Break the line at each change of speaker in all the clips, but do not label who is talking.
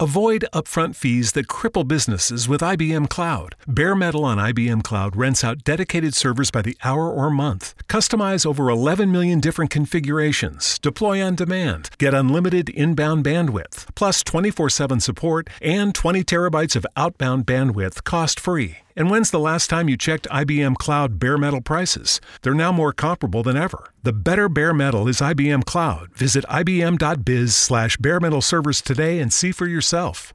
Avoid upfront fees that cripple businesses with IBM Cloud. Bare Metal on IBM Cloud rents out dedicated servers by the hour or month. Customize over 11 million different configurations. Deploy on demand. Get unlimited inbound bandwidth, plus 24 7 support and 20 terabytes of outbound bandwidth cost free. And when's the last time you checked IBM Cloud bare metal prices? They're now more comparable than ever. The better bare metal is IBM Cloud. Visit ibm.biz slash bare metal servers today and see for yourself.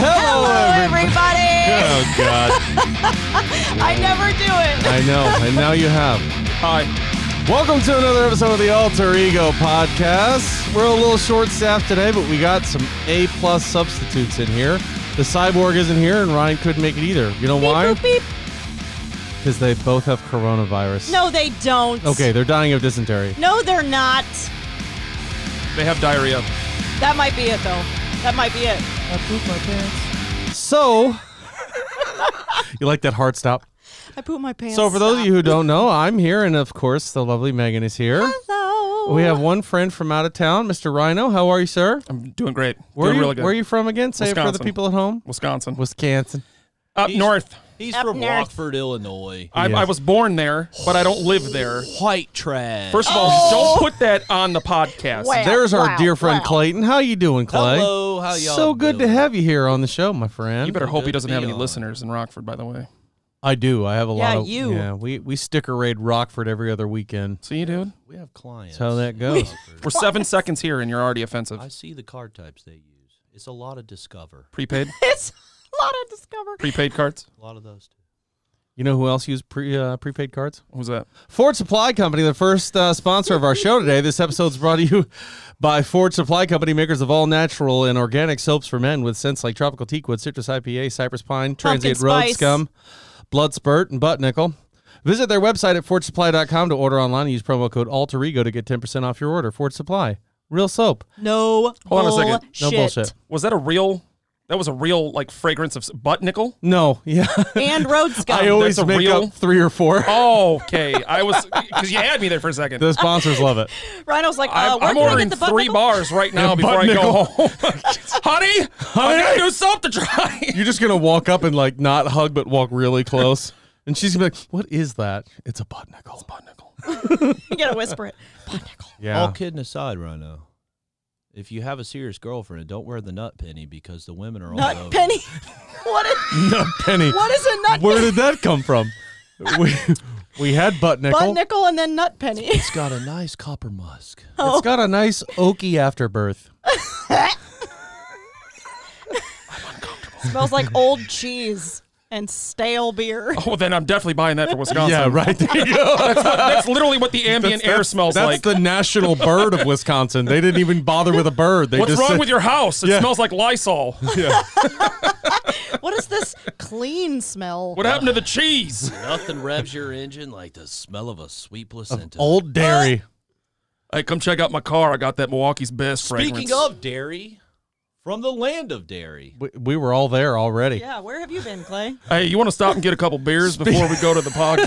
Hello, everybody.
Oh God,
I never do it.
I know, and now you have. Hi. Welcome to another episode of the Alter Ego Podcast. We're a little short-staffed today, but we got some A plus substitutes in here. The cyborg isn't here, and Ryan couldn't make it either. You know why?
Beep, beep, beep.
Because they both have coronavirus.
No, they don't.
Okay, they're dying of dysentery.
No, they're not.
They have diarrhea.
That might be it, though. That might be it.
So, you like that hard stop?
I pooped my pants.
So, for those of you who don't know, I'm here, and of course, the lovely Megan is here.
Hello.
We have one friend from out of town, Mr. Rhino. How are you, sir?
I'm doing great.
Where
doing
are you,
really good.
Where are you from again? Say it for the
Wisconsin.
people at home.
Wisconsin.
Wisconsin.
Up north.
He's
Up
from
north.
Rockford, Illinois.
I,
Yes.
I was born there, but I don't live there.
White trash.
First of all,
Oh.
don't put that on the podcast.
Wow,
There's our
wow,
dear friend
wow.
Clayton. How you doing, Clay?
Hello, how y'all
So good to
doing?
have you here on the show, my friend.
You better hope he doesn't have any
Beyond.
listeners in Rockford, by the way.
I do. I have a lot
Yeah,
of
you.
Yeah, we we sticker raid Rockford every other weekend.
See you, dude.
we have clients.
That's how that goes.
We're seven seconds here, and you're already offensive.
I see the card types they use. It's a lot of Discover.
Prepaid,
It's a lot of discover.
prepaid cards.
A lot of those. Too.
you know who else used pre uh, prepaid cards?
Who's that?
Ford Supply Company, the first uh, sponsor of our show today. This episode's brought to you by Ford Supply Company, makers of all natural and organic soaps for men with scents like tropical teakwood, citrus IPA, cypress pine, transient road
spice.
scum, blood spurt, and butt nickel. Visit their website at FordSupply.com to order online and use promo code AlterEgo to get 10% off your order. Ford Supply, real soap.
No.
Hold on a second.
bullshit.
No bullshit.
Was that a real? That was a real like fragrance of s- butt nickel.
No, yeah.
And road scum.
I always
that's a
make
real-
up three or four.
Okay, I was because you had me there for a second.
the sponsors love it.
Rhino's like,
I,
uh, where
I'm
can I
ordering
get the butt
three
nickel?
bars right now
Yeah,
before
butt
I
nickel.
go home. honey, honey, I gotta do something to try.
You're just gonna walk up and like not hug, but walk really close. And she's gonna be like, "What is that? It's a butt nickel. butt nickel.
You gotta whisper it. Butt nickel.
Yeah.
All kidding aside, Rhino. If you have a serious girlfriend, don't wear the nut penny because the women are all over.
Nut penny. What is,
Nut penny.
what is a nut
Where
penny?
did that come from? We we had butt nickel.
Butt nickel and then nut penny.
It's got a nice copper musk.
It's got a nice oaky afterbirth.
smells like old cheese and stale beer.
Oh, then I'm definitely buying that for Wisconsin.
Yeah, right. There you go.
That's literally what the ambient air smells
That's
like.
the national bird of Wisconsin. They didn't even bother with a bird. They
What's
just
wrong
said-
with your house? It
Yeah.
smells like Lysol.
What is this clean smell?
What happened to the cheese?
Nothing revs your engine like the smell of a sweet placenta.
old dairy?
Hey, come check out my car. I got that Milwaukee's best
Speaking
fragrance.
of dairy, from the land of dairy.
We, we were all there already.
Yeah, where have you been, Clay?
hey, you want to stop and get a couple beers before we go to the pod?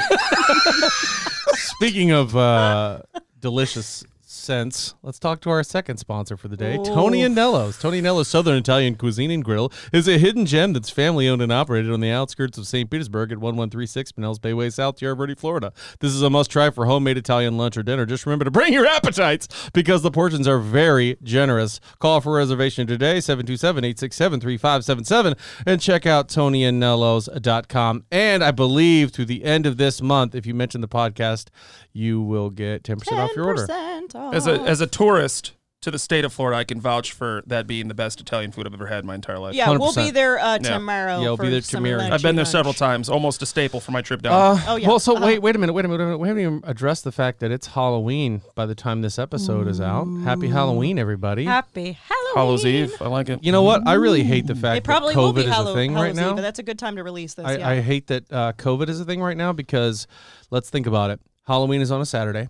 Speaking of uh, delicious scents, let's talk to our second sponsor for the day, Tony and Nello's. Tony and Nello's Southern Italian Cuisine and Grill is a hidden gem that's family owned and operated on the outskirts of St. Petersburg at 1136 Pinellas Bayway, South Tierra Verde, Florida. This is a must try for homemade Italian lunch or dinner. Just remember to bring your appetites because the portions are very generous. Call for reservation today, 727 867 3577, and check out tonyandnellos.com. And I believe through the end of this month, if you mention the podcast, you will get 10% off your order.
10% off.
as a as a tourist to the state of Florida, I can vouch for that being the best Italian food I've ever had in my entire life.
yeah, we will be
100%.
there uh,
Yeah.
tomorrow.
Yeah, we'll
for
be there
some
tomorrow.
lunch
I've been there
brunch.
several times, almost a staple for my trip down.
Uh,
Oh, yeah.
Well, so
Uh-huh.
wait, wait a minute, wait a minute, wait a minute. We haven't even addressed the fact that it's Halloween by the time this episode is out. Happy Halloween, everybody!
Mm. Happy Halloween.
Hallows Eve, I like it.
you know what? I really hate the fact
It probably
that
will
COVID
be
is
Hallow-
a thing
Hallows
right now.
Eve, but that's a good time to release this.
I,
yeah.
I hate that uh, COVID is a thing right now because let's think about it. Halloween is on a Saturday.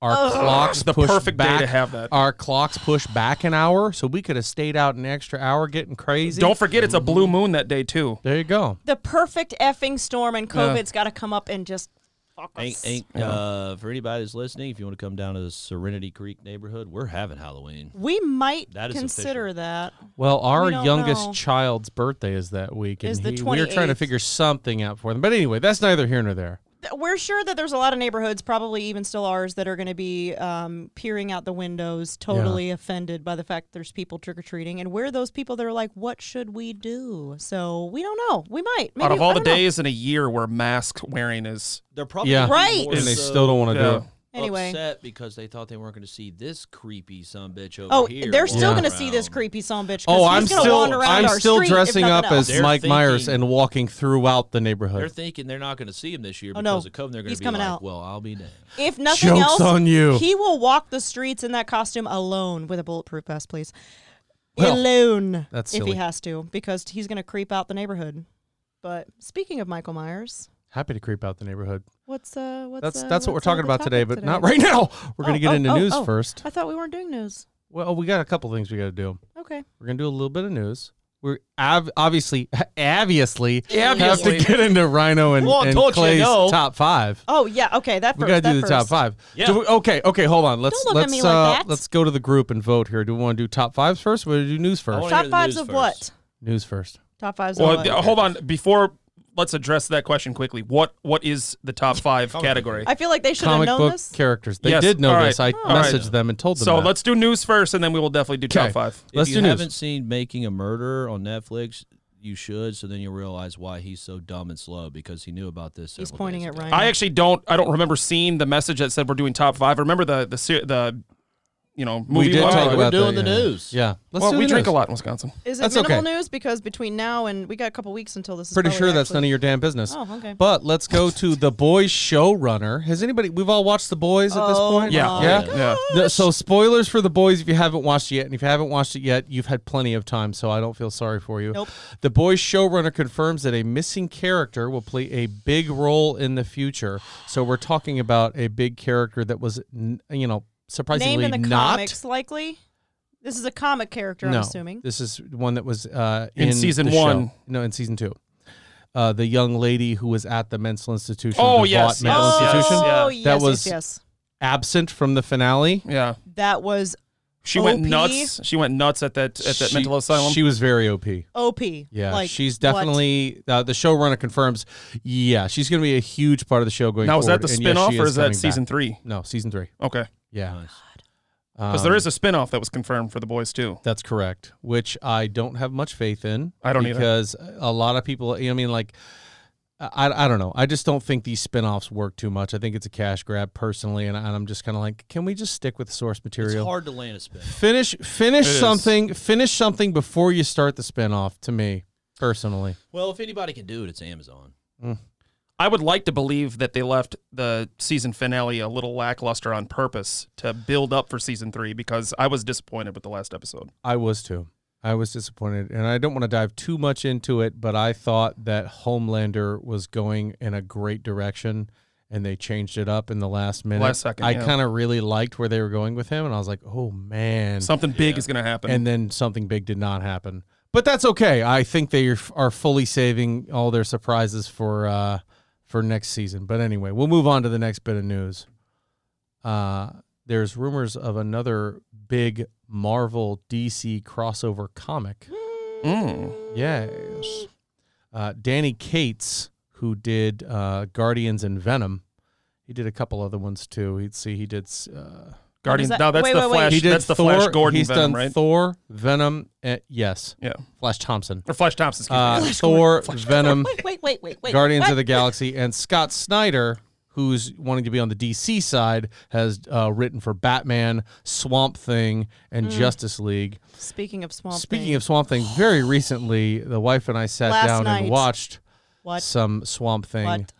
Our clocks
the
pushed
perfect day
back.
to have that.
Our clocks pushed back an hour, so we could have stayed out an extra hour getting crazy.
Don't forget, it's a
Mm-hmm.
blue moon that day too.
There you go.
The perfect effing storm and COVID's got to come up and just fuck
Ain't,
us.
ain't, uh, for anybody that's listening, if you want to come down to the Serenity Creek neighborhood, we're having Halloween.
We might
That is
consider that.
Well, our
We don't
youngest
know.
child's birthday is that week, and
Is the
he- we were trying to
28th.
figure something out for them. But anyway, that's neither here nor there.
Th- We're sure that there's a lot of neighborhoods, probably even still ours, that are going to be um, peering out the windows, totally offended by the fact that there's people trick or treating, and we're those people that are like, "What should we do?" So we don't know. We might. Maybe,
Out of all
I
the
don't know.
days in a year where mask wearing is,
They're probably
Yeah.
Right.
more
And they
so
still don't want to do
yeah.
it.
Anyway.
upset because they thought they weren't going to see this creepy son bitch over
Oh,
here.
they're still
walking
Yeah.
going to see this
around.
creepy son bitch. 'cause
Oh,
he's
I'm
gonna
still
wander around
I'm
our
still
street, if
dressing
nothing
up as
else.
They're
Mike Myers
thinking-
and walking throughout the
They're
neighborhood.
thinking they're not going to see him this year
Oh,
because
no.
of COVID. They're going
He's
to be
coming
like,
out.
"Well, I'll be damned."
If nothing
Joke's
else,
on you.
he will walk the streets in that costume alone with a bulletproof vest, please.
Well,
alone,
that's
if
silly.
he has to, because he's going to creep out the neighborhood. But speaking of Michael Myers,
Happy to creep out the neighborhood.
what's uh, what's
That's
uh,
that's what we're
what's, uh,
talking
the
about today,
topic
but not right now. We're
Oh,
gonna
oh,
get into
oh,
news
oh.
first.
I thought we weren't doing news.
Well, we got a couple things we got to do.
Okay,
We're gonna do a little bit of news. We're ob- obviously, obviously, have to
Obviously.
get into Rhino and,
Well, I
and
told you
Clay's
no.
top five.
Oh yeah, okay. That
We
first,
gotta do
that
the top
first.
five.
Yeah.
Do we- okay. Okay. Hold on. Let's
Don't look at
let's
me
uh,
like that.
let's go to the group and vote here. Do we want to do top fives first? Or do we do news
I
first?
wanna-
Top
hear the
fives
news
of what?
first.
News first.
Top fives
well,
of what?
th- hold on. Before, let's address that question quickly. What what is the top five category?
I feel like they should have
Comic
known
book
this.
characters. They
Yes,
did know
all right,
this. I
all right.
messaged them and told them.
So
that.
let's do news first, and then we will definitely do
Okay.
top five.
Let's
if
do
you
news.
haven't seen Making a Murderer on Netflix, you should. So then you realize why he's so dumb and slow because he knew about this.
He's
several
pointing
days
at
ago.
Ryan.
I actually don't. I don't remember seeing the message that said we're doing top five. I remember the the se- the you know
we
movie.
did
one.
talk
we're
about
doing
that,
the
yeah.
news.
Yeah. Let's
well,
do
we
the
drink
news.
a lot in Wisconsin.
Is it
That's
minimal
okay.
news? Because between now and we got a couple weeks until this is
Pretty
probably
sure that's
actually-
none of your damn business.
Oh, okay.
But let's go to the boys showrunner. Has anybody? We've all watched the boys at this
Oh
point.
Yeah.
my
Yeah.
gosh.
Yeah.
No, so spoilers for the boys if you haven't watched it yet, and if you haven't watched it yet, you've had plenty of time, so I don't feel sorry for you.
Nope.
The boys showrunner confirms that a missing character will play a big role in the future. So we're talking about a big character that was, n- you know,
Named
surprisingly
in the
not.
comics, likely. This is a comic character,
no,
I'm assuming.
this is one that was uh,
In
the
season
show.
one.
No, in season two. Uh, the young lady who was at the mental institution.
Oh,
the
yes,
Vaught Mental
yes, yes.
institution,
Oh,
Yeah.
yes,
That
yes,
was-
yes.
absent from the finale.
Yeah,
That was
she went
OP.
nuts. She went nuts at that at that
She-
mental asylum.
She was very OP.
OP.
Yeah,
Like,
she's
what?
definitely uh, the showrunner confirms. Yeah, she's going to be a huge part of the show going
now is
forward.
that the
and yes,
spin off
she
or is that
coming back.
season three?
No, season three.
Okay,
Yeah,
Nice.
because
Um,
there is a spin off that was confirmed for the boys too.
That's correct, which I don't have much faith in.
I don't either.
because a lot of people. I mean, like, I, I don't know. I just don't think these spin-offs work too much. I think it's a cash grab personally, and, I- and I'm just kind of like, can we just stick with source
It's
material?
hard to land a spin.
Finish, finish
It is.
something, finish something before you start the spin-off. To me, personally,
Well, if anybody can do it, it's Amazon.
I would like to believe that they left the season finale a little lackluster on purpose to build up for season three because I was disappointed with the last episode.
I was too. I was disappointed, and I don't want to dive too much into it, but I thought that Homelander was going in a great direction, and they changed it up in the last minute.
Last second,
I
yeah.
kind of really liked where they were going with him, and I was like, "Oh man!"
Something big is going to happen.
and then something big did not happen, but that's okay. I think they are, are fully saving all their surprises for uh, for next season. But anyway, we'll move on to the next bit of news. Uh, there's rumors of another big Marvel DC crossover comic.
Mm.
Yes. Uh, Danny Cates, who did uh, Guardians and Venom, he did a couple other ones too. He'd see he did. Uh,
Guardians.
that-
No, that's
wait,
the
wait, wait.
Flash.
he did
that's the
Thor.
Flash Gordon
he's
Venom,
done
right?
Thor, Venom. And, yes,
yeah.
Flash Thompson.
Or Flash Thompson. Excuse
Uh,
me.
Thor, Venom,
Wait, wait, wait, wait, wait.
Guardians
what?
of the Galaxy, and Scott Snyder, who's wanting to be on the DC side, has uh, written for Batman, Swamp Thing, and Justice League.
Speaking of Mm. Swamp
Speaking
Thing,
of Swamp Thing, very recently, the wife and I sat
Last
down and
night.
watched
what?
some Swamp Thing.
What?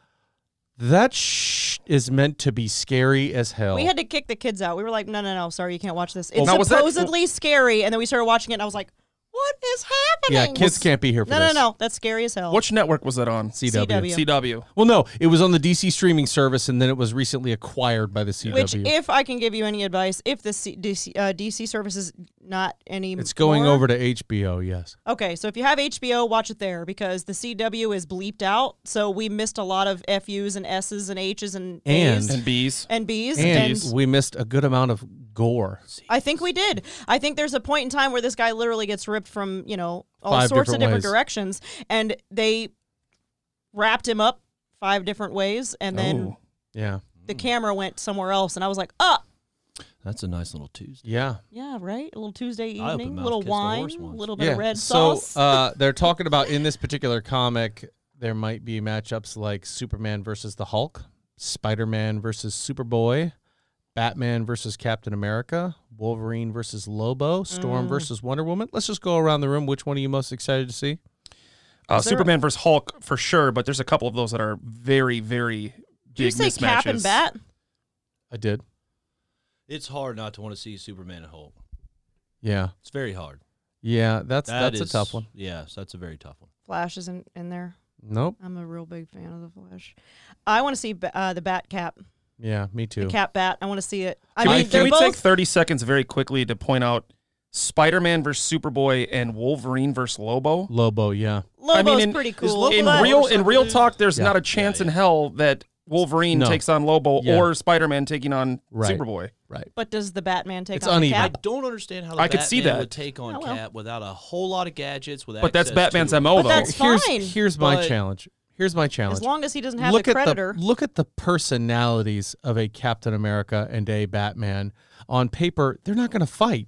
That sh- is meant to be scary as hell.
We had to kick the kids out. We were like, no, no, no, sorry, you can't watch this. It's
Now, was that-
supposedly scary. And then we started watching it, and I was like, What is happening?
Yeah, kids can't be here for
No, no,
this.
no. That's scary as hell.
Which network was that on?
CW.
CW.
CW.
Well, no, it was on the DC streaming service, and then it was recently acquired by the CW.
Which, if I can give you any advice, if the C- DC, uh, DC service is not any,
it's going
more-
over to HBO. Yes.
Okay, so if you have HBO, watch it there because the CW is bleeped out, so we missed a lot of Fu's and S's and H's and A's
And-
And B's.
and B's.
And
and
we missed a good amount of gore.
I think we did. I think there's a point in time where this guy literally gets ripped from you know all
Five
sorts of
different
different
ways.
directions, and they wrapped him up five different ways, and then
Oh.
Yeah.
the camera went somewhere else, and I was like, ah.
That's a nice little Tuesday.
Yeah.
Yeah, right. A little Tuesday
I opened
evening,
my
little
kiss the
wine,
horse
a
once.
little bit of red
so,
sauce.
uh, they're talking about in this particular comic, there might be matchups like Superman versus the Hulk, Spider Man versus Superboy, Batman versus Captain America, Wolverine versus Lobo,
Mm.
Storm versus Wonder Woman. Let's just go around the room. Which one are you most excited to see?
Uh,
Is there a-
Superman versus Hulk for sure, but there's a couple of those that are very, very big
Did you say
mismatches.
cap and bat?
I did.
It's hard not to want to see Superman and Hulk.
Yeah.
It's very hard.
Yeah. That's
That
that's
is-
a tough one.
Yes, that's a very tough one.
Flash isn't in there.
Nope.
I'm a real big fan of the Flash. I want to see ba- uh, the Bat Cap,
Yeah. Me too.
the Cap Bat. I want to see it. I
Can,
mean,
we,
they're
can we
both.
take 30 seconds very quickly to point out Spider-Man versus Superboy and Wolverine versus Lobo?
Lobo. Yeah.
Lobo's
I mean, in-
pretty
is
cool.
Lobo
in
but- Mm.
real in real talk, there's
Yeah.
not a chance in hell that Wolverine
No.
takes on Lobo
Yeah.
or Spider-Man taking on
Right.
Superboy.
Right.
but does the Batman take
It's
on the
uneven.
I
Cap?
don't understand how the
I could see
Batman
that.
would take on
Oh, well.
Cap without a whole lot of gadgets. With
But that's
access
Batman's
to-
MO
But
though.
that's-
Here's
fine.
here's my
But-
challenge. Here's my challenge.
As long as he doesn't have
look
the
at
creditor.
the look at the personalities of a Captain America and a Batman. On paper, they're not going to fight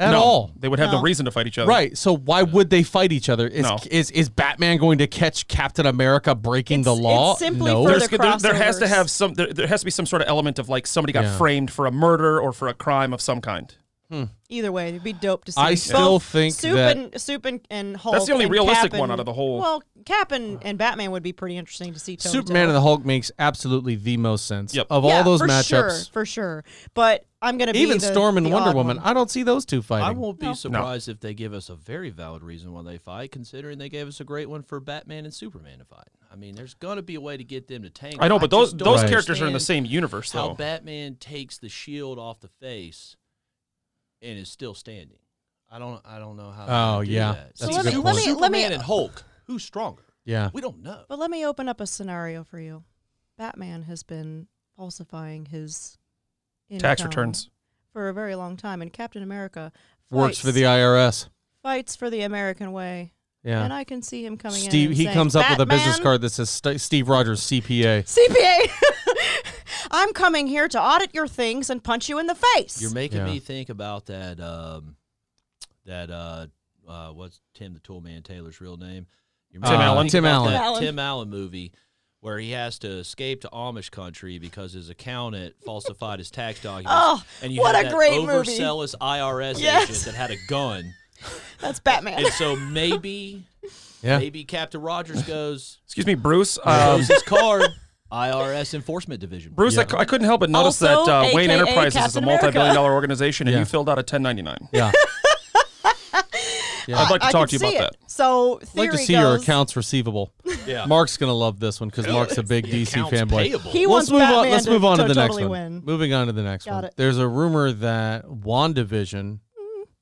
at
No,
all.
They would have
No.
no reason to fight each other.
Right. So why would they fight each other? Is,
No.
is is Batman going to catch Captain America breaking the
It's-
law?
it's simply
no.
for
There's,
the
there, there has to
crossovers.
have some. There, there has to be some sort of element of like somebody got
Yeah.
framed for a murder or for a crime of some kind.
Either way, it'd be dope to see.
I still
Both
think
Soup
that-
and Soup and, and Hulk.
the only
and Cap
realistic
and-
one out of the whole-
Well, Cap and, and Batman would be pretty interesting to see. toe to
Superman
toe.
and the Hulk makes absolutely the most sense
Yep.
of
yeah,
all those
for sure,
matchups.
for sure. But I'm gonna be
Even
the-
Storm and
the
Wonder
odd
Woman,
one.
I don't see those two fighting.
I won't be
No.
surprised if they give us a very valid reason why they fight, considering they gave us a great one for Batman and Superman to fight. I mean, there's gonna be a way to get them to tangle.
I know, but those
just don't
those characters are in the
understand
same universe
How
though.
Batman takes the shield off the face and is still standing. I don't. I don't know how. they
Oh,
do
yeah.
that.
So
See,
let me-
Super-
let me-
let
Superman
me- Uh.
and Hulk. Who's stronger?
yeah.
We don't know.
But let me open up a scenario for you. Batman has been falsifying his
Tax
income
returns.
for a very long time, and Captain America
Works for
fights-
the IRS.
fights for the American way.
Yeah.
And I can see him coming in.
Steve,
and
he
saying,
comes up with a business
"Batman,
card that says St- Steve Rogers, CPA.
CPA. I'm coming here to audit your things and punch you in the face.
You're making
Yeah.
me think about that. Um, that uh, uh, what's Tim the Toolman Taylor's real name? You're making
Tim
me
Allen.
think
Tim
about
Allen.
that
Tim Allen.
Tim Allen movie where he has to escape to Amish country because his accountant falsified his tax documents.
Oh,
and you
what
had
a
that
great movie.
overzealous IRS
Yes.
agent that had a gun.
That's Batman.
And so maybe,
Yeah.
maybe Captain Rogers goes
Excuse me, Bruce. Um,
shows his card. IRS Enforcement Division.
Bruce, I,
Yeah.
cou- I couldn't help but notice
Also,
that uh, Wayne
AKA
Enterprises is a
Captain America.
multi-billion dollar organization, and
Yeah.
you filled out a 1099.
Yeah.
I'd like to
I
talk to
can
you about
see
that.
it. So
I'd
theory
like to see
goes.
your accounts receivable.
Yeah.
Mark's gonna love this one because Mark's a big DC
Accounts
fanboy.
payable.
He wants
let's move on.
Batman
Let's
to-
move on to,
to
the
totally
next one.
win.
Moving on to the next
Got
one.
it.
There's a rumor that WandaVision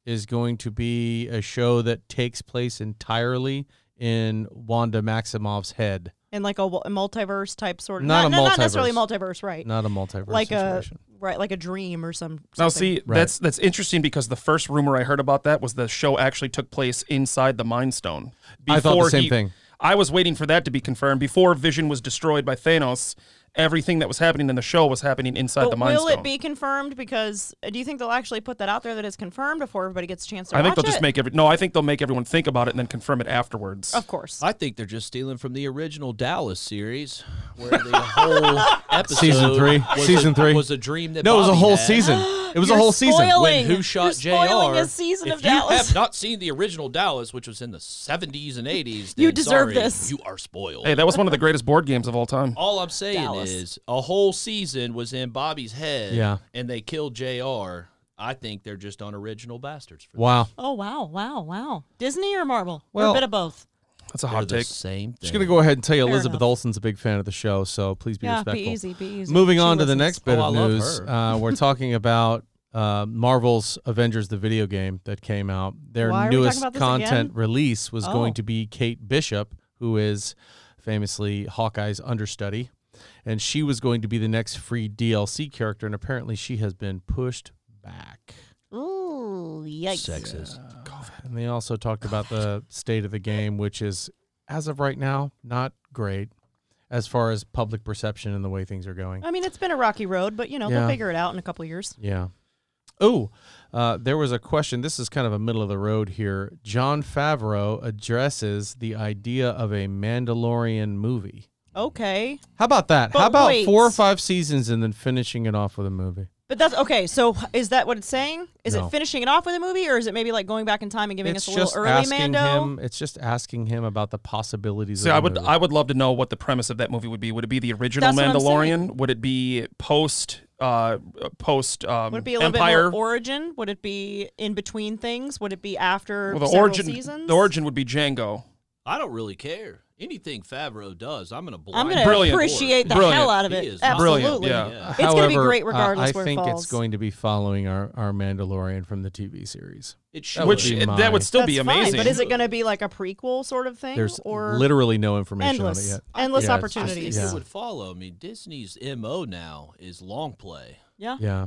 is going to be a show that takes place entirely in Wanda Maximoff's head,
in like a, w- a multiverse type sort of
Not a
not necessarily
multiverse.
multiverse, right?
not a multiverse
like
situation.
a right, like a dream or some.
Now,
something.
see, that's that's interesting because the first rumor I heard about that was the show actually took place inside the Mind Stone.
I thought the same thing.
I was waiting for that to be confirmed before Vision was destroyed by Thanos. Everything that was happening in the show was happening inside
But
the Mind
will
Stone.
it be confirmed? Because uh, do you think they'll actually put that out there that it's confirmed before everybody gets a chance to
I
watch
think they'll just
it?
make every. No, I think they'll make everyone think about it and then confirm it afterwards.
Of course.
I think they're just stealing from the original Dallas series, where the whole episode
Season three.
was
Season
a,
three.
was a dream that
No, it was a
Bobby
whole
had.
season. It was a
You're
whole season.
spoiling-
When Who
You're
Shot Jr.
spoiling a season
if
of
you
Dallas.
have not seen the original Dallas, which was in the seventies and eighties,
You deserve
sorry,
this.
You are spoiled.
Hey, that was one of the greatest board games of all time.
All I'm saying
Dallas.
is a whole season was in Bobby's head.
Yeah.
and they killed Jr. I think they're just unoriginal bastards. For
Wow.
Oh wow, wow, wow! Disney or Marvel? Well,
Well-
or a bit of both.
That's a
They're
hot
the
take.
same thing.
Just gonna go ahead and tell you,
Fair
Elizabeth
enough.
Olsen's a big fan of the show, so please be
yeah,
respectful.
be easy, be easy.
Moving
She
on to the
listens.
next bit
Oh, I
of
love
news,
her.
uh, we're talking about uh, Marvel's Avengers: The Video Game that came out. Their
Why are we
newest
talking about this
content
again?
release was
Oh.
going to be Kate Bishop, who is famously Hawkeye's understudy, and she was going to be the next free DLC character, and apparently she has been pushed back.
Ooh, yikes!
Sexist.
And they also talked about the state of the game, which is, as of right now, not great as far as public perception and the way things are going.
I mean, it's been a rocky road, but you know
Yeah.
they'll figure it out in a couple of years.
Yeah. Oh, uh, there was a question. This is kind of a middle of the road here. John Favreau addresses the idea of a Mandalorian movie.
Okay,
How about that? How
But
about
wait.
four or five seasons and then finishing it off with a movie?
but that's okay. So is that what it's saying? Is
No.
it finishing it off with a movie, or is it maybe like going back in time and giving
it's
us a little
just
early
asking
Mando?
him. It's just asking him about the possibilities.
See,
of
I
the
would
movie.
I would love to know what the premise of that movie would be. Would it be the original
That's what I'm saying.
Mandalorian? Would it be post uh post um
Would it be a little
Empire?
bit more origin? Would it be in between things? Would it be after
well, the
several
origin
seasons?
the origin would be Django.
I don't really care. Anything Favreau does, I'm gonna
I'm
blind.
going to
Brilliant.
appreciate the
Brilliant.
hell out of
He
it.
is
Absolutely.
brilliant, yeah.
Yeah.
It's going to be
However,
great
uh,
regardless
I
where
think
it falls.
it's going to be following our, our Mandalorian from the TV series.
It
That
should.
would
Which
be
it-
my-
that would still
That's
be
fine,
amazing.
but is it going to be like a prequel sort of thing?
There's
or
literally no information
endless,
on it
endless
Yeah, it's just-
I think
opportunities?
yeah.
it would follow. I mean, Disney's mo now is long play.
yeah.
yet. Yeah.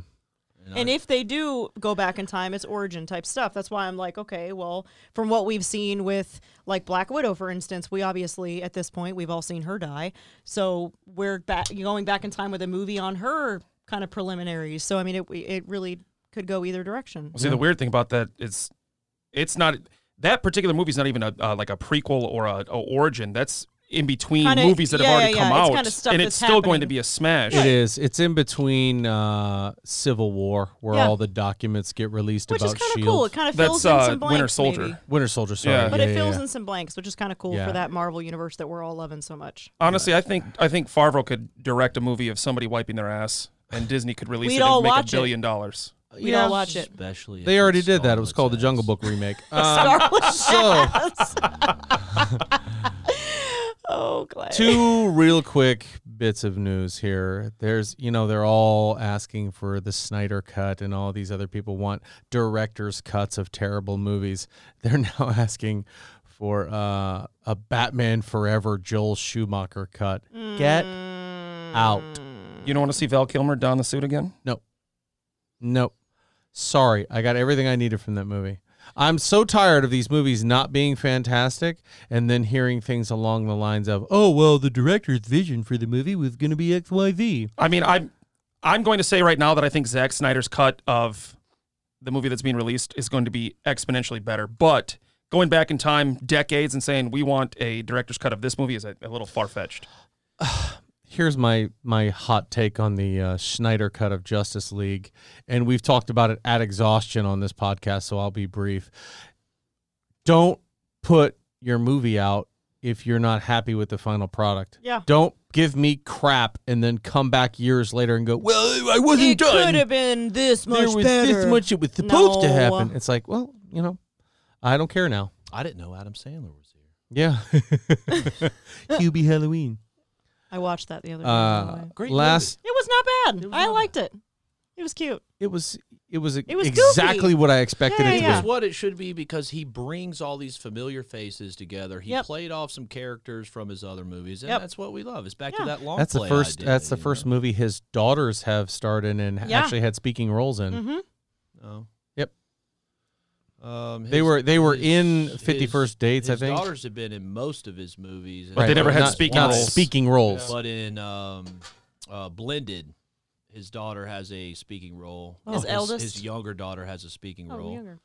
And if they do go back in time, it's origin type stuff. That's why I'm like, okay, well, from what we've seen with like Black Widow, for instance, we obviously at this point we've all seen her die, so we're back going back in time with a movie on her kind of preliminaries. So I mean, it it really could go either direction.
See, the weird thing about that is, it's not that particular movie's not even a uh, like a prequel or a, a origin. That's in between
Kinda-
movies that
yeah,
have already
yeah,
come
yeah. It's
out,
kinda stuff
and
that's
it's still going to
happening.
be a smash.
It is. It's in between uh, Civil War, where
Yeah.
all the documents get released
Which is
about
kind of
Shield.
cool. It kind of fills
That's
in
uh,
some blanks,
Winter Soldier.
maybe.
Winter Soldier, sorry.
Yeah.
But
yeah,
it
yeah,
fills
yeah.
in some blanks, which is kind of cool
Yeah.
for that Marvel universe that we're all loving so much.
Honestly, I think I think Favreau could direct a movie of somebody wiping their ass, and Disney could release
We'd
it
all
and make a
watch it.
billion dollars.
We'd all watch it.
Especially if
They already
it's
did that. It was called the Jungle
Scarlet's ass.
Book remake. Um, so,
Oh, glad.
two real quick bits of news here. There's, you know, they're all asking for the Snyder cut, and all these other people want directors' cuts of terrible movies. They're now asking for uh, a Batman Forever Joel Schumacher cut. Get
Mm.
out.
You don't want to see Val Kilmer don the suit again?
Nope. Sorry, I got everything I needed from that movie. I'm so tired of these movies not being fantastic and then hearing things along the lines of, oh, well, the director's vision for the movie was going to be XYZ.
I mean, I'm I'm going to say right now that I think Zack Snyder's cut of the movie that's being released is going to be exponentially better. But going back in time decades and saying we want a director's cut of this movie is a, a little far fetched.
Here's my, my hot take on the uh, Schneider cut of Justice League. And we've talked about it at exhaustion on this podcast, so I'll be brief. Don't put your movie out if you're not happy with the final product.
Yeah.
Don't give me crap and then come back years later and go, well, I wasn't
It
done.
could have been this much
there was
better.
this much it was supposed to
No.
happen. It's like, well, you know, I don't care now.
I didn't know Adam Sandler was here.
Yeah. QB Halloween.
I watched that the other day. by the
Uh,
way.
Great
last
It was not bad.
It was
I
not
liked it. It was cute.
it was it was,
It was
exactly
goofy.
what I expected
Yeah,
it
yeah,
to
yeah.
It's what it should be because he brings all these familiar faces together. He
Yep.
played off some characters from his other movies, and
Yep.
that's what we love. It's back
Yeah.
to that long.
be. That's the
play
first
idea,
that's the
you
first
know?
movie his daughters have starred in and
Yeah.
actually had speaking roles in.
Mm-hmm.
Oh.
Yep.
Um,
They
his-
were- they were
his-
in
his-
51st Dates, I
his
think.
daughters have been in most of his movies,
But they
and-
never had
not,
speaking
not
roles.
speaking roles.
But in um, uh, Blended, his daughter has a speaking role.
His eldest?
his younger daughter has a speaking
Oh,
role.
younger.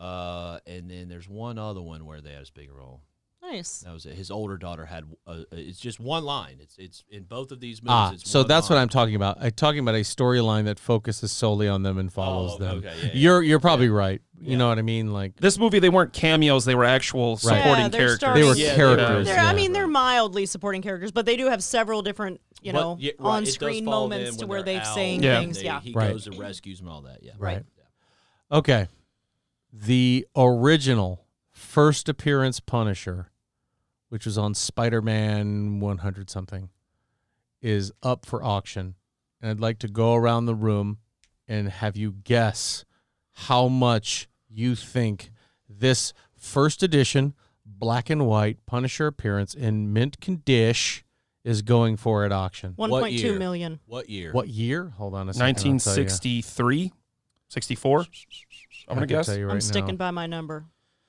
Uh, and then there's one other one where they had a speaking role.
Nice.
That was it. His older daughter had. Uh, it's just one line. It's it's in both of these movies.
Ah,
it's
so
one
that's what
line.
I'm talking about. I'm talking about a storyline that focuses solely on them and follows
okay,
them.
okay, yeah, yeah.
You're you're probably right. You
Yeah.
know what I mean? Like
This movie, they weren't cameos; they were actual supporting
Yeah, they're
characters.
starting-
They were
characters,
They're,
yeah.
I mean, they're mildly supporting characters, but they do have several different, you
But,
know,
yeah, right, it does
on-screen
follow
moments
them
to
when
where
they're
they're
out
saying
and
Yeah.
things.
they-
Yeah.
he
Right.
goes and rescues them. All that. Yeah.
Right. Okay. The original first appearance Punisher, which was on Spider Man 100 something, is up for auction. And I'd like to go around the room and have you guess how much you think this first edition black and white Punisher appearance in mint condition is going for at auction.
One
What
point two
year?
million.
What year?
What year? Hold on a second. I'll tell you.
1963, 64. I'm
I
gonna
can
guess.
tell you
I'm
right
sticking
now.
by my number.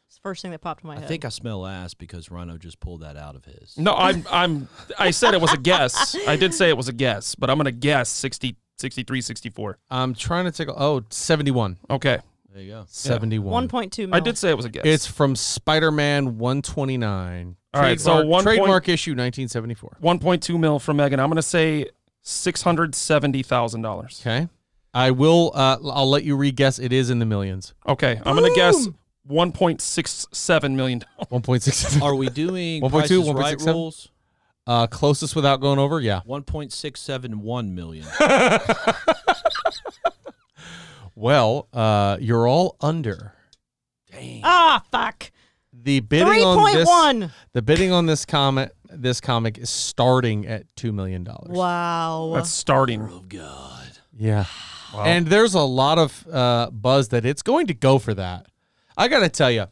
It's the first thing that popped in my
I
head.
think I smell ass because Rhino just pulled that out of his.
No, I'm I'm I said it was a guess. I did say it was a guess, but I'm gonna guess 60, 63, 64.
I'm trying to take. a- Oh, 71.
Okay,
There you go.
71.
one point two million.
I did say it was a guess.
It's from Spider Man 129.
All right, so
Trademark-
one point-
trademark issue 1974.
1.2 mil from Megan. I'm gonna say six hundred seventy thousand dollars.
Okay. I will, uh, I'll let you re guess it is in the millions.
Okay, I'm gonna guess 1.67 million.
1.6.
Are we doing
1.2,
1.2, 1.6
1.67?
rules?
uh, closest without going over? Yeah.
1.671 million.
Well, uh, you're all under.
Ah, fuck.
The bidding
Three
on
point
this,
one.
the bidding on this comic, this comic is starting at $2 million.
Wow.
That's starting.
oh God.
Yeah. And there's a lot of uh, buzz that it's going to go for that. I got to tell you,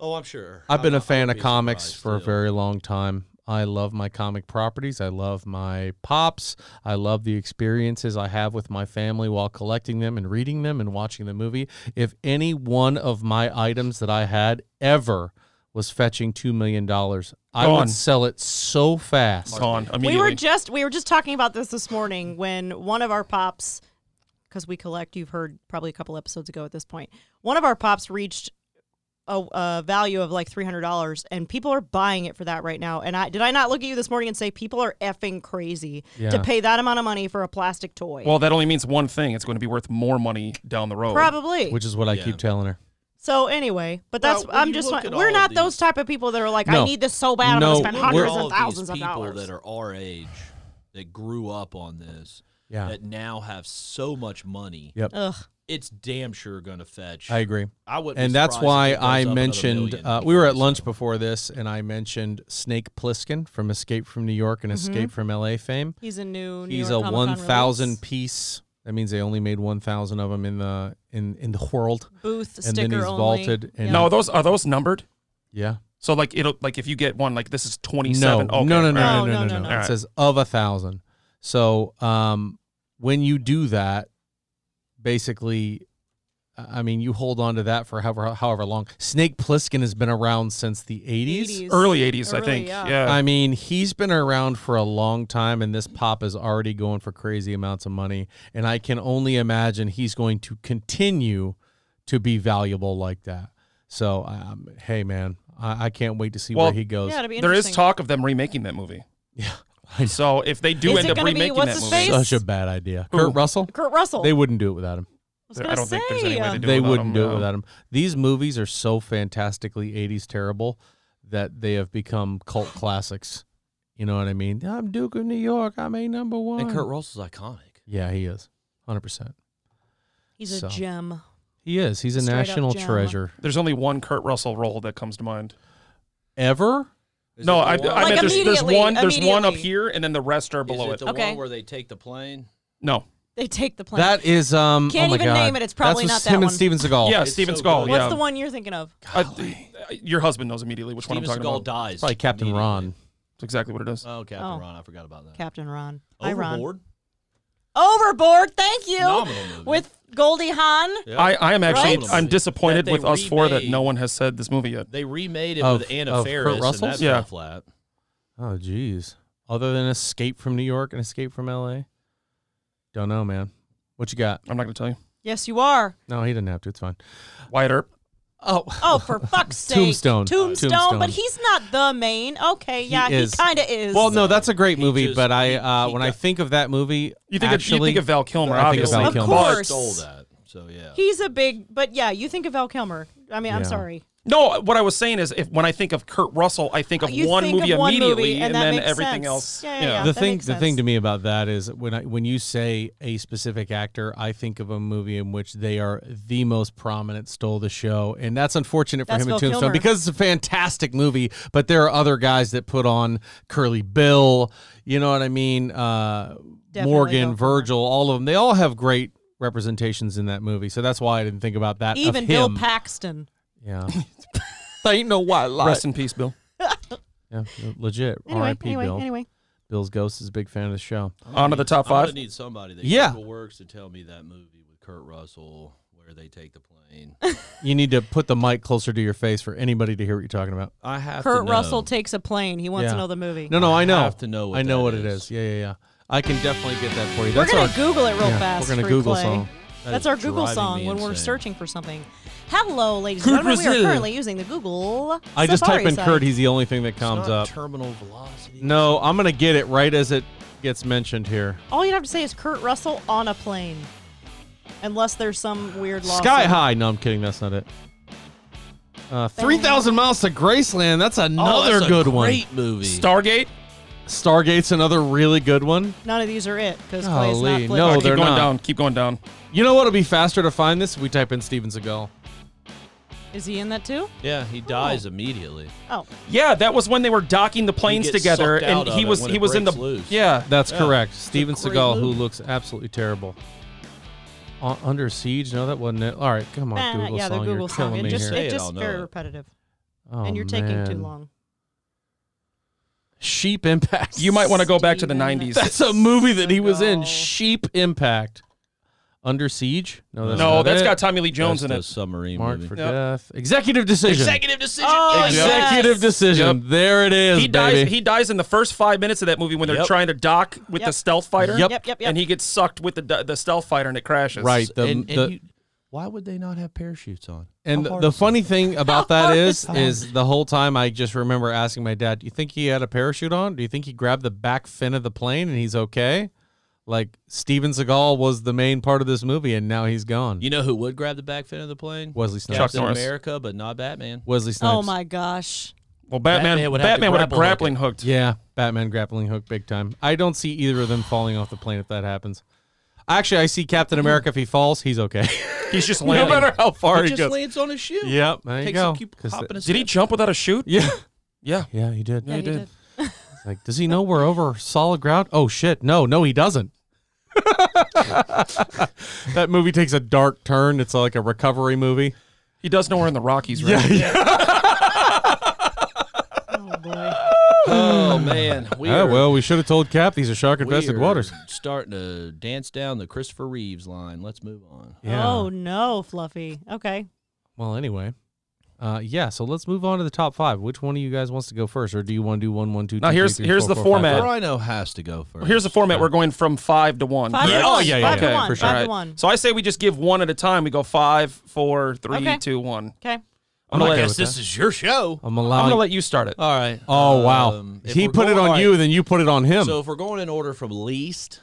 Oh, I'm sure.
I've been
I-
a
I
fan
would
of
be
comics
surprised,
for a
too.
very long time. I love my comic properties. I love my pops. I love the experiences I have with my family while collecting them and reading them and watching the movie. If any one of my items that I had ever was fetching $2 million, I
Gone.
would sell it so fast.
Gone
we
immediately.
were just we were just talking about this this morning when one of our pops because we collect you've heard probably a couple episodes ago at this point one of our pops reached a, a value of like $300 and people are buying it for that right now and i did i not look at you this morning and say people are effing crazy
Yeah.
to pay that amount of money for a plastic toy
well, that only means one thing. It's going to be worth more money down the road.
probably
Which is what I
Yeah.
keep telling her.
so anyway but that's
Well, when
i'm
you
just
look at
we're
all
not
of
those
these-
type of people that are like
No.
i need this so bad
No,
i'm gonna spend
we're-
hundreds
all
and
of
thousands
these
of
people
dollars
that are our age that grew up on this
Yeah.
that now have so much money.
Yep.
ugh
It's damn sure gonna fetch.
I agree.
I would,
and that's why I mentioned uh, we were at lunch before this, and I mentioned Snake Plissken from Escape from New York and Escape from L.A. fame.
he's a new New
He's
York
a
Comic-Con
one thousand
release.
piece. That means they only made one thousand of them in the in in the world.
booth
then
sticker
he's
only.
vaulted and-
Yeah.
No, are those are those numbered?
Yeah.
So like it'll like if you get one like this is
No.
27.
No.
okay,
No. No. No.
all right.
No. No. No.
no.
It says of a thousand. So um, when you do that, basically. I I mean, you hold on to that for however however long. Snake Plissken has been around since the 80s.
Early 80s, I
Early,
think.
yeah.
yeah.
I mean, he's been around for a long time, and this pop is already going for crazy amounts of money. And I can only imagine he's going to continue to be valuable like that. So, um, hey, man, I, I can't wait to see
Well,
where he goes.
Yeah, it'll be
there is
interesting.
talk of them remaking that movie.
Yeah, I know.
So if they do
Is
end
it
up
gonna be-
remaking
what's
that
his
movie,
face?
Such a bad idea. Kurt Russell,
Kurt Russell.
they wouldn't do it without him.
was
I
gonna
don't
say,
think there's any way
uh,
they do it
They
without
wouldn't
him,
do
yeah.
it without him. These movies are so fantastically 80s terrible that they have become cult classics. You know what I mean? I'm Duke of New York. I'm a number one.
And Kurt Russell's iconic.
Yeah, he is. 100%.
he's a
So.
gem.
He is. He's a
Straight up
national
gem.
treasure.
There's only one Kurt Russell role that comes to mind.
Ever?
Is
no,
it the
I, I
one-
Like
meant there's, there's
immediately,
one there's one up
immediately.
here and then the rest are
Is
below
it
it.
the
Okay.
one where they take the plane?
No.
They take the plane.
That is um
Can't
oh my
even
God.
name it. It's probably
That's
not that
with
one.
him and Steven Seagal.
Yeah,
Oh, It's
Steven
so
Skull.
good.
What's
yeah.
the one you're thinking of?
I- your husband knows immediately which
Steven
one I'm talking
Seagal
about.
dies.
It's probably Captain
immediately.
Ron.
That's exactly what it is.
Oh, Captain
Oh.
Ron. I forgot about that.
Captain Ron. Hi, Ron.
Overboard.
Overboard. Thank you.
Phenomenal movie.
With Goldie Hawn.
Yeah.
I, I am actually
Right?
I'm disappointed
That they
with us four that
remade.
no one has said this movie yet.
They remade it
Of-
with Anna
of Kurt
Faris.
Russell?
And that
Yeah.
fell flat.
Oh jeez. Other than Escape from New York and Escape from LA? Don't know, man. What you got?
I'm not going to tell you.
Yes, you are.
No, he didn't have to. It's fine.
Wyatt Earp.
Oh,
Oh, for fuck's sake.
Tombstone.
Tombstone.
Tombstone.
But he's not the main. Okay, yeah, he,
is.
kind of is.
well, no, that's a great
He
movie,
just-
but I
he-
uh,
he
when I
got-
think of that movie,
You think,
actually,
of, you think of Val Kilmer,
I think of
obviously.
Val
Of
Kilmer.
course.
Stole that. So yeah.
He's a big, but yeah, you think of Val Kilmer. I mean, I'm
Yeah.
sorry.
No, what I was saying is, if when I think of Kurt Russell, I think of
You
one
think
movie
of one movie,
immediately,
and
and,
that
then
makes
everything
sense.
else.
Yeah, yeah, yeah.
yeah.
the
that
thing
makes
the thing
sense.
to me about that is when I when you say a specific actor, I think of a movie in which they are the most prominent stole the show, and that's unfortunate for
That's
him
Val
in Tombstone
Kilmer.
because it's a fantastic movie. But there are other guys that put on Curly Bill, you know what I mean? Uh,
Definitely
Morgan,
Val Kilmer.
Virgil, all of them. They all have great representations in that movie, so that's why I didn't think about that. of
Even Bill
him.
Paxton.
yeah,
They ain't no white lie.
Rest in peace, Bill.
yeah, legit.
Anyway,
R.I.P.
anyway,
Bill.
anyway.
Bill's ghost is a big fan of the show.
On to the top
I'm
five.
gonna need somebody that
Yeah.
works to tell me that movie with Kurt Russell where they take the plane.
You need to put the mic closer to your face for anybody to hear what you're talking about.
I have to
Kurt
know.
Russell takes a plane. He wants
uh, Yeah.
to know the movie.
No, no, I,
I
know.
have to know what
I know
that
what it
is.
is. Yeah, yeah, yeah. I can definitely get that for you.
we're
That's
gonna
our,
Google it real
yeah,
fast.
We're gonna
for
Google
play.
song.
That
That's
is
our Google
driving
song
me
when we're
insane.
searching for something. Hello, ladies and
Kurt
gentlemen. We
Brazil.
are currently using the Google.
I just
Safari
type in
site.
Kurt. He's the only thing that
It's
comes
not
up.
Terminal velocity.
No, I'm gonna get it right as it gets mentioned here.
All you'd have to say is Kurt Russell on a plane, unless there's some weird law.
Sky high. No, I'm kidding. That's not it. Uh, Three thousand miles to Graceland. That's
Oh,
another
that's a
good one.
Great movie.
Stargate.
Stargate's another really good one.
None of these are it because Clay's not
Golly,
flipping.
no,
keep
Oh, they're
going
not.
down. Keep going down.
You know what'll be faster to find this if we type in Steven Seagal.
Is he in that too?
Yeah, he dies immediately.
Oh,
Yeah, that was when they were docking the planes
gets
together,
sucked out
and
of
he
it
was
when
he
it
was in the
breaks loose.
yeah.
That's
Yeah.
correct.
It's a
Steven
great
Seagal, who
movie.
looks absolutely terrible. U- Under siege? No, that wasn't it. All right, come on,
eh,
Google
yeah, the
song.
Google
you're
song.
killing
It
me
just,
here.
Say
it
it,
just
I'll know
very
it.
repetitive,
Oh,
and you're taking too
man.
long.
Sheep Impact.
You might want to go back to the
Steven. Oh.
nineties.
That's a movie that he was in.
Seagal.
Sheep Impact. Under siege? No, that's
No,
not
that's
it.
got Tommy Lee Jones
That's
in
the
it.
submarine
Mark
movie.
for
Yep.
death. Executive decision.
Executive decision.
Oh,
Exactly.
yeah.
Executive decision. There it is,
He dies.
baby.
He dies in the first five minutes of that movie when they're
Yep.
trying to dock with the
Yep.
stealth fighter.
Yep.
Yep, yep, yep.
And he gets sucked with the d- the stealth fighter and it crashes.
right. The,
and, and
the-
you, why would they not have parachutes on?
And
How hard
the
is
funny thing about that
hard
is,
is that?
is the whole time I just remember asking my dad, "Do you think he had a parachute on? Do you think he grabbed the back fin of the plane and he's okay?" Like Steven Seagal was the main part of this movie, and now he's gone.
that? You know who would grab the back fin of the plane?
Wesley Snipes.
Chuck
Captain
Norris.
America, but not Batman.
Wesley Snipes.
Oh my gosh.
Well, Batman.
Batman would have to
Batman would have
grapple hook
grappling hooked.
Yeah, Batman grappling hook, big time. I don't see either of them falling off the plane if that happens. Actually, I see
Mm.
Captain America. If he falls, he's okay.
He's just
no
landing.
matter how far
He
he,
just
goes.
lands on his shoe.
Yep, there you
Takes
go.
a, keep
'Cause
hopping
the-
a
Did he jump without a chute?
yeah,
Yeah.
yeah, he did.
Yeah, he did.
Like, does he know we're over solid ground? Oh shit! No, no, he doesn't. that movie takes a dark turn. It's like a recovery movie.
He does know we're in the Rockies, right?
Oh boy.
Oh man. We
Ah,
are,
well, we should have told Cap these are shark
we
infested
are
waters.
Starting to dance down the Christopher Reeves line. Let's move on.
Yeah.
Oh no, Fluffy. Okay.
Well, anyway, uh, yeah. So let's move on to the top five. Which one of you guys wants to go first, or do you want to do one, one, two,
Now,
two, three,
here's-
three,
here's
four,
the
four, five,
format.
five?
Rhino has to go first.
Here's the format. We're going from five to one.
Five
correct?
to
Oh,
one.
yeah, yeah,
Five
yeah,
to one.
for sure.
Five
Alright.
to one.
So I say we just give one at a time. We go five, four, three,
Okay.
two, one.
Okay.
I'm gonna,
okay
let,
with that.
is your show.
I'm
I'm
allowing.
gonna let you start it.
All right.
Um, oh wow!
Um, if
he
we're
put it
going-
on
all right,
you, then you put it on him.
So if we're going in order from least,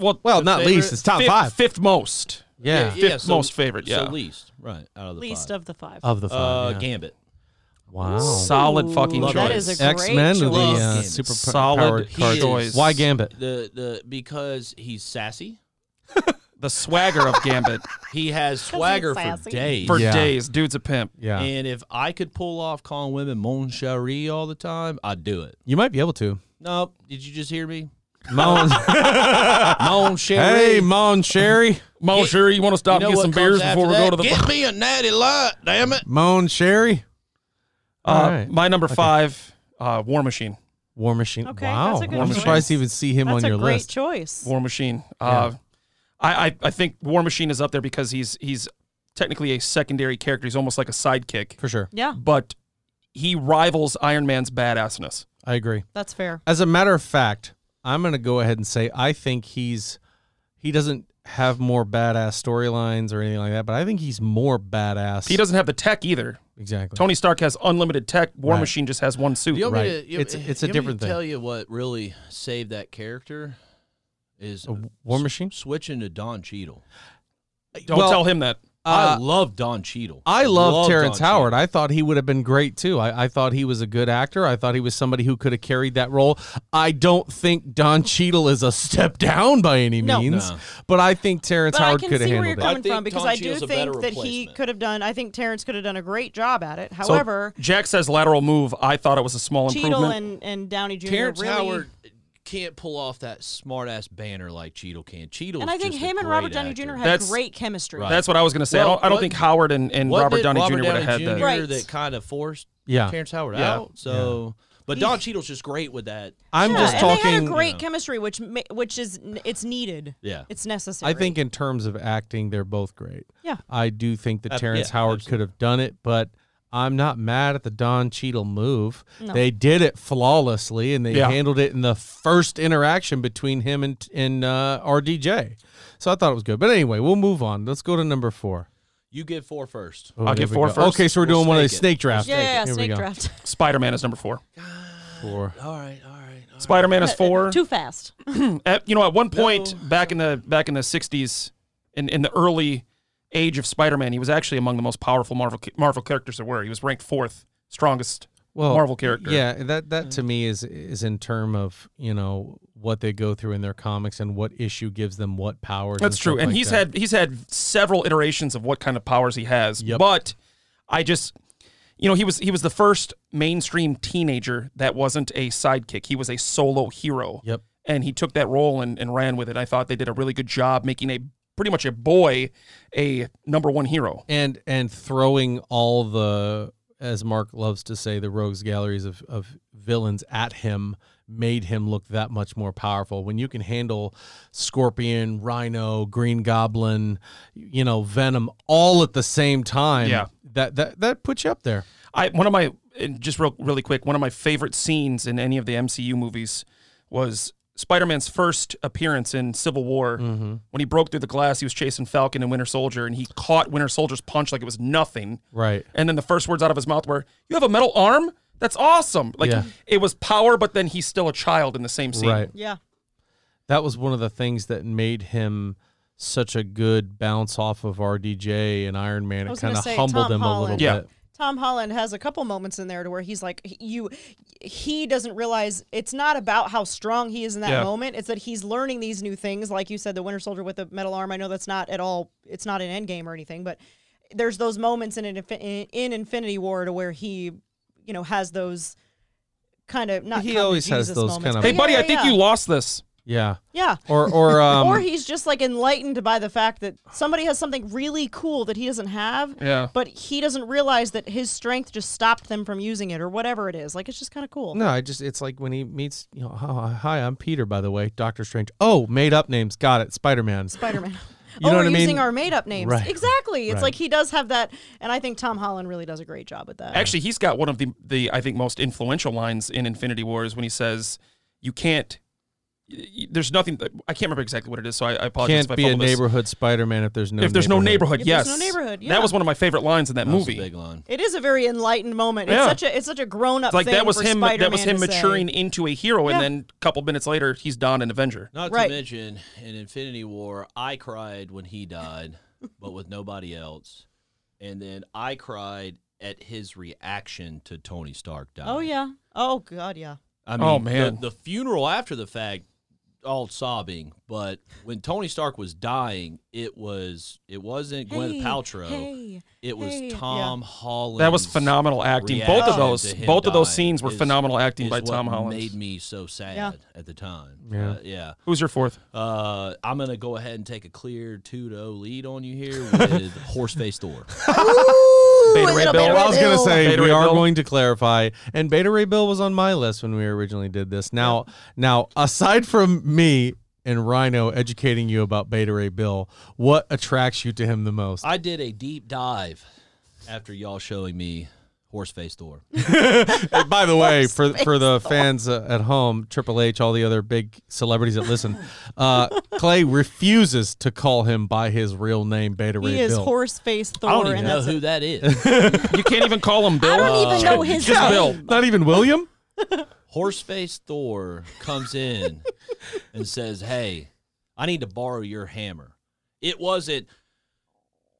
Well,
well, not
favorite-
least. It's top
fifth,
five.
fifth most.
yeah.
Fifth most favorite, yeah.
So least, right? Out of the
Least
five.
of the five.
of the
uh,
five. yeah.
Gambit.
Wow.
Solid fucking
Ooh,
choice.
That is a great
X Men with the
choice.
uh,
Look,
super
solid
powered
choice.
cards.
Why Gambit?
The the because he's sassy.
The swagger of Gambit
He has swagger for
sassy.
days.
for
Yeah.
days. Dude's a pimp.
Yeah,
And if I could pull off calling women Mon Cherie all the time, I'd do it.
you might be able to.
Nope. Did you just hear me?
Mon,
Mon Cherie.
hey, Mon Sherry,
Mo, sure you want to stop and get some beers before we go to the.
Get me a natty light, damn it.
Mon Sherry.
Uh,
All right.
My number five, uh, War Machine.
War Machine.
Okay,
wow,
that's a good
I'm
choice.
surprised to even see him
That's
on
a
your
great
list.
choice.
War Machine. Uh, I, I I think War Machine is up there because he's he's technically a secondary character. He's almost like a sidekick,
For sure,
Yeah,
but he rivals Iron Man's badassness.
I agree.
that's fair.
As a matter of fact, I'm going to go ahead and say I think he's he doesn't have more badass storylines or anything like that, but I think he's more badass.
He doesn't have the tech either.
exactly.
Tony Stark has unlimited tech. War
Right.
Machine just has one suit.
You want me
Right.
to, you,
It's-
you
it's a
want me to
different thing.
tell you what really saved that character is
A War Machine.
switching to Don Cheadle.
Don't
Well,
tell him that.
I
Uh,
love Don Cheadle.
I love,
Don
Terrence
Cheadle.
Howard. I thought he would have been great too. I, I thought he was a good actor. I thought he was somebody who could have carried that role. I don't think Don Cheadle is a step down by any
No.
means,
No.
but I think Terrence
But I
Howard
can
could have
see where you're
handled it.
coming
I think
from because
Tom
I do
Cheadle's a better
think that he
replacement.
could have done. I think Terrence could have done a great job at it.
So,
However,
Jack says lateral move. I thought it was a small
Cheadle
improvement.
and, and Downey Jr.
Terrence
really,
Howard can't pull off that smart ass banner like Cheadle can. Cheadle,
and I think him and Robert Downey Jr. had
That's-
great chemistry.
Right.
That's what I was going to say. I
Well,
don't, I don't
what-
think Howard and, and
Wasn't
Robert
it
Downey Jr.
Robert
would have had
Downey
that.
Jr.
Right.
that kind of forced
Yeah.
Terrence Howard
Yeah.
out. So, but Don Cheadle's just great with that.
I'm
Yeah,
just
and
talking.
They had a great chemistry, which ma- which is n- it's needed.
Yeah.
It's necessary.
I think in terms of acting, they're both great.
Yeah.
I do think that
Ab-
Terrence
yeah,
Howard could
absolutely.
have done it, but I'm not mad at the Don Cheadle move.
No.
They did it flawlessly, and they
Yeah.
handled it in the first interaction between him and and uh, RDJ. So I thought it was good. But anyway, we'll move on. Let's go to number four.
You give four first.
Oh,
I'll
there
get
we
four
go.
first.
Okay, so we're
We'll
doing one of the
snake it.
snake drafts.
Yeah, yeah, yeah,
Here we
snake
go.
draft.
Spider Man is number four.
Four.
All right, all right. all right.
Spider Man is four.
Too fast.
At, you know, at one point back in the back in the '60s, in in the early age of Spider Man, he was actually among the most powerful Marvel Marvel characters there were. He was ranked fourth strongest
well,
Marvel character.
Yeah, that that
Mm.
to me is is in term of you know what they go through in their comics and what issue gives them what powers.
That's
and
true.
stuff
And
like
he's
that.
had he's had several iterations of what kind of powers he has.
Yep.
But I just you know, he was he was the first mainstream teenager that wasn't a sidekick. He was a solo hero.
Yep.
And he took that role and, and ran with it. I thought they did a really good job making a pretty much a boy a number one hero.
and and throwing all the as Mark loves to say the rogues galleries of, of villains at him made him look that much more powerful when you can handle scorpion rhino green goblin you know venom all at the same time
Yeah.
that that that puts you up there
I one of my and just real really quick, one of my favorite scenes in any of the MCU movies was Spider-Man's first appearance in Civil War
Mm-hmm.
when he broke through the glass. He was chasing Falcon and Winter Soldier, and he caught Winter Soldier's punch like it was nothing.
right
And then the first words out of his mouth were, "You have a metal arm? That's awesome!" Like
Yeah.
it was power, but then he's still a child in the same scene.
right
Yeah.
that was one of the things that made him such a good bounce off of RDJ and Iron Man.
I
It
was
kind
gonna
of
say,
humbled
Tom
him a
Holland.
little
Yeah.
bit.
Tom Holland has a couple moments in there to where he's like, he- you, he doesn't realize it's not about how strong he is in that
Yeah.
moment. It's that he's learning these new things. Like you said, the Winter Soldier with the metal arm. I know that's not at all, it's not an endgame or anything, but there's those moments in, an, infi- in, in Infinity War to where he, you know, has those kind of not.
He
come to
always has
Jesus
those
moments,
kind of-
but
Hey, buddy,
yeah,
I think
yeah.
you lost this.
Yeah.
Yeah.
Or or um
or he's just like enlightened by the fact that somebody has something really cool that he doesn't have.
Yeah.
But he doesn't realize that his strength just stopped them from using it or whatever it is. Like it's just kind of cool.
No, I just it's like when he meets you know, "Oh, hi, I'm Peter by the way, Doctor Strange. Oh, made up names. Got it. Spider-Man.
Spider-Man.
You
oh,
know
we're
what I mean?
using our made-up names.
Right.
Exactly. It's
Right.
like he does have that, and I think Tom Holland really does a great job with that.
Actually, he's got one of the the I think most influential lines in Infinity Wars when he says, "You can't." y- y- There's nothing. I can't remember exactly what it is, so I, I
Can't
apologize. if I
be a
fumble this.
neighborhood Spider-Man if there's no
if there's no neighborhood,
If
yes,
there's no neighborhood, yeah.
That was one of my favorite lines in that,
That was a
movie.
big line.
it is a very enlightened moment.
Yeah.
It's such a it's such a grown-up
It's like
thing
that was
for
him.
Spider-Man
that was him
to say.
maturing E. into a hero,
Yeah.
and then a couple minutes later, he's Don an Avenger.
Not
Right.
to mention in Infinity War, I cried when he died, but with nobody else. And then I cried at his reaction to Tony Stark dying.
Oh yeah. Oh god, yeah.
I mean,
Oh, man.
the, the funeral after the fact, all sobbing. But when Tony Stark was dying, it was it wasn't
Hey,
Gwyneth Paltrow.
hey,
it was
hey.
Tom Holland.
That was phenomenal acting. Both of those, both of those scenes were phenomenal acting
is
by
what
Tom Holland.
Made me so sad
Yeah.
at the time.
Yeah.
Uh, yeah.
Who's your fourth?
Uh, I'm gonna go ahead and take a clear two to zero lead on you here with Horseface Thor.
Beta
a
Ray
little
Bill.
Beta
Well, I
Ray
was going
Bill.
to say
Beta
we
Ray
are
Bill.
going to clarify and Beta Ray Bill was on my list when we originally did this. Now, now aside from me and Rhino educating you about Beta Ray Bill, what attracts you to him the most?
I did a deep dive after y'all showing me Horseface Thor.
And by the way, for for the fans uh, at home, Triple H, all the other big celebrities that listen, uh, Clay refuses to call him by his real name, Beta Ray
He is
Bill.
horse face Thor,
I don't even
and
know
that's
who that is.
You can't even call him Bill.
I don't even know his
just
name.
Bill.
Not even William.
Horseface Thor comes in and says, "Hey, I need to borrow your hammer." It wasn't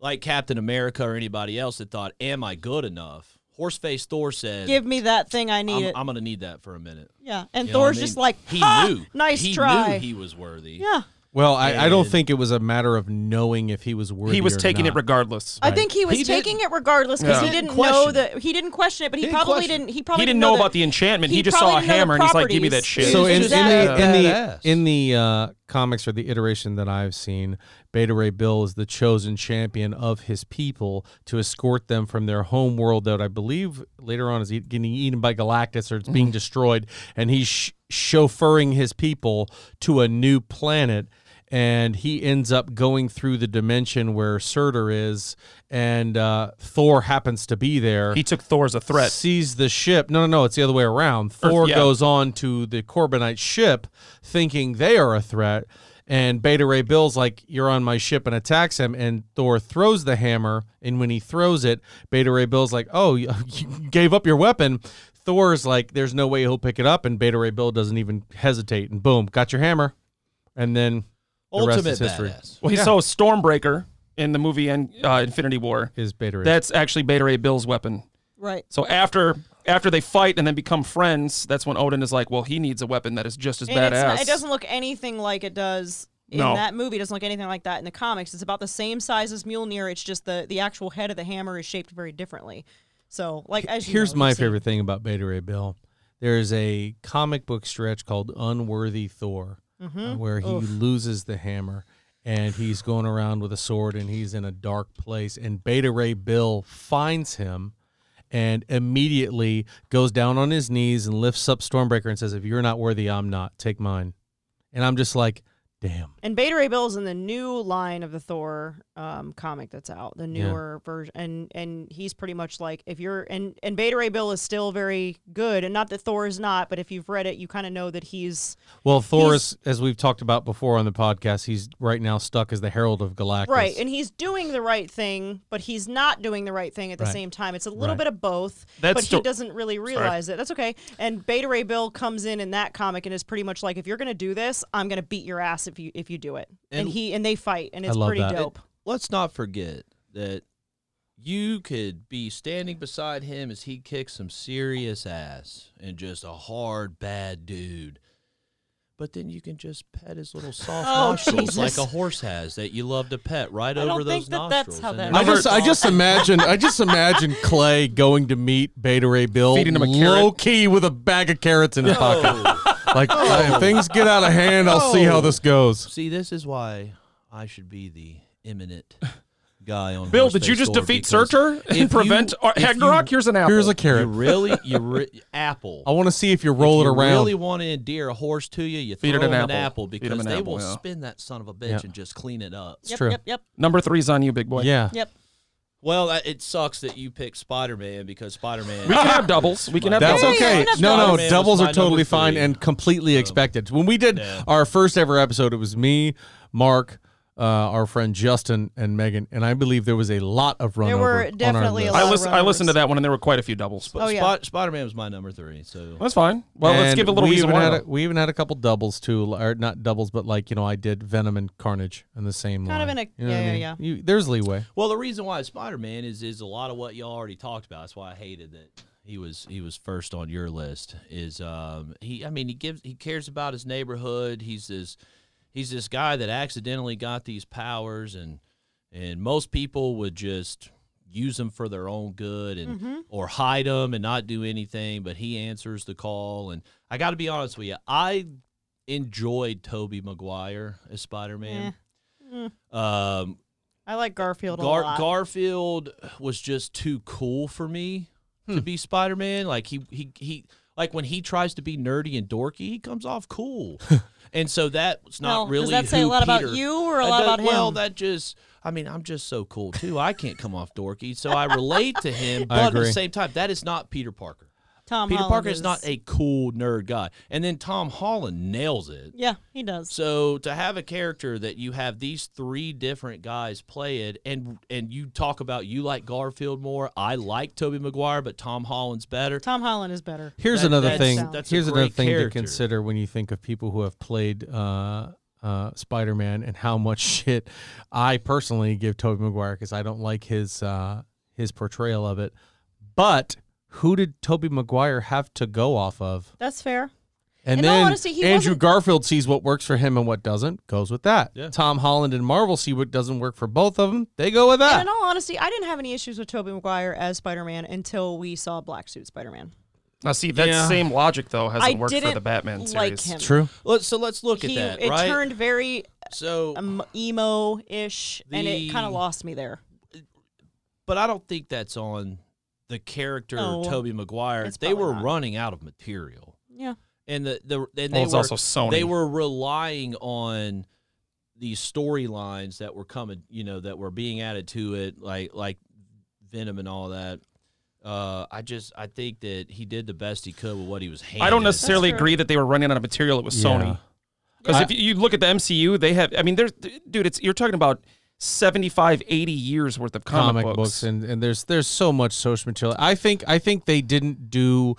like Captain America or anybody else that thought, "Am I good enough?" Horseface Thor said,
Give me that thing. I need
I'm,
it.
I'm gonna need that for a minute."
yeah. And
You know what
Thor's
I
just
mean?
like,
he
"Ha!
knew,
Nice
he
try.
knew he was worthy.
yeah.
Well, I, I don't
And-
think it was a matter of knowing if he was worthy.
He was
or
taking
not.
it regardless.
I think he was
He didn't-
taking it regardless because
Yeah.
he
He didn't
didn't know
question
that he didn't question it, but he,
He didn't
probably
question
didn't. He probably
he didn't know
that-
about the enchantment.
he
He, just saw a
probably didn't know the
hammer and he's like, "Give me that
properties."
shit."
So in, in the
Exactly.
in the
Badass.
in the uh, comics or the iteration that I've seen, Beta Ray Bill is the chosen champion of his people to escort them from their home world that I believe later on is eat- getting eaten by Galactus or it's being destroyed, and he's sh- chauffeuring his people to a new planet. And he ends up going through the dimension where Surtur is, and uh, Thor happens to be there
he took Thor as a threat.
sees the ship. No, no, no. It's the other way around. Thor
yeah.
goes on to the Corbinite ship, thinking they are a threat. And Beta Ray Bill's like, "You're on my ship," and attacks him. And Thor throws the hammer. And when he throws it, Beta Ray Bill's like, "Oh, you you gave up your weapon." Thor's like, "There's no way he'll pick it up." And Beta Ray Bill doesn't even hesitate. And boom, got your hammer. And then the rest
Ultimate
is history.
badass.
Well, he
Yeah.
saw a Stormbreaker in the movie and uh, Infinity War.
Is Beta Ray?
That's actually Beta Ray Bill's weapon.
Right.
So after after they fight and then become friends, that's when Odin is like, "Well, he needs a weapon that is just as
And
badass."
it's not- it doesn't look anything like it does in
No.
that movie. It doesn't look anything like that in the comics. It's about the same size as Mjolnir. It's just the the actual head of the hammer is shaped very differently. So, like, as you
Here's
know,
my
you've seen-
favorite thing about Beta Ray Bill. There's a comic book stretch called Unworthy Thor,
Mm-hmm.
uh, where he loses the hammer and he's going around with a sword and he's in a dark place. And Beta Ray Bill finds him and immediately goes down on his knees and lifts up Stormbreaker and says, If you're not worthy, I'm not. Take mine. And I'm just like, Damn.
And Beta Ray Bill's in the new line of the Thor um, comic that's out, the newer version, and and he's pretty much like if you're and and Beta Ray Bill is still very good, and not that Thor is not, but if you've read it, you kind of know that he's
Well, Thor
He's-
is, as we've talked about before on the podcast, he's right now stuck as the Herald of Galactus.
Right, and he's doing the right thing, but he's not doing the right thing at the
Right.
same time. It's a little
Right.
bit of both,
That's
but
the-
he doesn't really realize it. That's okay. And Beta Ray Bill comes in in that comic and is pretty much like, if you're going to do this, I'm going to beat your ass if you if you do it. And,
And-
he and they fight, and
I
it's
love
pretty
that.
dope.
Let's not forget that you could be standing beside him as he kicks some serious ass and just a hard bad dude. But then you can just pet his little soft
Oh,
nostrils
Jesus.
like a horse has that you love to pet right
I don't
over
think
those
that that's
nostrils.
how
and
that
they're
I
like
just, I
soft
just imagine, I just imagine Clay going to meet Beta Ray Bill,
Feeding him a
low
carrot.
key with a bag of carrots in his pocket.
Oh.
Like, if things get out of hand, I'll see how this goes.
See, this is why I should be the eminent guy on.
Bill,
Horse
did you
Face
just
Thor
defeat
because
Surtur
if
and prevent
you,
Ar-
if
Ragnarok?
You,
Here's an apple.
Here's a
you
carrot.
really, you re- apple.
I want to see if you roll
if
it
you
around.
really want to endear a horse to you, you
Feed
throw
it an
him an
apple.
apple
Feed
because
him an
they
apple,
will
yeah.
spin that son of a bitch
Yeah.
and just clean it up.
It's true.
Yep, yep,
Number three's on you, big boy.
yeah.
yep.
Well, I- it sucks that you picked Spider Man because Spider Man.
we can have doubles. We can have
That's
Yeah,
doubles.
yeah,
okay.
yeah, that's fine.
No,
Spider-Man
no,
was
doubles
my
are
number
totally fine
three.
and completely expected. When we did
Yeah.
our first ever episode, it was me, Mark, uh, our friend Justin, and Megan, and I believe there was a lot of runover.
There were
on our
definitely a
list.
lot.
I listen. I
runners.
listened to that one, and there were quite a few doubles.
Oh, yeah.
Spider Man was my number three. So
That's fine. Well, let's
And
give a little
we
reason
even
why.
had
though.
a, we even had a couple doubles too, or not doubles, but like you know, I did Venom and Carnage in the same
Kind of
line.
in a-
You know what I
yeah,
mean?
yeah,
You, there's leeway.
well, the reason why Spider Man is is a lot of what y'all already talked about. That's why I hated that he was he was first on your list. Is um he? I mean, he gives he cares about his neighborhood. He's this he's this guy that accidentally got these powers and and most people would just use them for their own good and or hide them and not do anything but he answers the call and i got to be honest with you i enjoyed toby maguire as spider-man um
I like Garfield a
Gar-
lot.
Garfield was just too cool for me
Hmm.
to be Spider Man. Like he he he like when he tries to be nerdy and dorky, he comes off cool. and so that's not
Well, does
really
that say a
who
lot about
Peter- Uh,
you or a
That
lot
does-
about
Well,
him?
that just I mean, I'm just so cool too. I can't come off dorky, so I relate to him,
I
but at
agree.
the same time, that is not Peter Parker.
Tom
Peter
Holland
Parker is not a cool nerd guy. And then Tom Holland nails it.
Yeah, he does.
So to have a character that you have these three different guys play it, and and you talk about you like Garfield more, I like Toby Maguire, but Tom Holland's better.
Tom Holland is better.
Here's
That-
another
that's-
thing.
that's
a
Here's another
great
thing to
character.
consider when you think of people who have played uh, uh, Spider Man and how much shit I personally give Tobey Maguire because I don't like his uh, his portrayal of it. But who did Tobey Maguire have to go off of?
That's fair.
And
In all
then
honesty, he
Andrew
wasn't-
Garfield sees what works for him and what doesn't, goes with that.
Yeah.
Tom Holland and Marvel see what doesn't work for both of them, they go with
And
Ah!
that.
in all honesty, I didn't have any issues with Tobey Maguire as Spider Man until we saw Black Suit Spider Man.
Now, see, that
Yeah.
same logic though hasn't
I
worked for
didn't
the Batman
like
series.
him.
True.
Let's, so let's look
He-
at that,
it
right?
turned very
so
um, emo ish, and it
The-
kind of lost me there.
but I don't think that's on the character
No.
Toby Maguire.
It's
They
probably
were
not.
running out of material,
Yeah.
and the the and
Well,
they
it's
were
also Sony.
they were relying on these storylines that were coming, you know, that were being added to it, like like Venom and all that. Uh, I just I think that he did the best he could with what he was handed.
I don't necessarily
true.
agree that they were running out of material. It was
Yeah.
Sony. Because
I-
if you- you look at the MCU, they have, I mean, there's, dude, it's, you're talking about 75, 80 years worth of comic,
comic, books, and, and there's there's so much social material. I think I think they didn't do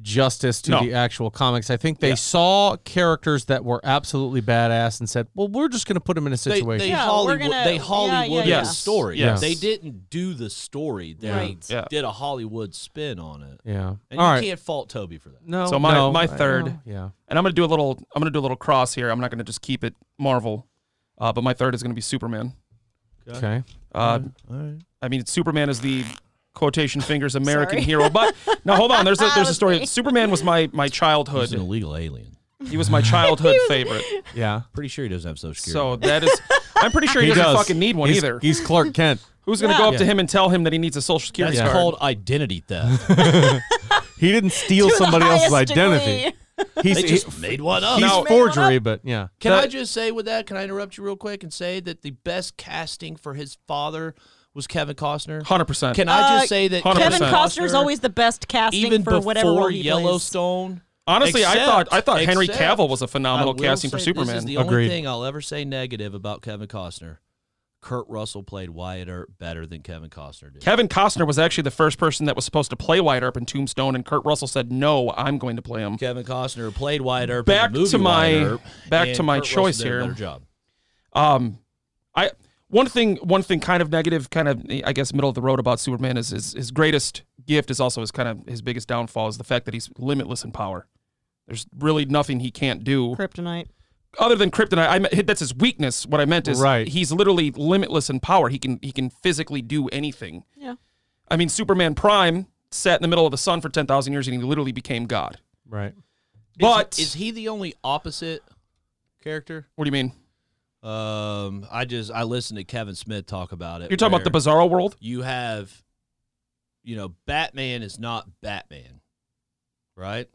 justice to
No.
the actual comics. I think they saw characters that were absolutely badass and said, "Well, we're just going to put them in a
They,
situation."
they,
Yeah, we're
Hollywood,
gonna-
they
yeah,
Hollywood
yeah, yeah.
the story.
Yes.
They didn't do the story. They
Right.
Yeah.
did a Hollywood spin on it.
yeah.
And
All
you
right.
can't fault Toby for that.
No.
So my-
no,
my
I-
third-
oh, yeah.
and I'm gonna do a little. I'm gonna do a little cross here. I'm not gonna just keep it Marvel, uh, but my third is gonna be Superman.
Okay.
Uh,
All right.
I mean, Superman is the quotation fingers American
Sorry.
hero. But now hold on. There's a,
That
there's a
was
story.
me.
Superman was my my
He's an
childhood.
illegal alien.
He was my childhood favorite.
Yeah.
Pretty sure he doesn't have social security.
So that is. I'm pretty sure he, doesn't fucking need one
he's,
either.
He's Clark Kent.
Who's gonna go up to him and tell him that he needs a social security
that's
card?
called identity theft.
He didn't steal
To the
somebody else's
highest
identity.
degree.
He's
they
he-
just made one up.
he's
Now-
forgery, but yeah.
can I just say with that? Can I interrupt you real quick and say that the best casting for his father was Kevin Costner?
Hundred percent.
Can I
Uh,
just say that
100%.
Kevin Costner is always the best casting
even
for whatever role
before
he
Yellowstone?
Honestly, I
Except-
thought I thought Henry
except-
Cavill was a phenomenal
I will
casting for
say This
Superman.
is the
Agreed.
only thing I'll ever say negative about Kevin Costner. Kurt Russell played Wyatt Earp better than Kevin Costner did.
Kevin Costner was actually the first person that was supposed to play Wyatt Earp in Tombstone, and Kurt Russell said, "No, I'm going to play him."
Kevin Costner played Wyatt Earp.
Back
in the movie
to my-
Wyatt Earp,
back
and
to my
Kurt Russell
choice
did a
here.
Better job.
Um, I one thing one thing kind of negative, kind of I guess middle of the road about Superman is, is his greatest gift is also his kind of his biggest downfall is the fact that he's limitless in power. There's really nothing he can't do
plays. Kryptonite.
other than kryptonite. I meant, that's his weakness. What I meant is
Right.
he's literally limitless in power. He can he can physically do anything.
Yeah.
I mean, Superman Prime sat in the middle of the sun for ten thousand years and he literally became God.
Right.
But
is, is he the only opposite character?
what do you mean?
Um, I just I listened to Kevin Smith talk about it.
You're talking about the
where
Bizarro world?
you have, you know, Batman is not Batman, right?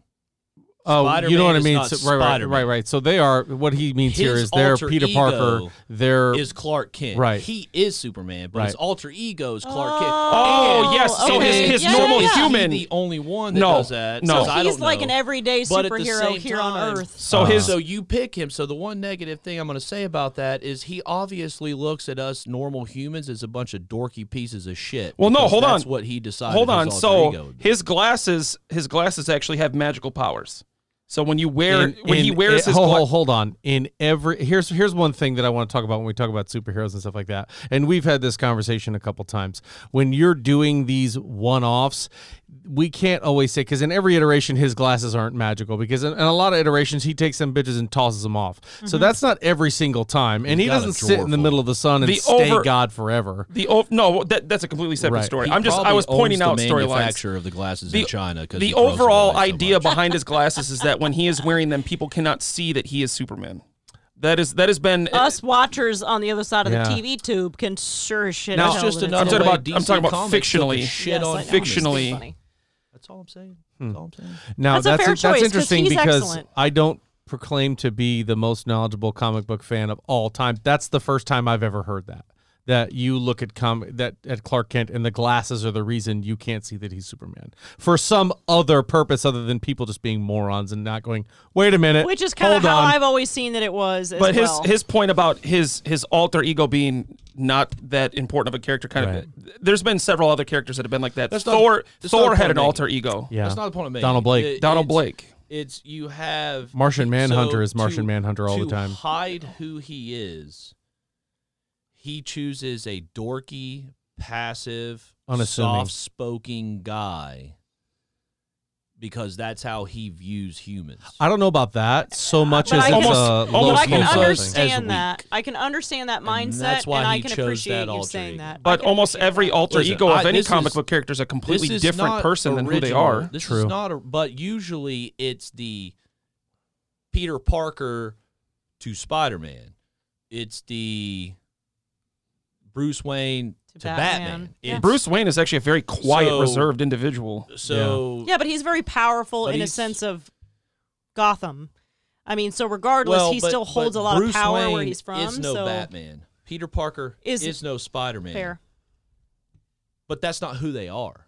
Oh, you
Spider-Man
know what I
is
mean?
not
So- right, right,
Spider-Man.
right, right. So they are. What he means here
His
is they're
alter
Peter Parker.
ego
Er,
They're
Is Clark Kent
Right.
He is Superman, but his
Right.
alter ego is Clark Kent.
Oh, yes, so
And
his-
is
his
he
Yeah,
normal
yeah.
human-
the only one that
No,
does that.
no.
So
So
I
He's
don't
like
know.
an everyday
But at the
superhero
same
here
time-
on Earth.
So his
so you pick him. So the one negative thing I'm going to say about that is he obviously looks at us normal humans as a bunch of dorky pieces of shit.
Well, no,
because
hold
that's
on.
What he decided.
Hold
his
on.
alter ego
So
would be.
his glasses, his glasses actually have magical powers. So when you wear,
in-
when he
in-
wears
in-
his,
hold,
gla-
hold, hold on. In every here's here's one thing that I want to talk about when we talk about superheroes and stuff like that. And we've had this conversation a couple times. When you're doing these one-offs, we can't always say because in every iteration his glasses aren't magical because in, in a lot of iterations he takes them bitches and tosses them off.
Mm-hmm.
So that's not every single time. And he
got a
doesn't sit in
drawer
the
full.
middle of the sun and
The
stay
over-
god forever.
the oh no, that, that's a completely separate
Right.
story.
He
I'm just, I
probably
was pointing out
owns the
storylines.
Manufacturer of the glasses
The-
in China. 'cause he
The
throws them
overall
away so
idea
much.
behind his glasses is that when he is wearing them, people cannot see that he is Superman. That is that has been.
Us watchers on the other side of
Yeah.
the TV tube can sure as shit.
Now-
That's
tell
just
that it's
another.
I'm talking
way
about-
DC
I'm talking about
Comics took the
fictionally.
Shit
Yes,
on
I know.
fictionally.
It's funny.
That's Hmm. all I'm saying. That's all I'm saying.
Now
That's
that's
a
that's,
fair choice, 'cause
interesting
he's
because
excellent.
I don't proclaim to be the most knowledgeable comic book fan of all time. That's the first time I've ever heard that. That you look at com- that at Clark Kent and the glasses are the reason you can't see that he's Superman for some other purpose other than people just being morons and not going. Wait a minute,
Which is kind of
hold
how
on."
I've always seen that it was. As
but his
well.
his point about his his alter ego being not that important of a character, kind of. There's been several other characters that have been like that.
That's not-
Thor
that's not
Thor
the
had
point
an
I'm
alter ego.
yeah.
That's not the point I'm making.
Donald Blake.
It-
Donald
it's-
Blake.
it's you have
Martian
so
Manhunter is Martian
to-
Manhunter all the
to
time.
Hide who he is. He chooses a dorky, passive,
Unassuming.
soft-spoken guy because that's how he views humans.
I don't know about that so much
But
as
I
it's
can-
a
Almost
But I can
both
low-profile
thing.
understand
uh, As
that. I can understand that mindset,
And
and,
that's why
I
he
can
chose
appreciate
that
you
alter
saying
ego.
that. I
But
can
almost
appreciate
every
that.
alter
Listen,
ego of
I-
any
this
comic
is-
book character is a
This
completely
is
different
not
person than who they
original.
are.
This
True.
is not a, but usually it's the Peter Parker to Spider Man. It's the Bruce Wayne
To
to,
Batman.
Batman.
Yeah.
It's-
Bruce Wayne is actually a very quiet,
So-
reserved individual.
So
Yeah, but he's very powerful
But
in a
he's-
sense of Gotham. I mean, so regardless,
well,
he
but-
still holds
but
a lot
Bruce
of power where
Wayne
he's from.
Is no
so
Batman. Peter Parker
Is-
is, no Spider Man.
fair.
But that's not who they are.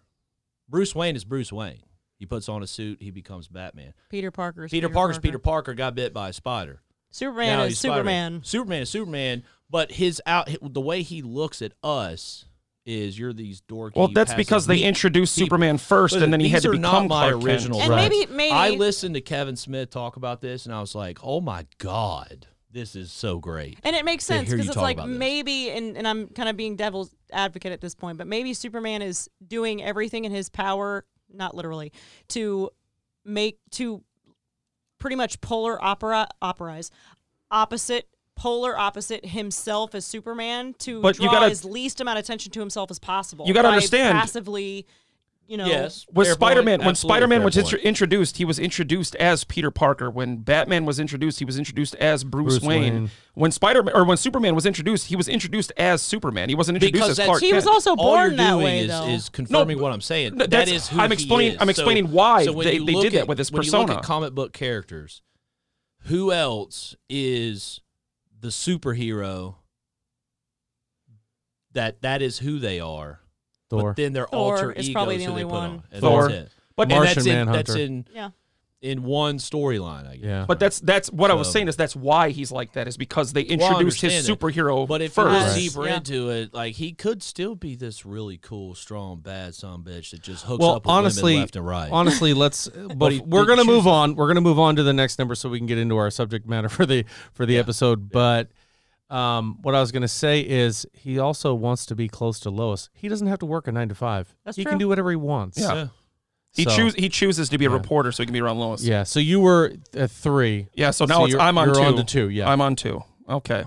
Bruce Wayne is Bruce Wayne. He puts on a suit. He becomes Batman.
Peter Parker's
Peter, Parker's Peter Parker got bit by a spider.
Superman
now
is
he's
Superman.
Spider-Man. Superman is Superman, but his out the way he looks at us is you're these dorky.
Well, that's because they
passive-
introduced
people-
Superman first, and
Listen,
then he had
these
to
are
become
not my
Clark Kent.
original.
And
rights.
maybe- maybe-
I listened to Kevin Smith talk about this, and I was like, "Oh my god, this is so great."
And it makes
to
sense
hear
because
you
it's
talk
like
about this.
maybe, and, and I'm kind of being devil's advocate at this point, but maybe Superman is doing everything in his power, not literally, to make, to pretty much polar opera, operize, opposite, polar opposite himself as Superman to
But you
draw
gotta-
as least amount of attention to himself as possible.
You gotta
by
understand-
Passively, you know.
Yes,
Was
fair
Spider Man
point,
when
absolutely
Spider Man
fair
was
point.
intro- introduced? He was introduced as Peter Parker. When Batman was introduced, he was introduced as Bruce,
Bruce
Wayne.
Wayne.
When Spider Man or when Superman was introduced, he was introduced as Superman. He wasn't introduced
Because
as
that's-
Clark
He was
Kent.
also
all
born
you're
that
doing
way,
is,
though.
is confirming what I'm saying.
No,
that
that's-
is who
I'm
he
explaining-
is.
I'm
So-
explaining why
so when
they-
you
they
look
did that
at-
with this
when you look
persona.
at comic book characters, who else is the superhero that that is who they are?
Thor.
But then their
Thor
alter
is
egos
probably the
who
only
they put
one.
on. And
Thor.
That's it.
But-
and
Martian
that's in,
Manhunter.
That's in
yeah.
in one storyline, I guess.
Yeah.
But that's that's what I was
So-
saying is that's why he's like that is because they
Well, I
introduced his
understand that.
superhero
But if
first.
you
Right.
look deeper
Yeah.
into it, like he could still be this really cool, strong, bad son of a bitch that just hooks
well,
up with
honestly,
women left and right.
honestly, let's. But
he
we're
did
gonna
choose
move
that.
on. We're gonna move on to the next number so we can get into our subject matter for the for the episode. But um, what I was gonna say is he also wants to be close to Lois. He doesn't have to work a nine to five.
That's
he
true.
can do whatever he wants.
Yeah.
Yeah.
he
So-
choose he chooses to be a reporter so he can be around Lois.
Yeah. So you were at three.
Yeah, so now
So
it's
you're-
I'm on
you're
two.
on to two, yeah.
I'm on two. Okay.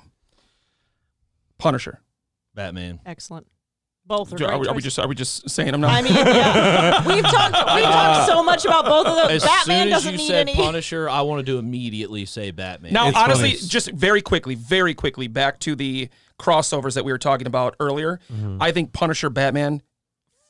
Punisher.
Batman.
Excellent. Both are
Do-
great
are, we, are we
choices.
just are we just saying I'm not?
I mean, yeah. we've talked we've talked so much about both of those.
As
Batman
soon as
doesn't
you
need
said
any.
Punisher, I wanted to immediately say Batman.
now,
It's
honestly,
funny.
just very quickly, very quickly, back to the crossovers that we were talking about earlier. I think Punisher, Batman,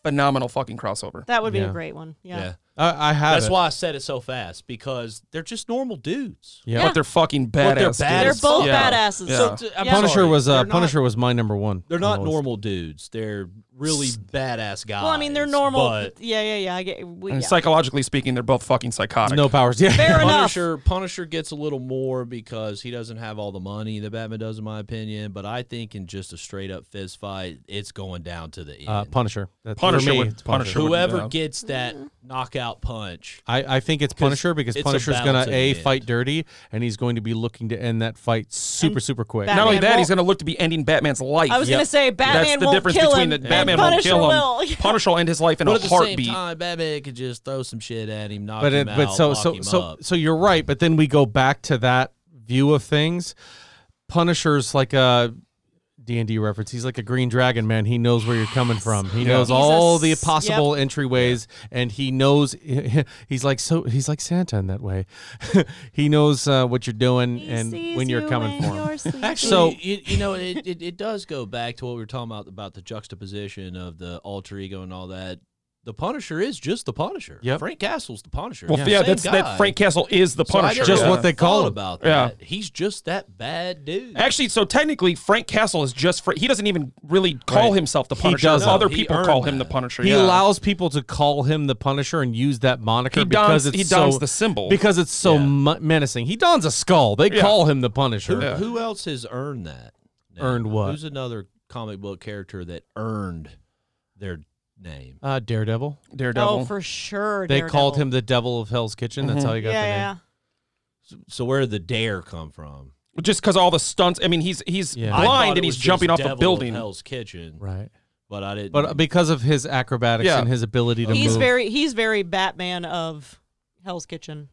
phenomenal fucking crossover.
that would be
Yeah.
a great one.
yeah.
Yeah.
I, I have.
That's
it.
why I said it so fast because they're just normal dudes.
Yeah.
But they're fucking badass.
But they're
dudes.
bad
They're
as
both
fuck.
badasses.
Yeah.
So t- I'm
Yeah.
Punisher
sorry,
was
they're
uh,
not-
Punisher was my number one.
They're not
Always.
normal dudes. They're really badass guys.
Well, I mean, they're normal.
But
yeah, yeah, yeah. I get. We,
And
yeah.
Psychologically speaking, they're both fucking psychotic.
No powers. Yeah.
Fair enough.
Punisher, Punisher gets a little more because he doesn't have all the money that Batman does, in my opinion. But I think in just a straight up fist fight, it's going down to the end.
Uh, Punisher. That's,
Punisher
For me,
would-
it's Punisher.
Punisher would-
Whoever
yeah.
gets that
Mm-hmm.
knockout punch,
I, I think it's Punisher because
it's a
Punisher's
battle
gonna
to the
a
end.
fight dirty and he's going to be looking to end that fight super super quick.
Batman
Not only that,
won't-
he's going to look to be ending Batman's life.
I was gonna say Batman
That's the
won't
difference
kill
between
him.
the
and
Batman won't
Punisher
kill him.
will.
Punisher will end his life in
but
a
at the
heartbeat.
same time, Batman could just throw some shit at him, knock
but
him
it,
out,
but so
lock
so
him
so
up.
so you're right. But then we go back to that view of things. Punisher's like a D and D reference. He's like a green dragon man. He knows where you're coming from. He knows
He's a
all the
s-
possible entryways, and he knows. He's like so. He's like Santa in that way. he knows uh, what you're doing and when you're coming for him.
Actually,
So-
you, you know, it, it, it does go back to what we were talking about about the juxtaposition of the alter ego and all that. The Punisher is just the Punisher.
Yep.
Frank Castle's the Punisher.
well, yeah,
Same
that's
guy.
that. Frank Castle is the
So I
Punisher.
never
Just
Yeah.
what they call
thought
him.
about
Yeah.
that. He's just that bad dude.
Actually, so technically, Frank Castle is just Fra- he doesn't even really call
Right.
himself the
He
Punisher.
doesn't.
Other
He
people
earned
call him the
that.
Punisher.
He
yeah.
allows people to call him the Punisher and use that moniker
He
because
dons-
it's
he
so
dons the symbol.
because it's so
Yeah.
mu- menacing. He dons a skull. They
Yeah.
call him the
who,
Punisher.
who else has earned that? now?
Earned what?
Who's another comic book character that earned their name?
Uh, Daredevil.
Daredevil.
Oh, for sure.
They called
Daredevil.
him the Devil of Hell's Kitchen. That's how he
Mm-hmm. Yeah,
got the name.
yeah.
So, so where did the dare come from?
just because all the stunts. I mean, he's he's
Yeah.
I thought
blind
it
and he's
was just
jumping off
Devil
a
of
building.
Hell's Kitchen,
Right.
but I didn't.
But uh, because of his acrobatics
Yeah.
and his ability to
He's
move.
very he's very Batman of Hell's Kitchen.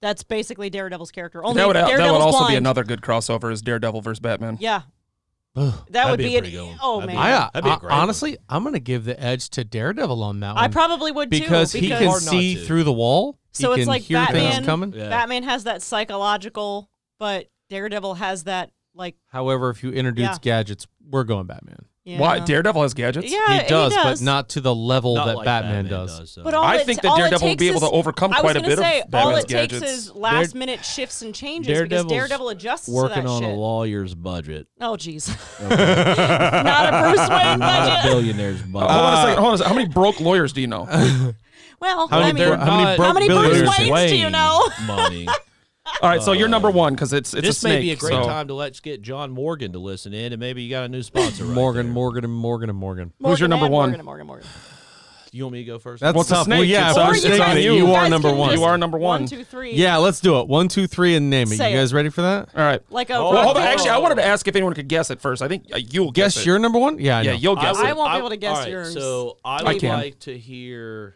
That's basically Daredevil's character. Only
that would that would
Daredevil's
also be
blind.
another good crossover is Daredevil versus Batman.
Yeah,
Ugh.
that
That'd
would
be a
be,
pretty good
an.
one.
Oh
That'd be-
man,
I, uh,
That'd be a
I-
great one.
honestly, I'm gonna give the edge to Daredevil on that one.
I probably would too
because he can
Hard not
see
to.
through the wall.
So
he
it's
can
like
hear
Batman-
things coming.
Yeah.
Batman has that psychological, but Daredevil has that like
However, if you introduce
Yeah.
gadgets, we're going Batman.
yeah.
Why Daredevil has gadgets?
Yeah,
he, does,
he does,
but not to the level
not
that
like
Batman, does.
so.
But all
I
it-
think that
all it
Daredevil will be
takes
able to
is-
overcome
I was
quite a
gonna
bit of
say, all
Batman's
it takes
gadgets.
is last minute shifts and changes
Daredevil's
because Daredevil adjusts to
Working
that
on
shit.
a lawyer's budget,
Oh jeez, not a Bruce Wayne
not a
budget.
billionaire's budget.
hold on a second. Hold on a second. How many broke lawyers do you know? All
Well,
How
I
many,
mean, uh,
bro- how many
not-
broke
how many
billionaires?
Bruce Wayne- Wayne's do you know?
money.
right, so you're number one because it's it's a
this
snake.
may be a great
so-
time to let's get John Morgan to listen in, and maybe you got a new sponsor. Right
Morgan,
there.
Morgan, and Morgan, and Morgan.
Who's your
Morgan
number
and
one?
Morgan, and Morgan, Morgan.
You want me to go first?
That's
Well, it's a
tough. Well,
snake.
yeah,
It's
if
on-
I'm
it's
thinking
on
that
you.
you,
You
are
guys
number
can
one.
just-
You are number one.
One, two, three.
Yeah, let's do it. One, two, three, and name it.
Say
you guys
it.
ready for that?
All right.
Like a.
Oh,
Well,
rock
hold on.
and
Actually, I
roll.
wanted to ask if anyone could guess at first. I think uh, you'll guess.
Guess
it.
you're number one. Yeah, I
Yeah,
know.
you'll guess.
I
it.
won't be able to guess
all right,
yours.
So I
I
would
can.
like to hear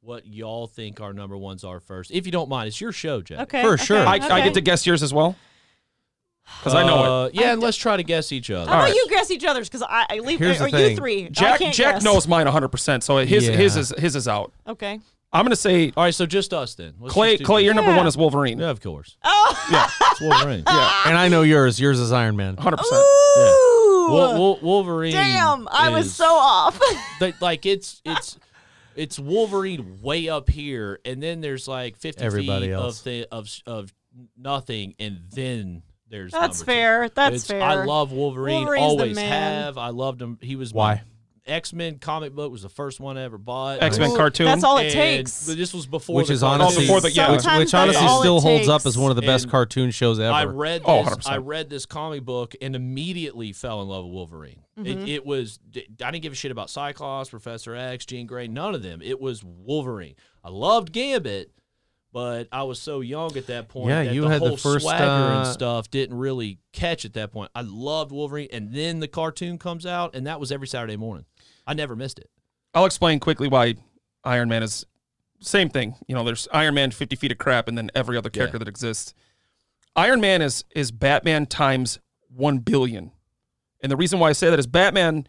what y'all think our number ones are first, if you don't mind. It's your show, Jack.
Okay.
For
okay,
sure.
I, I
okay.
get to guess yours as well because I know it.
Uh, Yeah, and let's try to guess each other.
How about
right.
you guess each other's? Because I, I leave. uh,
Here's the
or
thing.
you three. I
Jack
can't
Jack
guess.
knows mine 100. percent So his
Yeah.
his is his is out.
Okay.
I'm gonna say
All right, so just us then. Let's
Clay.
just do
Clay,
this.
your number
Yeah.
one is Wolverine.
yeah, of course.
Oh.
It's Wolverine.
and I know yours. Yours is Iron Man.
100. percent
Ooh.
Wol- Wol- Wolverine.
Damn. I was
is-
so off.
that like it's it's it's Wolverine way up here, and then there's like fifty
Everybody
feet
else.
of thi- of s- of nothing, and then there's
That's
number two.
fair. That's
It's-
fair.
I love Wolverine.
Wolverine's the
always
man.
have. I loved him. He was
Why?
X Men comic book was the first one I ever bought.
X Men
Ooh,
cartoon.
That's all it
And-
takes.
but this was before,
Which
the
is
cartoon.
honestly,
Oh, before the- yeah.
which,
Sometimes
which honestly
that's all
still
it
holds up
takes.
as one of the best
And
cartoon shows ever.
I read
Oh,
this.
100%.
I read this comic book and immediately fell in love with Wolverine. It, it was d- I didn't give a shit about Cyclops, Professor X, Jean Grey, none of them. It was Wolverine. I loved Gambit, but I was so young at that point.
Yeah,
that
you
the
had the
whole
first,
swagger
uh,
and stuff didn't really catch at that point. I loved Wolverine, and then the cartoon comes out, and that was every Saturday morning. I never missed it.
I'll explain quickly why Iron Man is same thing. You know, there's Iron Man 50 feet of crap and then every other character that exists. Iron Man is is Batman times 1 billion. And the reason why I say that is Batman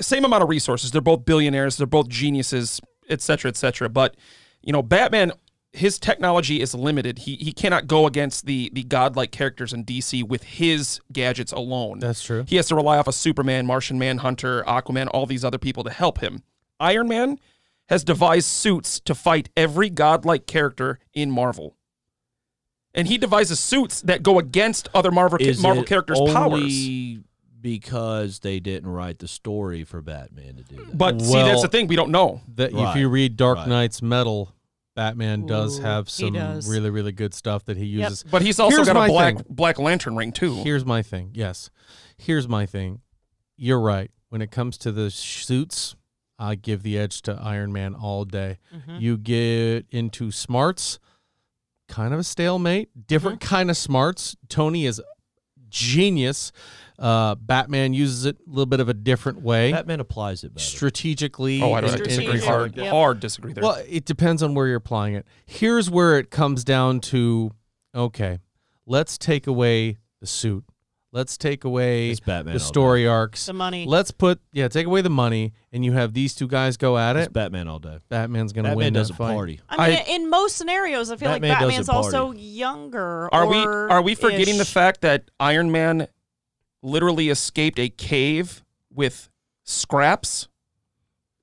same amount of resources. They're both billionaires, they're both geniuses, et cetera, et cetera. But, you know, Batman his technology is limited. He he cannot go against the the godlike characters in DC with his gadgets alone.
That's true.
He has to rely off of Superman, Martian Manhunter, Aquaman, all these other people to help him. Iron Man has devised suits to fight every godlike character in Marvel. And he devises suits that go against other Marvel
Is
Marvel
it
characters'
only
powers.
Because they didn't write the story for Batman to do that.
But see, that's
Well-
the thing we don't know.
that if
Right,
you read Dark
right.
Knight's Metal, Batman does
Ooh,
have
he
some
does.
really really good stuff that he
Yep.
uses.
But he's also
Here's
got
my
a black
thing.
Black Lantern ring too.
Here's my thing. Yes, here's my thing. You're right. When it comes to the suits, I give the edge to Iron Man all day. You get into smarts, kind of a stalemate. Different kind of smarts. Tony is genius. Uh, Batman uses it a little bit of a different way,
Batman applies it better.
strategically.
oh, I don't
and- and-
disagree.
Strategic.
Hard,
Yep.
hard disagree there.
Well, it depends on where you're applying it. Here's where it comes down to okay, let's take away the suit. Let's take away
It's Batman
the
all day.
story arcs.
The money.
Let's put yeah, take away the money and you have these two guys go at
It's
it.
Batman all day.
Batman's going to
Batman
win that
doesn't
fight.
party.
I mean,
I-
in most scenarios, I feel
Batman
like
doesn't
Batman's
party.
also younger.
Are we
or
are we forgetting the
ish.
fact that Iron Man literally escaped a cave with scraps?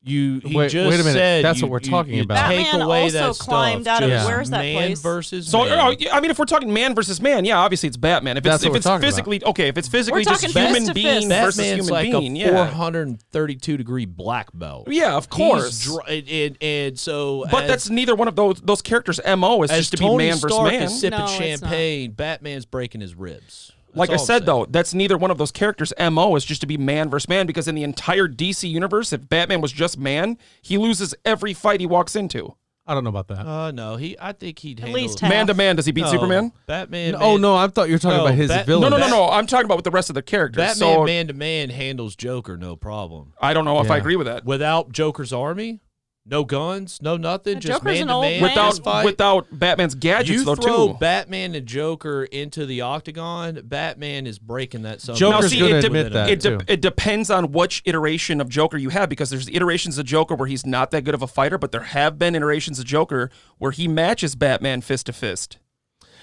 You he
Wait-
just
wait a minute.
Said
That's
you-
what we're
you-
talking
you
about.
Take
Batman
away
also
that
climbed
stuff,
out
of-
just
where's that
man
place?
versus
So
man.
oh, yeah, I mean, if we're talking man versus man, yeah, obviously it's Batman. If it's
That's what
if
we're
it's
talking about.
physically okay, if it's physically just
talking
human
fist to
being
fist.
versus
Batman's
human
like
being,
a
yeah,
432 degree black belt.
yeah, of course.
He's dr- and, and, and so,
but
as,
that's neither one of those those characters' mo is
as
just to
Tony
be man
Stark
versus man.
is sipping
No, it's not.
champagne. Batman's breaking his ribs. That's
Like I
all I'm
said,
saying.
though, that's neither one of those characters' MO is just to be man versus man because in the entire DC universe, if Batman was just man, he loses every fight he walks into.
I don't know about that.
Uh, no, he. I think he'd handle
least
it-
half.
Man to man, does he beat
No,
Superman?
Batman.
oh
man-
no, I thought you were talking
No,
about his
Bat-
villain.
No, no, no,
Bat-
no. I'm talking about with the rest of the characters.
Batman
so
man to man handles Joker no problem.
I don't know if I
Yeah.
agree with that.
Without Joker's army, no guns, no nothing,
The
just
Joker's
man
an
to
old
man.
man.
Without
fight.
without Batman's gadgets
you
though
throw
too.
Batman and Joker into the octagon, Batman is breaking that. something.
Now,
Joker's
see,
gonna
it, de-
admit that,
it, de-
too.
it depends on which iteration of Joker you have because there's iterations of Joker where he's not that good of a fighter, but there have been iterations of Joker where he matches Batman fist to fist.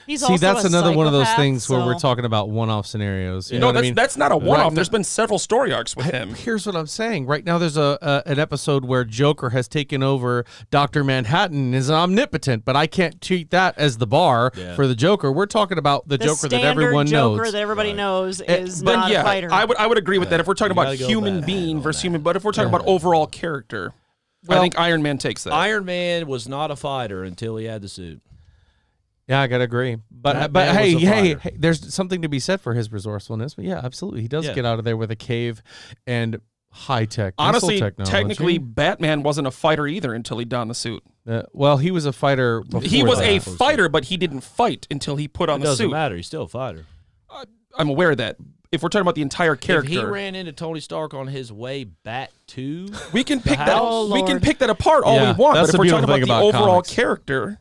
He's
See,
also
that's
a
another one of those
psychopath,
things where we're
so-
talking about one-off scenarios. You know
no,
what I
that's
mean?
that's not a one off.
now-
There's been several story arcs with him.
Here's what I'm saying. Right now, there's a, a an episode where Joker has taken over Doctor Manhattan and is omnipotent, but I can't treat that as the bar
Yeah.
for the Joker. We're talking about the,
The
Joker that
standard
everyone
Joker
knows.
that everybody knows is
But
not
yeah,
a fighter.
I would I would agree with that if we're talking
You
about
gotta go
human
Batman
being
on
versus
that.
human. But if we're talking about overall character, I
Well,
think Iron Man takes that.
Iron Man was not a fighter until he had the suit.
yeah, I gotta agree. But
That
but
man
hey,
was a
hey,
fighter.
hey, there's something to be said for his resourcefulness. But yeah, absolutely, he does
Yeah.
get out of there with a cave and high tech.
Honestly,
technology.
technically, Batman wasn't a fighter either until he donned the suit.
Uh, well, he was a fighter. Before
He was
that.
a fighter, but he didn't fight until he put on
It
the
doesn't
suit.
matter. He's still a fighter.
I'm aware of that. If we're talking about the entire character,
If he ran into Tony Stark on his way back to,
we can pick that.
house.
we can pick that apart all
Yeah,
we want. But
that's
if
the
we're talking
beautiful
about the
thing about
overall
comics.
character,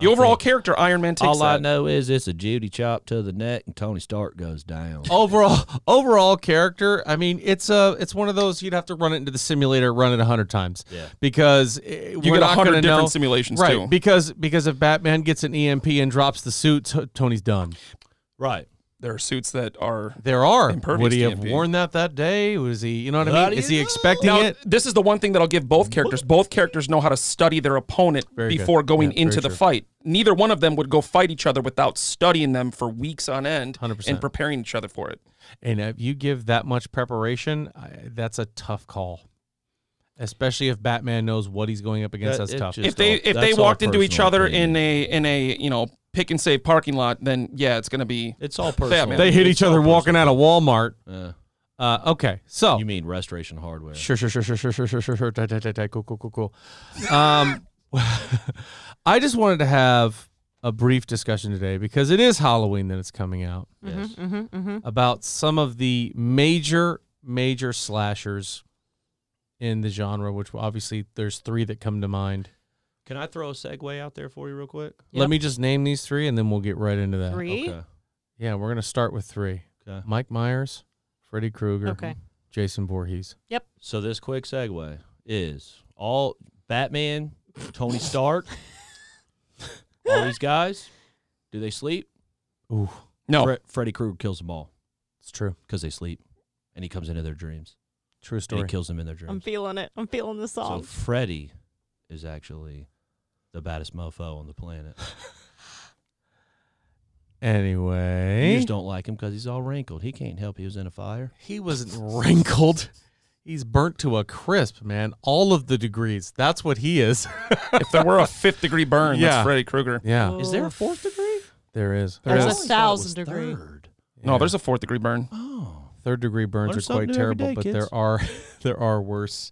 the overall character, Iron Man takes
all I
that.
know is it's a Judy chop to the neck, and Tony Stark goes down.
Oh. overall overall character i mean it's a it's one of those you'd have to run it into the simulator run it 100 times
Yeah.
because you
You
we're
get a
not
hundred
gonna
different
know-
simulations
right
too.
because because if batman gets an emp and drops the suit T- tony's done
Right.
There are suits that are.
there are
Impervious
would he
to
have
EMP.
worn that that day was he you know what
E How
i
do
mean is
you
he
know?
expecting
Now,
it
this is the one thing that I'll give both characters. Both characters know how to study their opponent
Very good.
before going
Yeah, very
into the
true.
fight. Neither one of them would go fight each other without studying them for weeks on end
100%.
and preparing each other for it.
and if you give that much preparation I, that's a tough call especially if batman knows what he's going up against
That-
that's
it
tough
just-
if they
all-
if they
that's all
walked into each
personal
other in
opinion.
a in a you know pick and save parking lot, then yeah, it's gonna be
It's all personal.
Batman.
they hit
It's
each
all
other walking
personal.
out of walmart
Uh,
uh, okay so
You mean Restoration Hardware?
Sure, sure, sure, sure, sure, sure, sure, sure, sure. Da, da, da, da. Cool, cool, cool, cool. Um, I just wanted to have a brief discussion today because it is Halloween that it's coming out
Yes.
Mhm, mhm.
about some of the major, major slashers in the genre, which obviously there's three that come to mind.
Can I throw a segue out there for you real quick?
Let me just name these three and then we'll get right into that.
Three?
Okay.
Yeah, we're going to start with three
Okay.
Mike Myers, Freddy Krueger,
Okay.
Jason Voorhees.
So this quick segue is all Batman, Tony Stark, all these guys. Do they sleep?
Ooh,
no.
Fre- Freddy Krueger kills them all
it's true.
because they sleep, and he comes into their dreams.
True
And he
story.
kills them in their
I'm
dreams.
feeling it. I'm feeling the
So
song.
Freddy is actually the baddest mofo on the planet. You
Anyway.
just don't like him because he's all wrinkled. He can't help. He was in a fire.
He wasn't wrinkled. He's burnt to a crisp, man. All of the degrees. That's what he is.
if there were a fifth degree burn,
Yeah.
that's Freddy Krueger.
Yeah,
Is there a
Oof.
fourth degree?
there is.
There
I
There's is. a
always thought it
thousand
was
degree.
Third.
No, there's a fourth degree burn.
Oh.
Third degree burns
Learn
are
something
quite
new every
terrible,
day,
but
kids.
there are there are worse.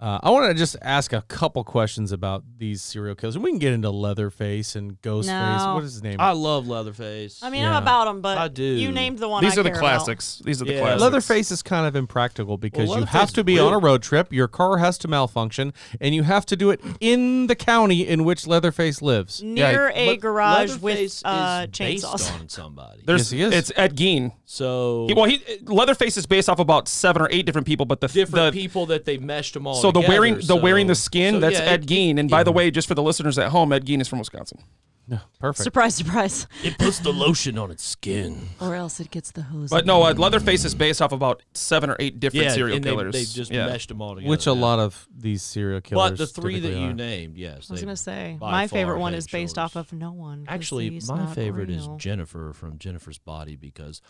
Uh, I want to just ask a couple questions about these serial killers, and we can get into Leatherface and Ghostface.
No.
What is his name?
I love Leatherface.
I mean,
Yeah.
I'm about them, but
I do.
you named the one.
These
I
are the
care
classics. These are the
Yeah.
classics.
Leatherface is kind of impractical because you
Leatherface
have to be
is
on a
weird.
road trip, your car has to malfunction, and you have to do it in the county in which Leatherface lives.
About. Near
Yeah,
a
Le-
garage
Leatherface
with uh,
is
chainsaws.
based on somebody.
Yes,
There's,
he is.
It's Ed Gein.
so
He, well, he Leatherface is based off about seven or eight different people, but the
different
the,
people that they meshed them all.
So the
together,
wearing the
so-
wearing the skin
so,
that's
yeah,
Ed
it-
Gein. And by the way, just for the listeners at home, Ed Gein is from Wisconsin.
Yeah, Perfect.
Surprise, surprise.
It puts the lotion on its skin.
Or else it gets the hose.
But no, uh, Leatherface is based off about seven or eight different
Yeah,
serial
and they-
killers.
They, just
yeah.
meshed them all together.
Which a
now.
lot of these serial killers.
But the three that
typically
you
are.
named, yes.
I was
they-
gonna say
by
my
far
favorite one
head
is
and
based off
shoulders.
of no one. 'cause
Actually,
he's
my
not
favorite
real.
is Jennifer from Jennifer's Body because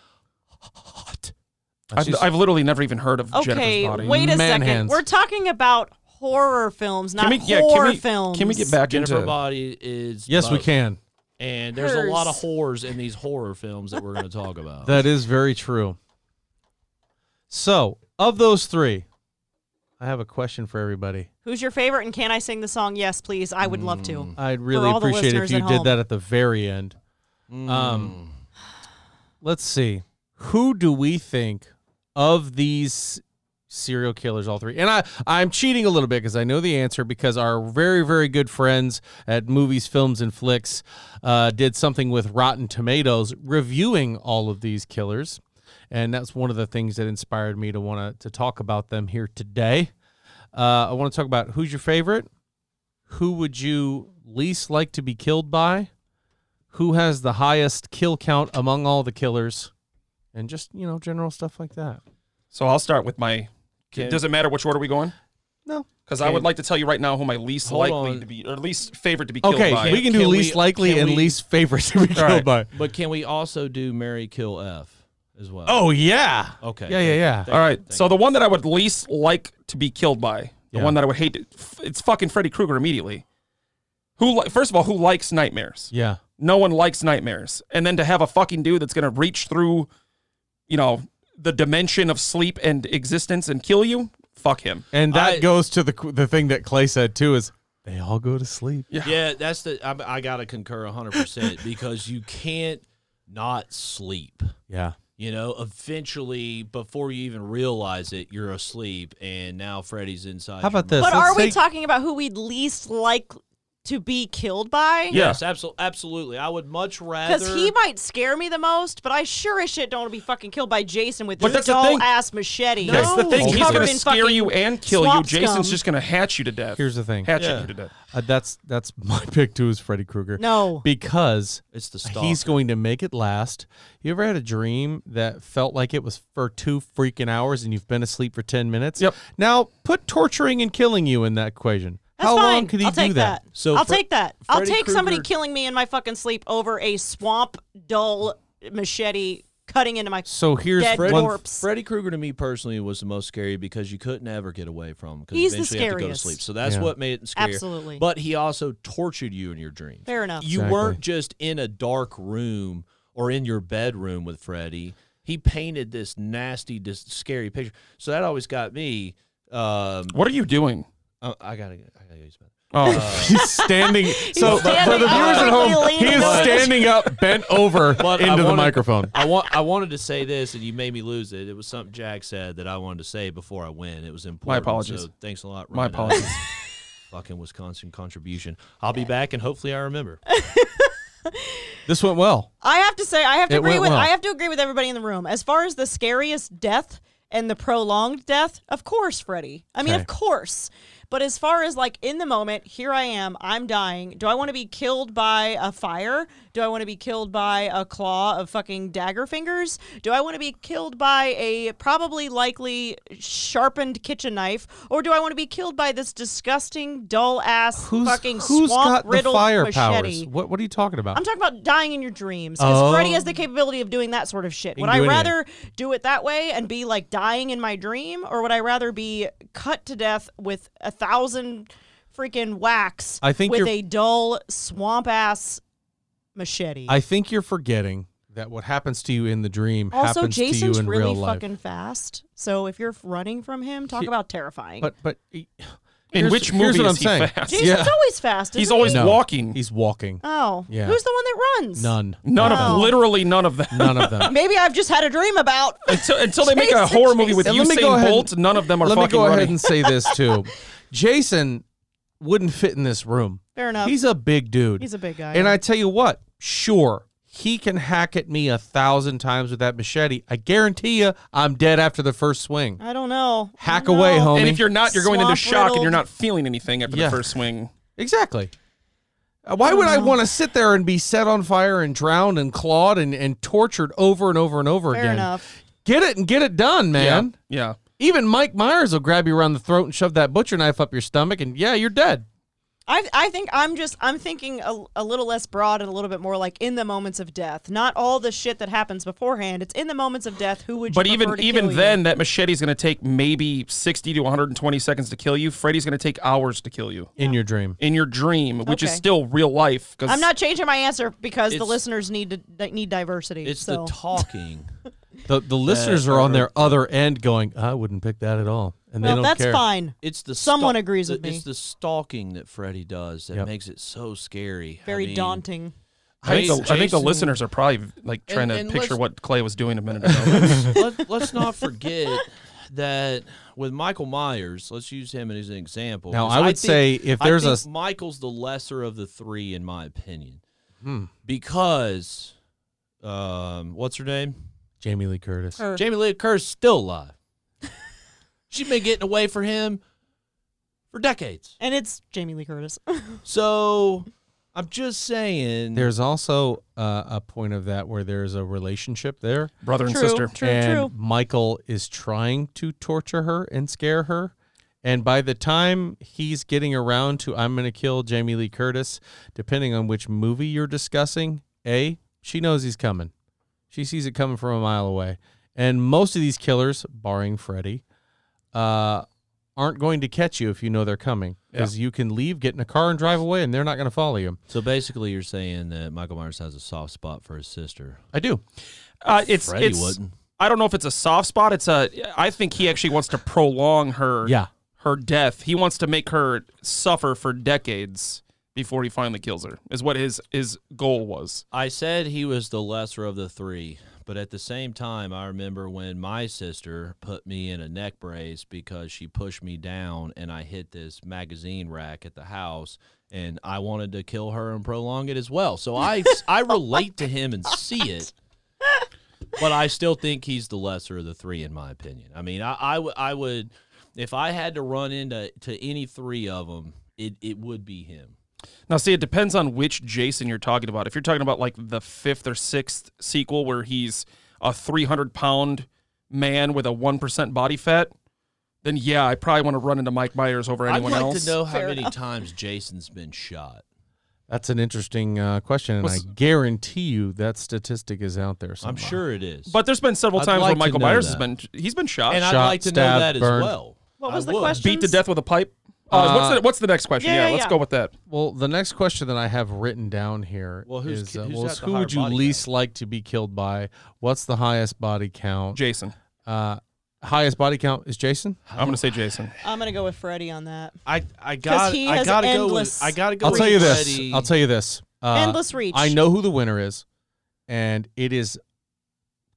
hot.
I've,
She's-
I've literally never even heard of
Okay,
Jennifer's body.
wait a
Man
second.
hands.
We're talking about horror films, not
can we, yeah,
horror
can we,
films.
Can we get back
Jennifer
into
Body is
yes, we
both.
can.
And there's a lot of
Hers.
horrors in these horror films that we're going to talk about.
That is very true. So, of those three, I have a question for everybody.
Who's your favorite? And can I sing the song? Yes, please. I would love
Hmm.
to.
I'd really
all the
appreciate it if
listeners
you
at
did
home. Mm.
that at the very end. Um, let's see. Who do we think of these serial killers? All three. And I, I'm cheating a little bit because I know the answer because our very, very good friends at Movies, Films, and Flicks uh, did something with Rotten Tomatoes reviewing all of these killers, and that's one of the things that inspired me to want to to talk about them here today. Uh, I want to talk about who's your favorite who would you least like to be killed by? Who has the highest kill count among all the killers? And just, you know, general stuff like that.
So I'll start with my.
Can-
Does it matter which order we go in?
No.
Because I would like to tell you right now who my least
Hold
likely
on.
to be, or least favorite to be killed
Okay,
by.
we can do
Can we-
least likely
can
and
we-
least favorite to be killed
right.
by.
But can we also do Mary Kill F as well?
Oh, yeah.
okay.
Yeah, yeah, yeah.
All right. So the one that I would least like to be killed by, the
Yeah.
one that I would hate, to, f- it's fucking Freddy Krueger immediately. Who, li- first of all, who likes nightmares?
Yeah.
No one likes nightmares. And then to have a fucking dude that's gonna reach through, you know, the dimension of sleep and existence and kill you, fuck him.
And that
I-
goes to the the thing that Clay said too is they all go to sleep.
Yeah, that's the. I, I gotta concur 100 percent because you can't not sleep.
Yeah.
You know, eventually, before you even realize it, you're asleep, and now Freddy's inside.
How
your
about this?
mind.
But
let's
are we
take-
talking about who we'd least like to be killed by?
Yeah.
Yes, absolutely, absolutely. I would much rather.
Because he might scare me the most, but I sure as shit don't want to be fucking killed by Jason with
But
his
that's the thing.
dull ass machete.
That's the thing.
No.
He's
Covered
gonna
in
scare
fucking
you and kill you.
swamp
Jason's
scum.
just gonna hatch you to death.
Here's the thing.
hatchet
Yeah.
you to death.
Uh, that's that's my pick too is Freddy Krueger.
No.
Because
It's the
He's
stalker.
going to make it last. You ever had a dream that felt like it was for two freaking hours and you've been asleep for 10 minutes?
Yep.
Now put torturing and killing you in that equation.
That's
How
fine.
long could he
I'll
do
take that?
So
I'll
Fre-
take that. I'll
Freddy
take somebody
Krueger-
killing me in my fucking sleep over a swamp dull machete cutting into my.
So here's
Dead
one.
corpse.
Freddy Krueger to me personally was the most scary because you couldn't ever get away from him because
He's the
eventually you have to go to
scariest.
sleep. So that's
Yeah.
what made it scary.
Absolutely.
But he also tortured you in your dreams.
Fair enough.
You
Exactly.
weren't just in a dark room or in your bedroom with Freddy. He painted this nasty, dis- scary picture. So that always got me. Um,
What are you doing?
I, I gotta, I gotta use that.
Oh,
He's standing. so for
standing
the viewers at home,
awkwardly
he is
leaning on it.
standing up, bent over
But I
into the
wanted-
microphone.
I want, I wanted to say this, and you made me lose it. It was something Jack said that I wanted to say before I went. It was important.
apologies.
So thanks a lot.
my
Ryan. I-
apologies.
Fucking Wisconsin contribution. I'll be back, and hopefully I remember.
This went well.
I have to say, I have to
It
agree
went
with
well.
I have to agree with everybody in the room as far as the scariest death and the prolonged death. Of course, Freddy. I mean,
Okay.
of course. But as far as like in the moment, here I am. I'm dying. Do I want to be killed by a fire? Do I want to be killed by a claw of fucking dagger fingers? Do I want to be killed by a probably likely sharpened kitchen knife, or do I want to be killed by this disgusting dull ass
Who's,
fucking
who's
swamp
got the
riddled
fire
machete?
powers? What, what are you talking about?
I'm talking about dying in your dreams. Because
Oh.
Freddy has the capability of doing that sort of shit.
He
Would
can
I
do anything.
rather do it that way and be like dying in my dream, or would I rather be cut to death with a thousand freaking whacks
I think
with
you're-
a dull swamp ass machete?
I think you're forgetting that what happens to you in the dream
also,
happens
Jason's
to you in
really
real life.
fucking fast. So if you're running from him, talk
He-
about terrifying.
But but in
In
here's
which movie
what
is
I'm
he
saying.
fast?
Jason's
yeah.
always fast.
He's
isn't
always
he?
No.
walking.
He's walking.
Oh,
Yeah.
who's the one that runs?
None.
None
Wow.
of literally none of them.
None of them.
Maybe I've just had a dream about.
until, until they make a
Jason,
horror movie with
Jason. And let me go
Usain
ahead
Bolt,
and-
none of them are
Let me
fucking
go ahead
running.
and say this too. Jason wouldn't fit in this room.
Fair enough.
He's a big dude.
He's a big guy.
And I tell you what, sure, he can hack at me a thousand times with that machete. I guarantee you, I'm dead after the first swing.
I don't know.
Hack
I don't
away,
know.
homie.
And if you're not, you're going into
Swamp
shock and you're
riddled.
not feeling anything after
Yeah.
the first swing.
Exactly. Uh, Why would I want to sit there and be set on fire and drowned and clawed and, and tortured over and over and over
Fair
again?
enough.
Get it and get it done, man.
Yeah. yeah.
Even Mike Myers will grab you around the throat and shove that butcher knife up your stomach, and yeah, you're dead.
I, I think I'm just I'm thinking a, a little less broad and a little bit more like in the moments of death, not all the shit that happens beforehand. It's in the moments of death. Who would you?
But
prefer
even
to
even
kill you?
then, that machete's going to take maybe 60 to 120 seconds to kill you. Freddy's going to take hours to kill you
in your dream.
in your dream, which is
Okay.
still real life. Because
I'm not changing my answer because the
It's-
listeners need to they need diversity.
It's
so.
the talking.
The the listeners are on their other end going, I wouldn't pick that at all. And they
well,
don't
that's
care.
fine.
It's the
Someone
stalk-
agrees
the-
with me.
It's the stalking that Freddy does that
Yep.
makes it so scary. I
Very
mean,
daunting.
I think, the, I think the
Jason-
listeners are probably like trying
And-
to
and
picture
let's-
what Clay was doing a minute ago.
Let, let's not forget that with Michael Myers, let's use him as an example.
Now,
'cause
I would say if there's
I
a-
think Michael's the lesser of the three, in my opinion,
Hmm.
because um, what's her name?
Jamie Lee Curtis.
Her.
Jamie Lee Curtis still alive. She's been getting away for him for decades.
And it's Jamie Lee Curtis.
So I'm just saying,
There's also uh, a point of that where there's a relationship there.
Brother and
true,
sister.
true,
and
true.
Michael is trying to torture her and scare her. And by the time he's getting around to I'm going to kill Jamie Lee Curtis, depending on which movie you're discussing, A, she knows he's coming. She sees it coming from a mile away. And most of these killers, barring Freddy, uh, aren't going to catch you if you know they're coming because you can leave, get in a car, and drive away, and they're not going to follow you.
so basically, you're saying that Michael Myers has a soft spot for his sister.
I do.
Uh, it's
Freddy
it's.
wouldn't.
I don't know if it's a soft spot. It's a. I think he actually wants to prolong her.
Yeah.
Her death. He wants to make her suffer for decades before he finally kills her. Is what his his goal was.
I said he was the lesser of the three, but at the same time, I remember when my sister put me in a neck brace because she pushed me down and I hit this magazine rack at the house, and I wanted to kill her and prolong it as well. So I I relate to him and see it. But I still think he's the lesser of the three, in my opinion. I mean, I, I, w- I would, if I had to run into to any three of them, it, it would be him.
Now, see, it depends on which Jason you're talking about. If you're talking about like the fifth or sixth sequel where he's a 300 pound man with a 1% body fat, then yeah, I probably want to run into Mike Myers over anyone
I'd like
else.
to know how
Fair
many
enough.
times Jason's been shot.
That's an interesting uh, question, and
What's-
I guarantee you that statistic is out there.
I'm
Somewhere.
sure it is.
But there's been several
I'd
times
like
where
to
Michael
know
Myers
that.
has been, he's been shot,
and I'd
Shot,
like to
stabbed,
know that
burned.
as well.
What
I
was the
would.
question?
beat to death with a pipe. Uh, what's,
Uh,
the, what's the next question?
yeah,
Yeah,
yeah,
let's
yeah.
go with that.
Well, the next question that I have written down here
Well, who's
is,
ki-
uh,
who's
well,
got
is
the
who
higher
would you
body
least like to be killed by? What's the highest body count?
Jason.
uh, highest body count is Jason.
I'm going to say Jason.
I'm gonna go with Freddie on that.
I I
got- he I has gotta go with- endless- I
gotta
I'll tell you this. I'll tell you this. Uh,
Endless reach.
I know who the winner is, and it is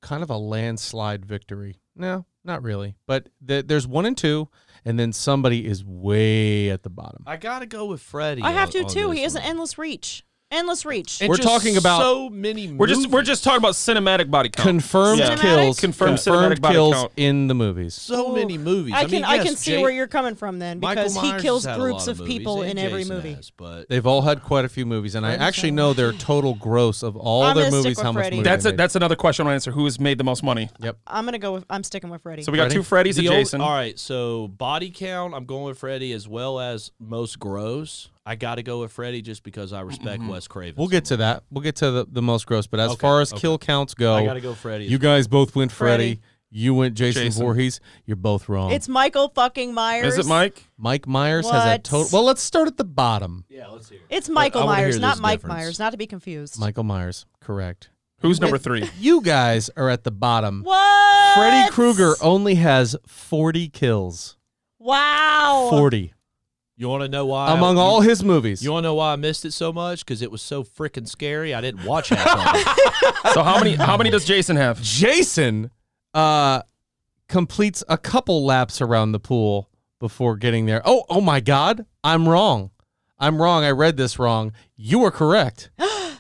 kind of a landslide victory. No, not really. But th- there's one and two, and then somebody is way at the bottom.
I gotta go with Freddie.
I have
on-
to
on
too.
this
He has an
one.
endless reach. Endless reach.
And
We're
just
talking about-
so many.
We're just we're
movies.
just talking about cinematic body count.
Confirmed
Yeah.
kills.
Cinematic?
Confirmed cinematic body
kills
count.
in the movies.
so many movies.
Oh, I
I,
can
mean,
I
yes,
can see
Jay-
where you're coming from then
Michael
because he
Myers
kills
has had a
groups
lot
of,
movies,
people
and
in every
Jason
movie.
has, but
They've all had quite a few movies, and I
Freddy's
actually
out.
know their total gross of all
I'm gonna
their
stick
movies.
with
How much
Freddy.
money
That's
they
a,
made.
that's another question I'll answer. Who has made the most money?
I'm gonna go with I'm sticking with Freddie.
So we got
Freddy?
two Freddies
The
and
old-
Jason.
all right, so body count, I'm going with Freddie as well as most gross. I got to go with Freddie just because I respect Wes Craven.
We'll
so
get to
much.
that. We'll get to the, the most gross. But as
Okay,
far as
okay.
kill counts go,
I got to go Freddie. as
you guys both went Freddy.
Freddy.
You went Jason,
Jason.
Voorhees. You're both wrong.
it's Michael fucking Myers.
Is it Mike?
Mike Myers has a
What?
total. Well, let's start at the bottom.
Yeah, let's hear.
It's Michael
I wanna
Myers,
hear
not
this
Mike
difference.
Myers, not to be confused.
Michael Myers, correct.
Who's number three?
You guys are at the bottom.
What?
Freddy Krueger only has 40 kills.
Wow.
40
You want to know why?
among all his movies.
You want to know why I missed it so much? Because it was so freaking scary. I didn't watch half of it.
so how many how many does Jason have?
Jason uh, completes a couple laps around the pool before getting there. Oh, oh my God! I'm wrong. I'm wrong. I read this wrong. You are correct.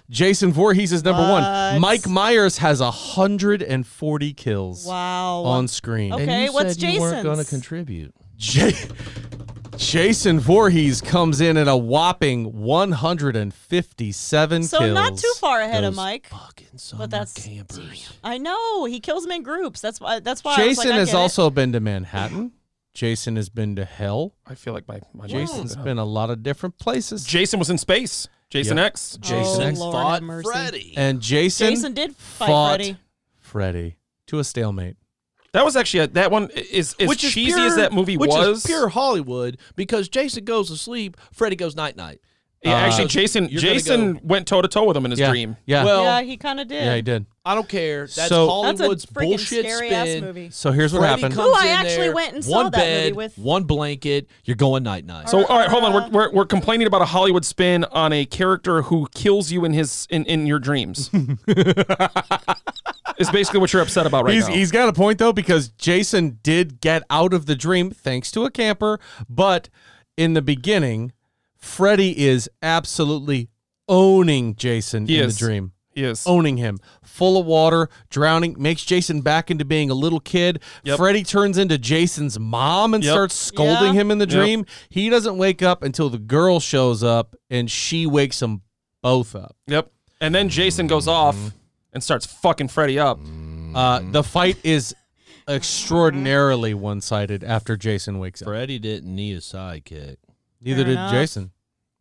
Jason Voorhees is number one.
What?
Mike Myers has 140 kills
Wow.
on screen.
Okay. And you what's said you weren't gonna
weren't going to
Jason's?
contribute.
J- Jason Voorhees comes in at a whopping 157
so
kills.
not too far ahead of
Those
Mike.
Fucking summer
that's-
campers.
I know he kills them in groups. That's why. That's why. I was
Jason
like, I
has
get it.
also been to Manhattan. Jason has been to hell.
I feel like my, my
Jason's
mind's
Hmm. been a lot of different places.
Jason was in space. Jason
Yep.
X.
Jason
oh,
X
Lord
fought
have mercy.
Freddy.
and Jason,
Jason did fight
fought
Freddy.
Freddy to a stalemate.
That was actually a, that one is as
which
cheesy
is pure,
as that movie
which
was.
is pure Hollywood because Jason goes to sleep, Freddy goes night night.
Yeah, actually,
Uh,
Jason
you're gonna
Jason went toe to toe with him in his
yeah.
dream.
Yeah.
Well-
yeah, he kind of did.
yeah, he did.
I don't care. That's
So-
That's a
Hollywood's
freaking
bullshit
scary
spin.
ass movie.
So here's what
Freddy
happened.
comes
Ooh, I
in
actually
there,
went and saw
one
that movie
bed,
with-
one blanket. You're going night night.
So all right, hold on. We're, we're, we're complaining about a Hollywood spin on a character who kills you in his in, in your dreams. Is basically what you're upset about right
he's,
now.
he's got a point though because Jason did get out of the dream thanks to a camper, but in the beginning, Freddy is absolutely owning Jason
He
in
is.
the dream.
He is.
Owning him, full of water, drowning, makes Jason back into being a little kid.
Yep.
Freddy turns into Jason's mom and
Yep.
starts scolding
Yeah.
him in the
Yep.
dream. He doesn't wake up until the girl shows up and she wakes them both up.
Yep. And then Jason goes off and starts fucking Freddy up.
Uh,
Mm-hmm.
the fight is extraordinarily one sided after Jason wakes up.
Freddy didn't need a sidekick.
Neither
Fair
did
enough.
Jason.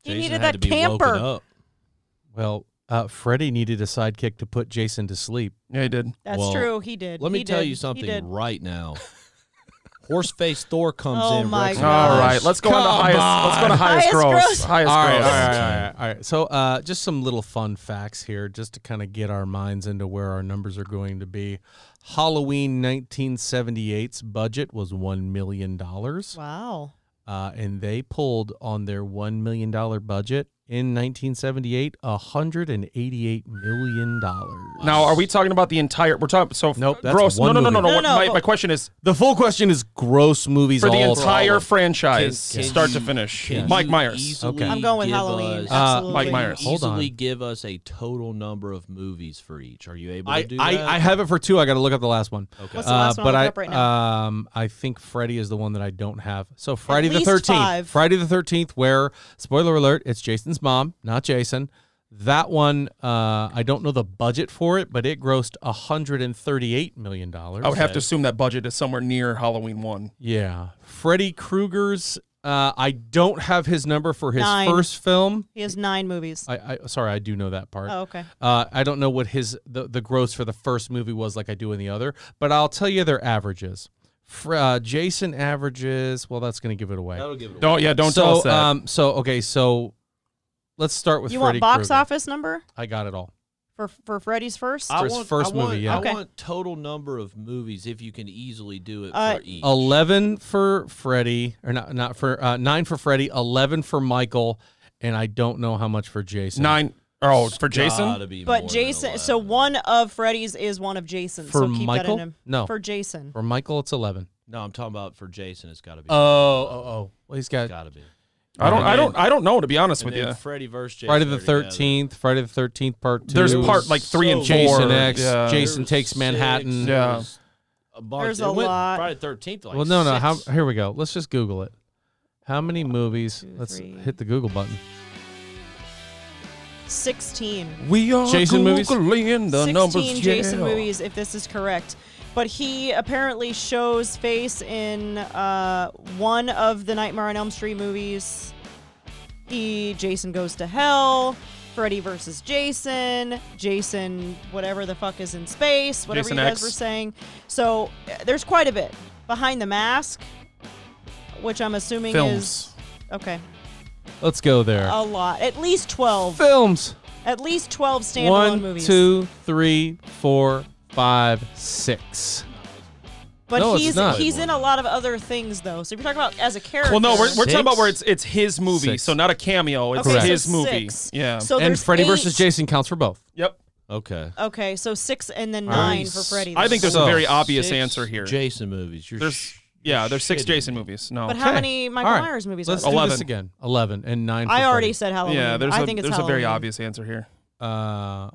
He
Jason
needed
had
that
to be woken
camper.
up.
Well, uh, Freddy needed a sidekick to put Jason to sleep.
Yeah, he did.
That's
Well,
true. He did.
Let me
He
tell
did. He
you
did.
something right now. Horseface Thor comes
Oh
in.
my
wrecks
God.
All
house.
right, let's go on to
Come
highest. Let's go to
on.
highest,
Highest
gross.
gross.
Highest
all, right, all
gross.
right, all right, all right, all right. So, uh, just some little fun facts here, just to kind of get our minds into where our numbers are going to be. Halloween 1978's budget was $1 million.
Wow.
uh, and they pulled on their one million dollar budget in 1978, 188 million dollars.
Now, are we talking about the entire? We're talking. So
Nope, that's
gross.
one
no, no, no,
movie.
no,
No,
what-
no,
my,
but-
my question is
the full question is gross movies
for the
all
entire
all of-
franchise,
Can- can
start to
you-
finish.
Can
Mike
you
Myers.
easily
Okay.
I'm going with
give
Halloween.
us-
Absolutely.
Mike
can you
Myers.
Uh, Hold
easily
on.
give us a total number of movies for each. Are you able to
I,
do that?
I, I have it for two. I got to look up the last one.
okay.
What's the last
Uh,
one?
but
I'll
I,
look it up right now.
um, I think Freddy is the one that I don't have. So Friday the
least
Thirteenth,
five.
Friday the Thirteenth, where spoiler alert, it's Jason's mom, not Jason. That one, uh, I don't know the budget for it, but it grossed 138 million dollars.
I would have to assume that budget is somewhere near Halloween one.
Yeah. Freddy Krueger's. Uh, I don't have his number for his
Nine.
first film.
He has nine movies.
I, I sorry, I do know that part.
Oh, okay.
Uh, I don't know what his the, the gross for the first movie was like I do in the other, but I'll tell you their averages. Fr- uh, Jason averages. Well, that's gonna give it away.
That'll give it away.
Don't yeah, don't
so,
tell us that.
Um, so okay, so let's start with
You
Freddy
want box
Krueger.
office number
I got it all.
for for Freddy's first?
for his first
I
movie,
want-
yeah.
I
Okay.
want total number of movies if you can easily do it
Uh,
for each.
Eleven for Freddy, or not not for uh, nine for Freddy, eleven for Michael, and I don't know how much for Jason.
Nine. Oh, for
Gotta
Jason.
be more
but
than
Jason, so
11.
one of Freddy's is one of Jason's.
For
so keep that
Michael?
in him.
No.
For Jason.
For Michael, it's eleven.
No, I'm talking about for Jason. It's got to be.
Oh, oh, oh. Well, he's got
gotta be.
I don't. I
And
don't.
then-
I don't know to be honest
And
with
then
you.
Freddy versus Jason.
Friday the
are together.
Thirteenth, Friday the Thirteenth Part Two.
There's
Dude,
part like three and
so-
four.
Jason X,
Yeah.
There
Jason
was
Takes Manhattan.
there
Yeah.
was A bunch.
There's
It
a
went
lot.
Friday the Thirteenth. Like
well, no, no. How,
six.
here we go. Let's just Google it. How many movies?
two,
Let's
three.
hit the Google button.
16.
We are
Jason movies?
Googling the
16
numbers.
Jason
yeah.
movies, if this is correct. But he apparently shows face in uh, one of the Nightmare on Elm Street movies. He Jason goes to hell, Freddy versus Jason, Jason whatever the fuck is in space, whatever
Jason
you guys
X.
were saying. So uh, there's quite a bit behind the mask, which I'm assuming
Films.
is okay,
Let's go there.
a lot, at least twelve,
Films.
at least twelve standalone
One,
movies.
two, three, four, five, six.
But
No, it's
he's
not.
he's in a lot of other things though. So if you're talking about as a character,
Well, no, we're, we're talking
Six?
about where it's it's his movie,
Six.
so not a cameo. It's
okay, so
his movie.
six.
Yeah.
So
and
there's
Freddy versus
eight-
Jason counts for both.
yep.
Okay.
Okay, so six and then
right.
nine for Freddy.
I think there's
So,
a very obvious
Six
answer here.
Jason movies. You're
There's
sh-
yeah, there's six
shitty.
Jason movies. No.
But how many Michael Myers movies
Let's
are there?
do this
11.
again. Eleven and nine. For
I already
Freddy.
said Halloween.
yeah, there's
I
a
think it's
there's a very
Halloween.
obvious answer here.
Uh,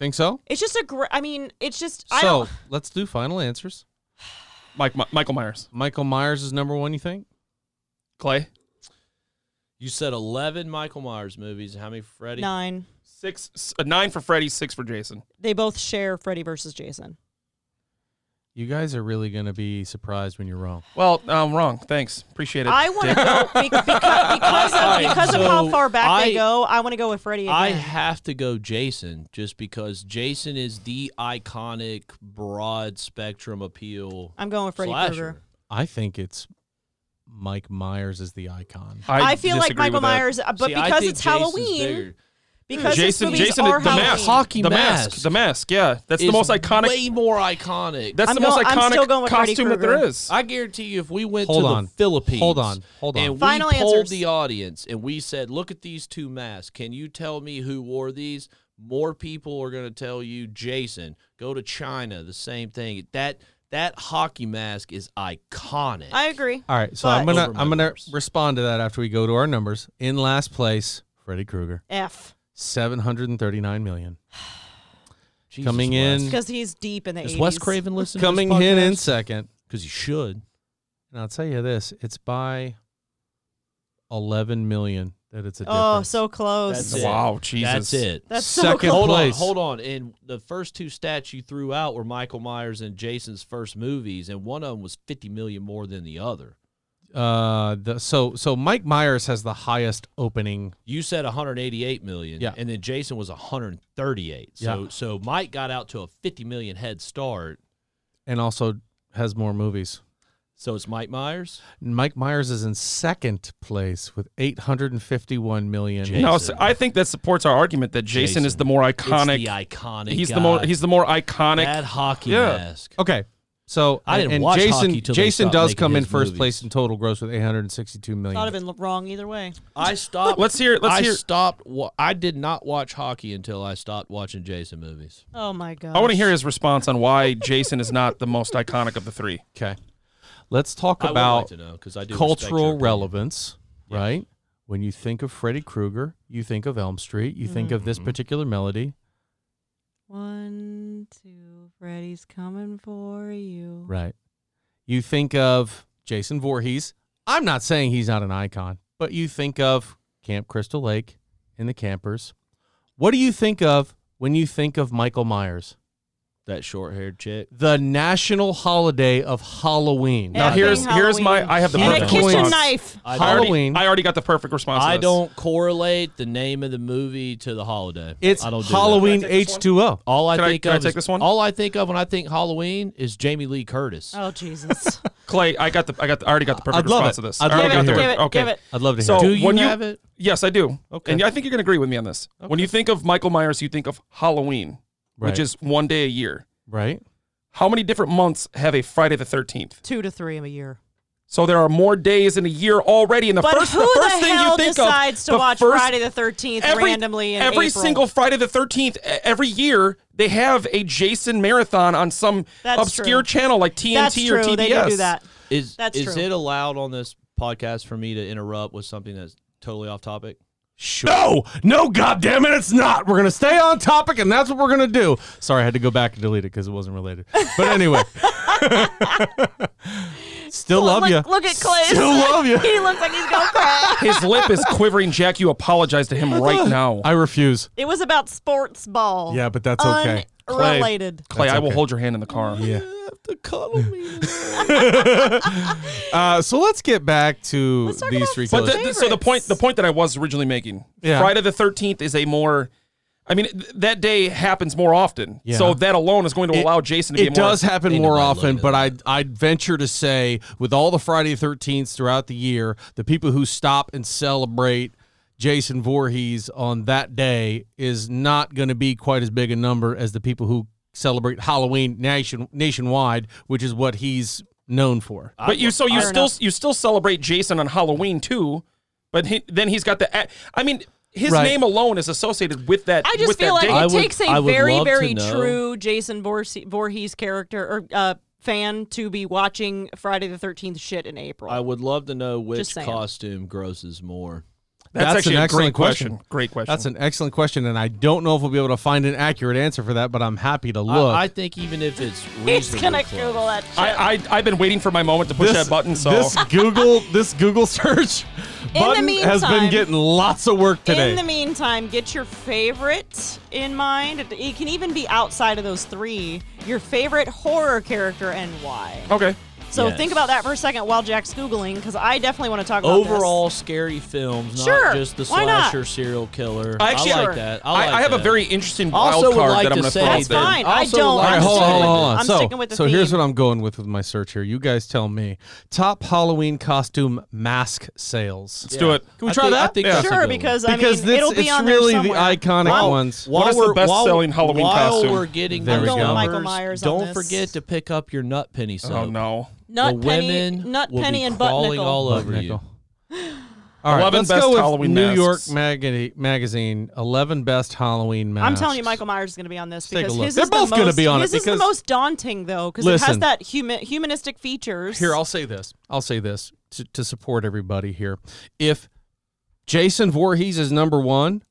think so.
It's just a great. I mean, it's just I
So
don't.
let's do final answers.
Mike Mi- Michael Myers.
Michael Myers is number one. You think?
Clay.
You said eleven Michael Myers movies. How many Freddy?
Nine.
Six s- uh, nine for Freddy, six for Jason.
They both share Freddy versus Jason.
You guys are really going to be surprised when you're wrong.
Well, I'm wrong. Thanks. Appreciate it.
I want to
Dick.
go be- because, because, of, because of how
so
far back
I-
they go. I want to go with Freddie again.
I have to go Jason just because Jason is the iconic broad spectrum appeal.
I'm going with Freddy
slasher.
Krueger.
I think it's Mike Myers is the icon.
I, feel like
disagree
Michael
with that.
Myers, uh, but
See, I
because
think
it's
Jason's
Halloween,
bigger.
because his
Jason,
movies
Jason, the
are Halloween.
mask,
Hockey
the
mask.
the mask. Yeah, that's the
Is
most iconic.
way more iconic.
that's
I'm
the most
going- I'm still going
iconic
with Freddy
costume that there
Krueger.
is.
I guarantee you, if we went
Hold
to
on.
the Philippines,
Hold on. Hold on.
and
Final
we polled
answers.
the audience and we said, "Look at these two masks. Can you tell me who wore these?" More people are going to tell you Jason. Go to China, the same thing. That that hockey mask is iconic.
I agree.
All right, so
But-
I'm gonna
Over my
I'm gonna
numbers.
respond to that after we go to our numbers. In last place, Freddy Krueger,
F
seven hundred and thirty nine million.
Jesus,
coming
Wes.
in-
because he's deep in the
Does
80s.
Wes Craven listen?
Coming
to this
in in second,
because he should.
and I'll tell you this: it's by eleven million that it's a difference.
Oh, so close.
That's it.
wow, Jesus.
That's it.
That's so
second
close.
hold
place.
on, hold on. And the first two stats you threw out were Michael Myers and Jason's first movies, and one of them was fifty million more than the other.
Uh, the, so so Mike Myers has the highest opening.
You said 188 million,
Yeah.
and then Jason was 138. So
Yeah.
so Mike got out to a 50 million head start.
and also has more movies.
So it's Mike Myers.
Mike Myers is in second place with 851 million.
Jason.
No, so I think that supports our argument that Jason, is
Jason.
the more
It's
iconic.
the iconic.
he's the
guy.
more he's the more iconic.
that hockey
Yeah.
mask.
Okay. So
I didn't
and
watch
Jason
hockey till they
Jason
stopped
does
making
come in
his
first
movies.
place in total gross with 862 million.
Thought I'd been wrong either way.
I stopped.
Let's hear. Let's
I
hear.
stopped. Wa- I did not watch hockey until I stopped watching Jason movies.
Oh my god.
I want to hear his response on why Jason is not the most iconic of the three.
okay. Let's talk
I would like
about
to know because I do respect your
cultural
opinion.
relevance, right? When you think of Freddy Krueger, you think of Elm Street, you think of this
Mhm.
particular melody,
One, two, Freddy's coming for you.
right? You think of Jason Voorhees. I'm not saying he's not an icon, but you think of Camp Crystal Lake and the campers. What do you think of when you think of Michael Myers?
That short haired chick.
the national holiday of Halloween.
Now
Effing
here's here's my.
Halloween.
I have the
He
and a
perfect
points.
kitchen
response.
knife.
I
I
don't,
Halloween.
already, I already got the perfect response. to
I
this.
don't correlate the name of the movie to the holiday.
it's
I don't do that.
Halloween
Can I take this
H two O.
All I
Can I-
think
can I
of
take
is-
this one?
All I think of when I think Halloween is Jamie Lee Curtis.
Oh Jesus.
Clay. I got the. I got. The, I already got the perfect
I'd love
response
it.
to this.
I'd
I
love
already
to
got
hear
the
it.
perfect-
Give
Okay.
it.
I'd love to hear.
So
it.
Do you
when
have it?
Yes, I do.
Okay.
And I think you're going to agree with me on this. When you think of Michael Myers, you think of Halloween,
Right.
which is one day a year.
right?
How many different months have a Friday the 13th?
Two to three in a year.
So there are more days in a year already. And the
But
first,
who
the first
the
thing
hell
you think
decides
of,
to
the
watch
first-
Friday the Thirteenth
every,
randomly in
every
April?
single Friday the 13th e- every year they have a Jason marathon on some
That's
obscure
true.
channel like TNT
That's
E or
true.
TBS.
They do do that.
Is
That's
is
true.
it allowed on this podcast for me to interrupt with something that's totally off topic?
No, no, goddamn it, it's not. We're gonna stay on topic, and that's what we're gonna do. Sorry, I had to go back and delete it because it wasn't related. But anyway, still
Well,
love
look,
you.
Look at Clay.
Still love you.
he looks like he's gonna cry.
His lip is quivering, Jack. You apologize to him right now.
I refuse.
It was about sports ball.
Yeah, but that's okay.
Clay.
Unrelated.
Clay,
That's
I will
okay.
hold your hand in the car.
Yeah.
have to cuddle me.
Uh, so let's get back to
Let's talk
these
about
three
But
killers.
the, the- so the point the point that I was originally making,
Yeah.
Friday the Thirteenth is a more, I mean th- that day happens more often.
Yeah.
So that alone is going to
It-
allow Jason to be
it
more.
does happen
Ain't
more
nobody
often,
looking
but I
at
I venture to say with all the Friday Thirteenths throughout the year, the people who stop and celebrate Jason Voorhees on that day is not going to be quite as big a number as the people who celebrate Halloween nation nationwide, which is what he's known for.
but you so you
Fair
still
enough.
you still celebrate Jason on Halloween too, but he, then he's got the. a- I mean, his
Right.
name alone is associated with that.
I just
with
feel
that
like
date.
it
I would-
takes
I
a
would
very,
love to
very
know.
true Jason Voorse- Voorhees character or uh, fan to be watching Friday the Thirteenth shit in April.
I would love to know which
Just saying.
costume grosses more.
that's,
That's
actually
an
a
excellent
great question.
question.
Great question.
That's an excellent question, and I don't know if we'll be able to find an accurate answer for that, but I'm happy to look.
I, I think even if it's
He's
reasonably
gonna
close.
Google that. Shit.
I, I I've been waiting for my moment to push that button. So
this Google this Google search
In the
Button has been
meantime-
getting lots of work today.
In the meantime, get your favorite in mind. It- It can even be outside of those three. Your favorite horror character and why.
Okay.
So
Yes.
think about that for a second while Jack's googling, because I definitely want to talk about this.
Overall, scary films,
Sure,
not just the
why not?
slasher serial killer.
I actually
like that. I,
I,
like
I have a
that.
very interesting
Also
wild
would
card
like
that I'm
to
going to
say
throw out
That's
there.
fine.
I
I
also
don't.
like-
All right,
I'm
hold on,
sticking
hold on,
with-
hold on.
I'm
so,
sticking with the
so
theme.
here's what I'm going with with my search here. You guys tell me top Halloween costume mask sales.
Let's do it.
Can we
I
try
think-
that?
I think
Yeah.
that's a
Sure,
good
because I
Because
mean,
this-
it'll be
it's
on
really
there
the
somewhere.
iconic
one.
Wow.
ones.
While
What is the
we're-
best-selling
while-
Halloween
while
costume?
we're getting
There
the
we go. I'm going
numbers,
Michael Myers on
don't
this.
forget to pick up your nut penny soap.
Oh no.
Nut
the
penny,
women
nut
will
penny,
be
and butt
crawling
nickel.
all
Butt
over you.
nickel. All right,
11
let's
best
go with
Halloween
New York
masks.
Mag- magazine. Eleven best Halloween masks.
I'm telling you, Michael Myers is going to be on this
Let's take a
because
look.
his
They're
is
both
the
gonna
most,
be on it
his is the
because-
most daunting though because it has
Listen.
that humi- humanistic features.
Here, I'll say this. I'll say this to, to support everybody here. If Jason Voorhees is number one,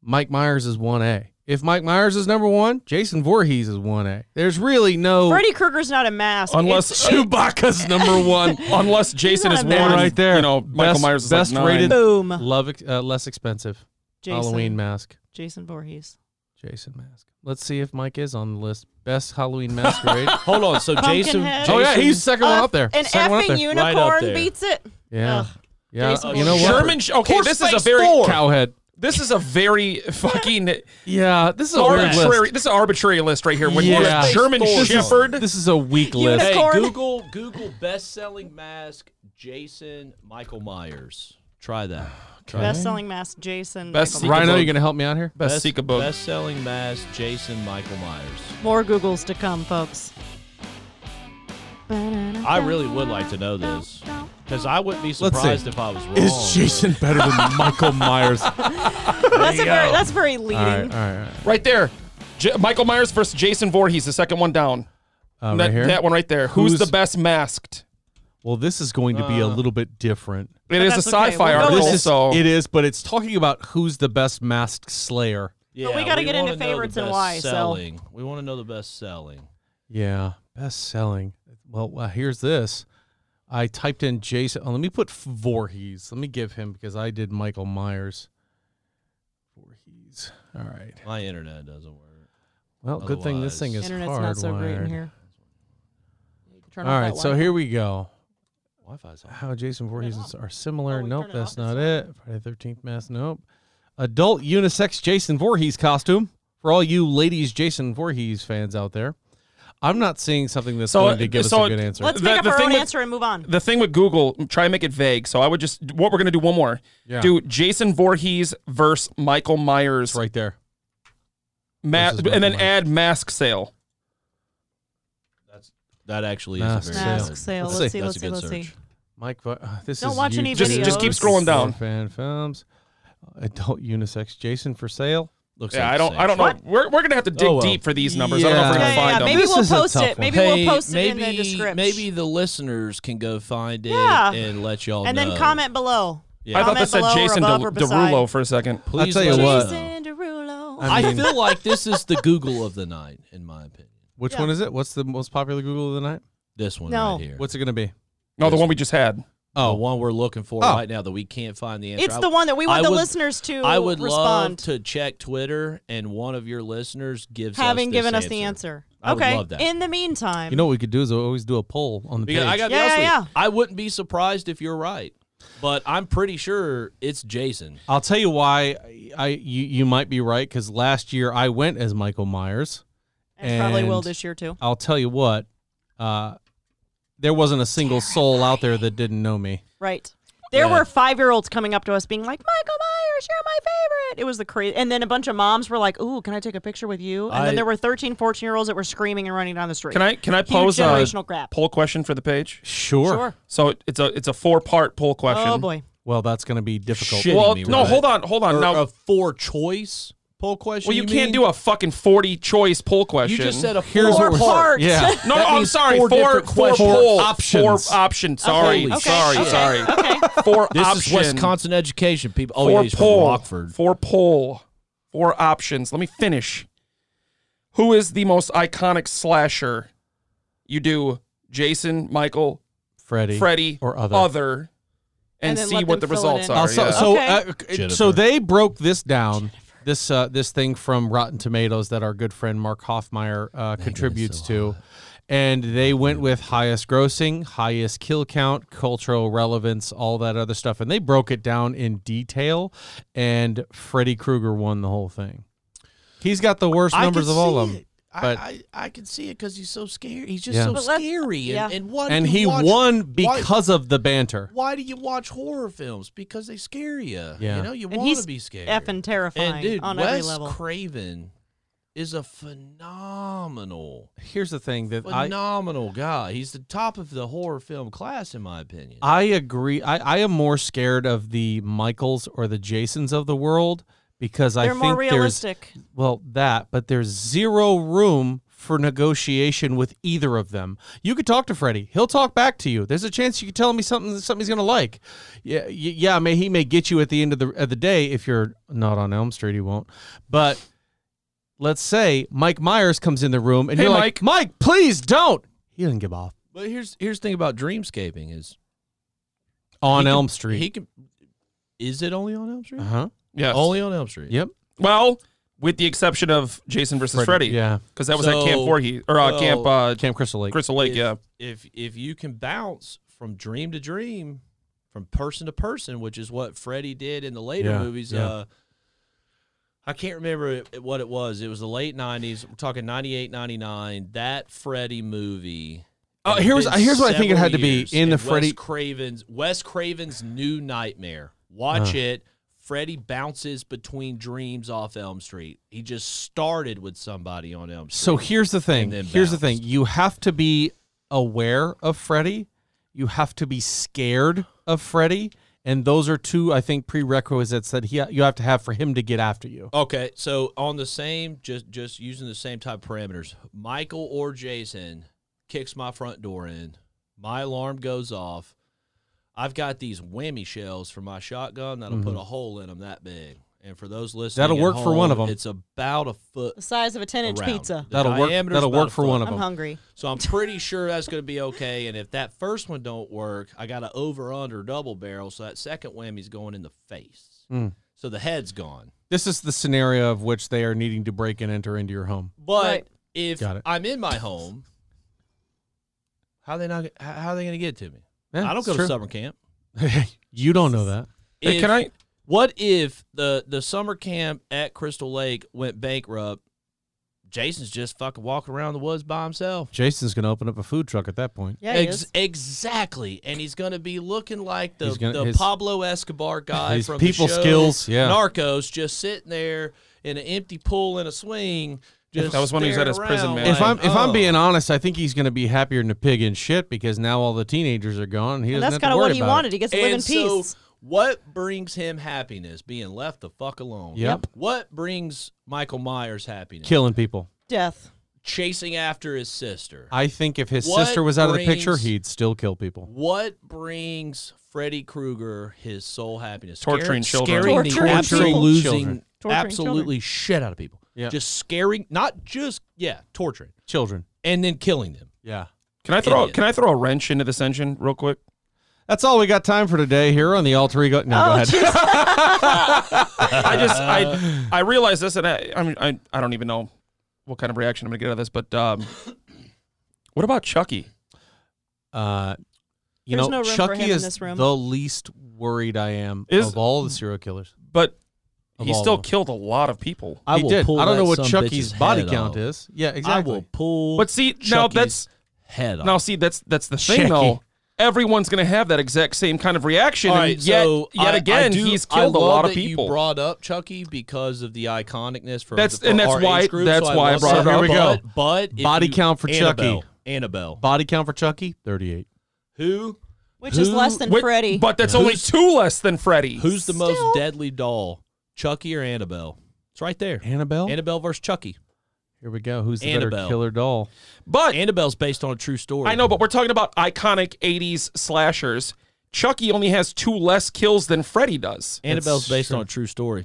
Mike Myers is one A. If Mike Myers is number one, Jason Voorhees is one A. There's really no
Freddy Krueger's not a mask.
Unless-
It's-
Chewbacca's number one.
Unless Jason
not
is
a
one
bad-
right there.
You know, Michael
Best-
Myers is
best
like nine.
rated-
boom,
Love ex- uh, less expensive
Jason,
Halloween mask.
Jason Voorhees.
Jason mask. Let's see if Mike is on the list. Best Halloween masquerade.
Hold on, so Jason,
Pumpkinhead.
oh yeah,
Jason-
he's second one up there.
An
second one up there.
effing
Right up
unicorn
there.
beats it.
yeah,
Ugh.
yeah.
Jason
you know what?
German. sh- Okay, this is a
Horseface
very
Thor.
cowhead.
this is a very fucking
Yeah, this is a weird list.
arbitrary. This is an arbitrary list right here. When
Yeah.
you're a German
Horseface Thor.
Shepherd,
This is a weak
Unicorn.
list.
Hey,
Corn.
Google Google best selling mask Jason Michael Myers. Try that. Try
Best selling mask, Jason.
Best
Michael
secret
Myers.
Rhino,
book.
you gonna help me out here?
best, seek a book.
Best selling mask Jason Michael Myers.
More Googles to come, folks.
I really would like to know this because I wouldn't be
see.
surprised if I was wrong.
Jason better than Michael Myers? all
That's a very, that's very leading.
right, all right, all right.
right there. J- Michael Myers versus Jason Voorhees, the second one down.
Uh, right
that,
here.
that one right there. Who's,
Who's-
the best masked?
Well, this is going to be a little bit different.
It is a
that's okay,
sci-fi
we'll go
article,
with
This is,
so
it is, but it's talking about who's the best masked slayer.
Yeah,
But we gotta get into
wanna know the
favorites and
best
why, so-
Selling. We want to know the best selling.
Yeah, best selling. Well, uh, here's this. I typed in Jason. Oh, let me put Voorhees. Let me give him because I did Michael Myers. Voorhees. All right.
My internet doesn't work.
Well, good thing this thing is
Otherwise-
Internet's not so great in
hardwired.
here. You can turn
All
off
right,
that
so
one.
here we go.
Wi-Fi's on.
How Jason Voorhees is- are
Oh,
similar.
we
nope,
turn it
that's
off,
not
it's
it. Friday Thirteenth Mass. Nope. Adult unisex Jason Voorhees costume for all you ladies Jason Voorhees fans out there. I'm not seeing something that's
So, uh,
going to give
so-
us a good answer.
Let's
The-
pick up
the
our
thing
own
with-
answer and move on.
the thing with Google, try and make it vague. So I would just what we're gonna do one more.
Yeah.
Do Jason Voorhees versus Michael Myers,
It's right there.
ma-
versus
and
Michael
then
Myers.
add mask sale.
That's that actually
Mask
is a very
sale.
Mask
good-
sale.
Let's
Let's,
see.
see.
That's
Let's
a
see.
good
Let's see.
search.
Mike, Vo- uh, this
Don't
is
watch
huge.
any
Just- just keep
videos.
scrolling down.
Fan films, adult unisex Jason for sale.
Looks
Yeah,
like
I
the
don't.
same.
I don't know. We're, we're gonna have to dig
Oh, well.
deep for these numbers. I don't know if we're
Yeah,
gonna
Yeah, yeah,
find
yeah.
them.
Maybe
This
we'll
is a
post
tough
it.
one.
Maybe
Hey,
we'll post it
maybe,
in the description.
Maybe the listeners can go find it
Yeah.
and let y'all
and
know.
then comment below.
Yeah.
I thought
Comment
this said
below or
Jason
above
De-
or beside.
Derulo for a second.
Please
I'll tell
let
you
us
what.
know.
Jason Derulo.
I
I
mean-
feel like this is the Google of the night, in my opinion.
Which
Yeah.
one is it? What's the most popular Google of the night?
This one
No.
right here.
What's it going to be?
No, the one we just had.
the
Oh,
one we're looking for
Oh.
right now that we can't find the answer?
it's
I-
the one that we want
I
the
would-
listeners to
I would love
respond.
to check Twitter, and one of your listeners gives
having
us this
given us the answer.
I would
okay.
love that.
In the meantime,
you know what we could do is always do a poll on the page.
Because I got
Yeah,
honest
yeah,
with you, I wouldn't be surprised if you're right, but I'm pretty sure it's Jason.
I'll tell you why I you, you might be right because last year I went as Michael Myers.
and probably will
and-
this year too.
I'll tell you what, uh, there wasn't a single soul out there that didn't know me.
Right. There
Yeah.
were five year olds coming up to us being like, Michael Myers, you're my favorite. It was the crazy. And then a bunch of moms were like, Ooh, can I take a picture with you? And
I-
then there were 13, 14 year olds that were screaming and running down the street.
Can I can I
Huge
pose a
generational crap.
poll question for the page?
Sure.
Sure.
So it- it's a it's a four part poll question.
Oh, boy.
Well, that's going to be difficult.
Shit.
Well,
me,
no,
right?
hold on, hold on.
Or
Now,
a four choice poll question.
well, you, can't
mean?
do a fucking forty choice poll question.
You just said a
Here's
four
what we're-
part.
Yeah.
No,
That
I'm
means
sorry.
four
Four four,
different questions.
poll
Four Oh,
Four
options.
options. Sorry,
Holy
sorry,
shit.
sorry.
Okay.
Four
This
options.
is Wisconsin education people. Oh, yeah,
four
he's
poll.
from Rockford.
Four poll. Four options. Let me finish. Who is the most iconic slasher? You do Jason, Michael,
Freddy.
Freddy,
Or other.
other,
And
and,
then
see
let
what the
them fill it
results
in.
are.
Uh, so,
yeah.
so,
Okay.
uh, c- so
Jennifer.
they broke this down. This uh, this thing from Rotten Tomatoes that our good friend Mark Hoffmeyer uh, contributes to, and they went with highest grossing, highest kill count, cultural relevance, all that other stuff, and they broke it down in detail. And Freddy Krueger won the whole thing. He's got the worst numbers
could
of all
see
of them.
it. I,
but-
I, I can see it because he's so scary. He's just
Yeah.
so
But let's-
scary. And,
yeah.
and, why do
And
you
he
watch-
won
why-
because of the banter.
Why do you watch horror films? Because they scare you.
Yeah.
You know, you
And
want
he's
to be scared.
effing terrifying
and dude,
on
Wes
every level.
Craven is a phenomenal,
Here's the thing that I
phenomenal guy. He's the top of the horror film class, in my opinion.
I agree. I, I am more scared of the Michaels or the Jasons of the world because I
They're
think
more
there's
realistic.
well that, but there's zero room for negotiation with either of them. You could talk to Freddie; he'll talk back to you. There's a chance you could tell him something that something's gonna like. Yeah, y- yeah. May he may get you at the end of the of the day if you're not on Elm Street, he won't. But let's say Mike Myers comes in the room and
Hey,
you're like, Mike, please don't. He doesn't give off
but here's here's the thing about dreamscaping is
on
he can-
Elm Street.
He can. Is it only on Elm Street?
uh huh.
yes.
Only on Elm Street.
Yep.
well, with the exception of Jason versus Freddy,
Yeah.
because that was
So-
at Camp Voorhees or uh,
well,
Camp uh,
Camp Crystal Lake.
Crystal Lake.
if,
Yeah,
If if you can bounce from dream to dream, from person to person, which is what Freddy did in the later
Yeah,
movies.
yeah.
Uh, I can't remember it, what it was. It was the late '90s. We're talking '98, '99. That Freddy movie.
Uh,
It had
here's-
been
here's what I think it
several
had to be
years,
in the
and
Freddy-
Wes Craven's Wes Craven's New Nightmare. Watch
Huh.
it. Freddy bounces between dreams off Elm Street. He just started with somebody on Elm Street.
So here's the thing.
And then
Here's the thing.
bounced.
You have to be aware of Freddy. You have to be scared of Freddy. And those are two, I think, prerequisites that he you have to have for him to get after you.
Okay, so on the same, just just using the same type of parameters, Michael or Jason kicks my front door in. My alarm goes off. I've got these whammy shells for my shotgun that'll put a hole in them that big. And for those listening,
Mm-hmm. That'll
at
work for one of
home,
'em.
It's about a foot
The size of a 10 inch
around.
pizza.
The
That'll work-
diameter's
that'll
about
work
a
for
foot.
one of
I'm
'em.
hungry.
So I'm pretty sure that's going to be okay. And if that first one don't work, I got to over under double barrel, so that second whammy's going in the face.
Mm.
So the head's gone.
This is the scenario of which they are needing to break and enter into your home.
But
Right.
if
Got it.
I'm in my home, how they not? How how they going to get to me?
Yeah,
I don't
it's
go
true.
to summer camp.
you don't know that.
Hey,
If-
can I?
What if the the summer camp at Crystal Lake went bankrupt? Jason's just fucking walking around the woods by himself.
Jason's going to open up a food truck at that point.
Yeah, he
Ex-
is.
exactly, and he's going to be looking like the,
He's gonna-
the
his-
Pablo Escobar guy
his
from
people
the show,
skills, yeah.
Narcos, just sitting there in an empty pool in a swing. Just
That was when he was at
staring
his prison,
around
man.
If
like,
I'm if I'm
oh.
being honest, I think he's going to be happier than a pig in shit because now all the teenagers are gone. He
And that's
doesn't have to
kind of
worry
what he
about it.
wanted. He gets to live in peace.
So what brings him happiness? Being left the fuck alone.
Yep.
What brings Michael Myers happiness?
Killing people.
Death.
Chasing after his sister.
I think if his
What
sister was out of the picture,
brings-
he'd still kill people.
what brings Freddy Krueger his soul happiness?
Torturing
Scar-
children.
Scaring the
Torturing
absolute
people.
losing
Children.
Torturing
absolutely shit out of people.
Yeah.
Just scaring, not just yeah, torturing
Children.
and then killing them.
Yeah.
Can I throw?
Idiot.
Can I throw a wrench into this engine real quick?
That's all we got time for today here on the Alter Ego. No,
Oh,
go ahead.
I just I I realized this, and I I mean I, I don't even know what kind of reaction I'm gonna get out of this, but um, what about Chucky?
Uh, you
There's no
know,
room for
Chucky
him in
is
this room.
the least worried I am
Is-
of all the serial killers.
But
Of
he
all
still
of them.
killed a lot of people.
I
he
will
did.
pull
I don't
that
know what
son
Chucky's
bitch's
body
head
count
off.
is. Yeah, exactly.
I will pull.
But see, now
Chucky's
that's
head off.
now see that's that's the thing though.
Chucky.
Everyone's gonna have that exact same kind of reaction.
All
and
right,
yet,
so
yet
I-
again,
I do-
he's
I
killed a
love
lot of
that You
people.
brought up Chucky because of the iconicness for
That's-
the, for
and that's
our
why-
age group,
that's
so
why I
love
brought
that.
it up. Here we
go.
But, but if
Body
you-
count for Chucky.
Annabelle, Annabelle,
Body count for Chucky, 38.
who
Which is
Who-
less than
Wait,
Freddy.
But that's only
Who's-
two less than Freddy.
who's the
Still.
most deadly doll, Chucky or Annabelle? It's right there.
Annabelle?
Annabelle versus Chucky.
here we go. Who's the better
Annabelle.
killer doll?
but
Annabelle's based on a true story.
I know, but we're talking about iconic '80s slashers. Chucky only has two less kills than Freddy does.
Annabelle's
That's
based
true.
on a true story.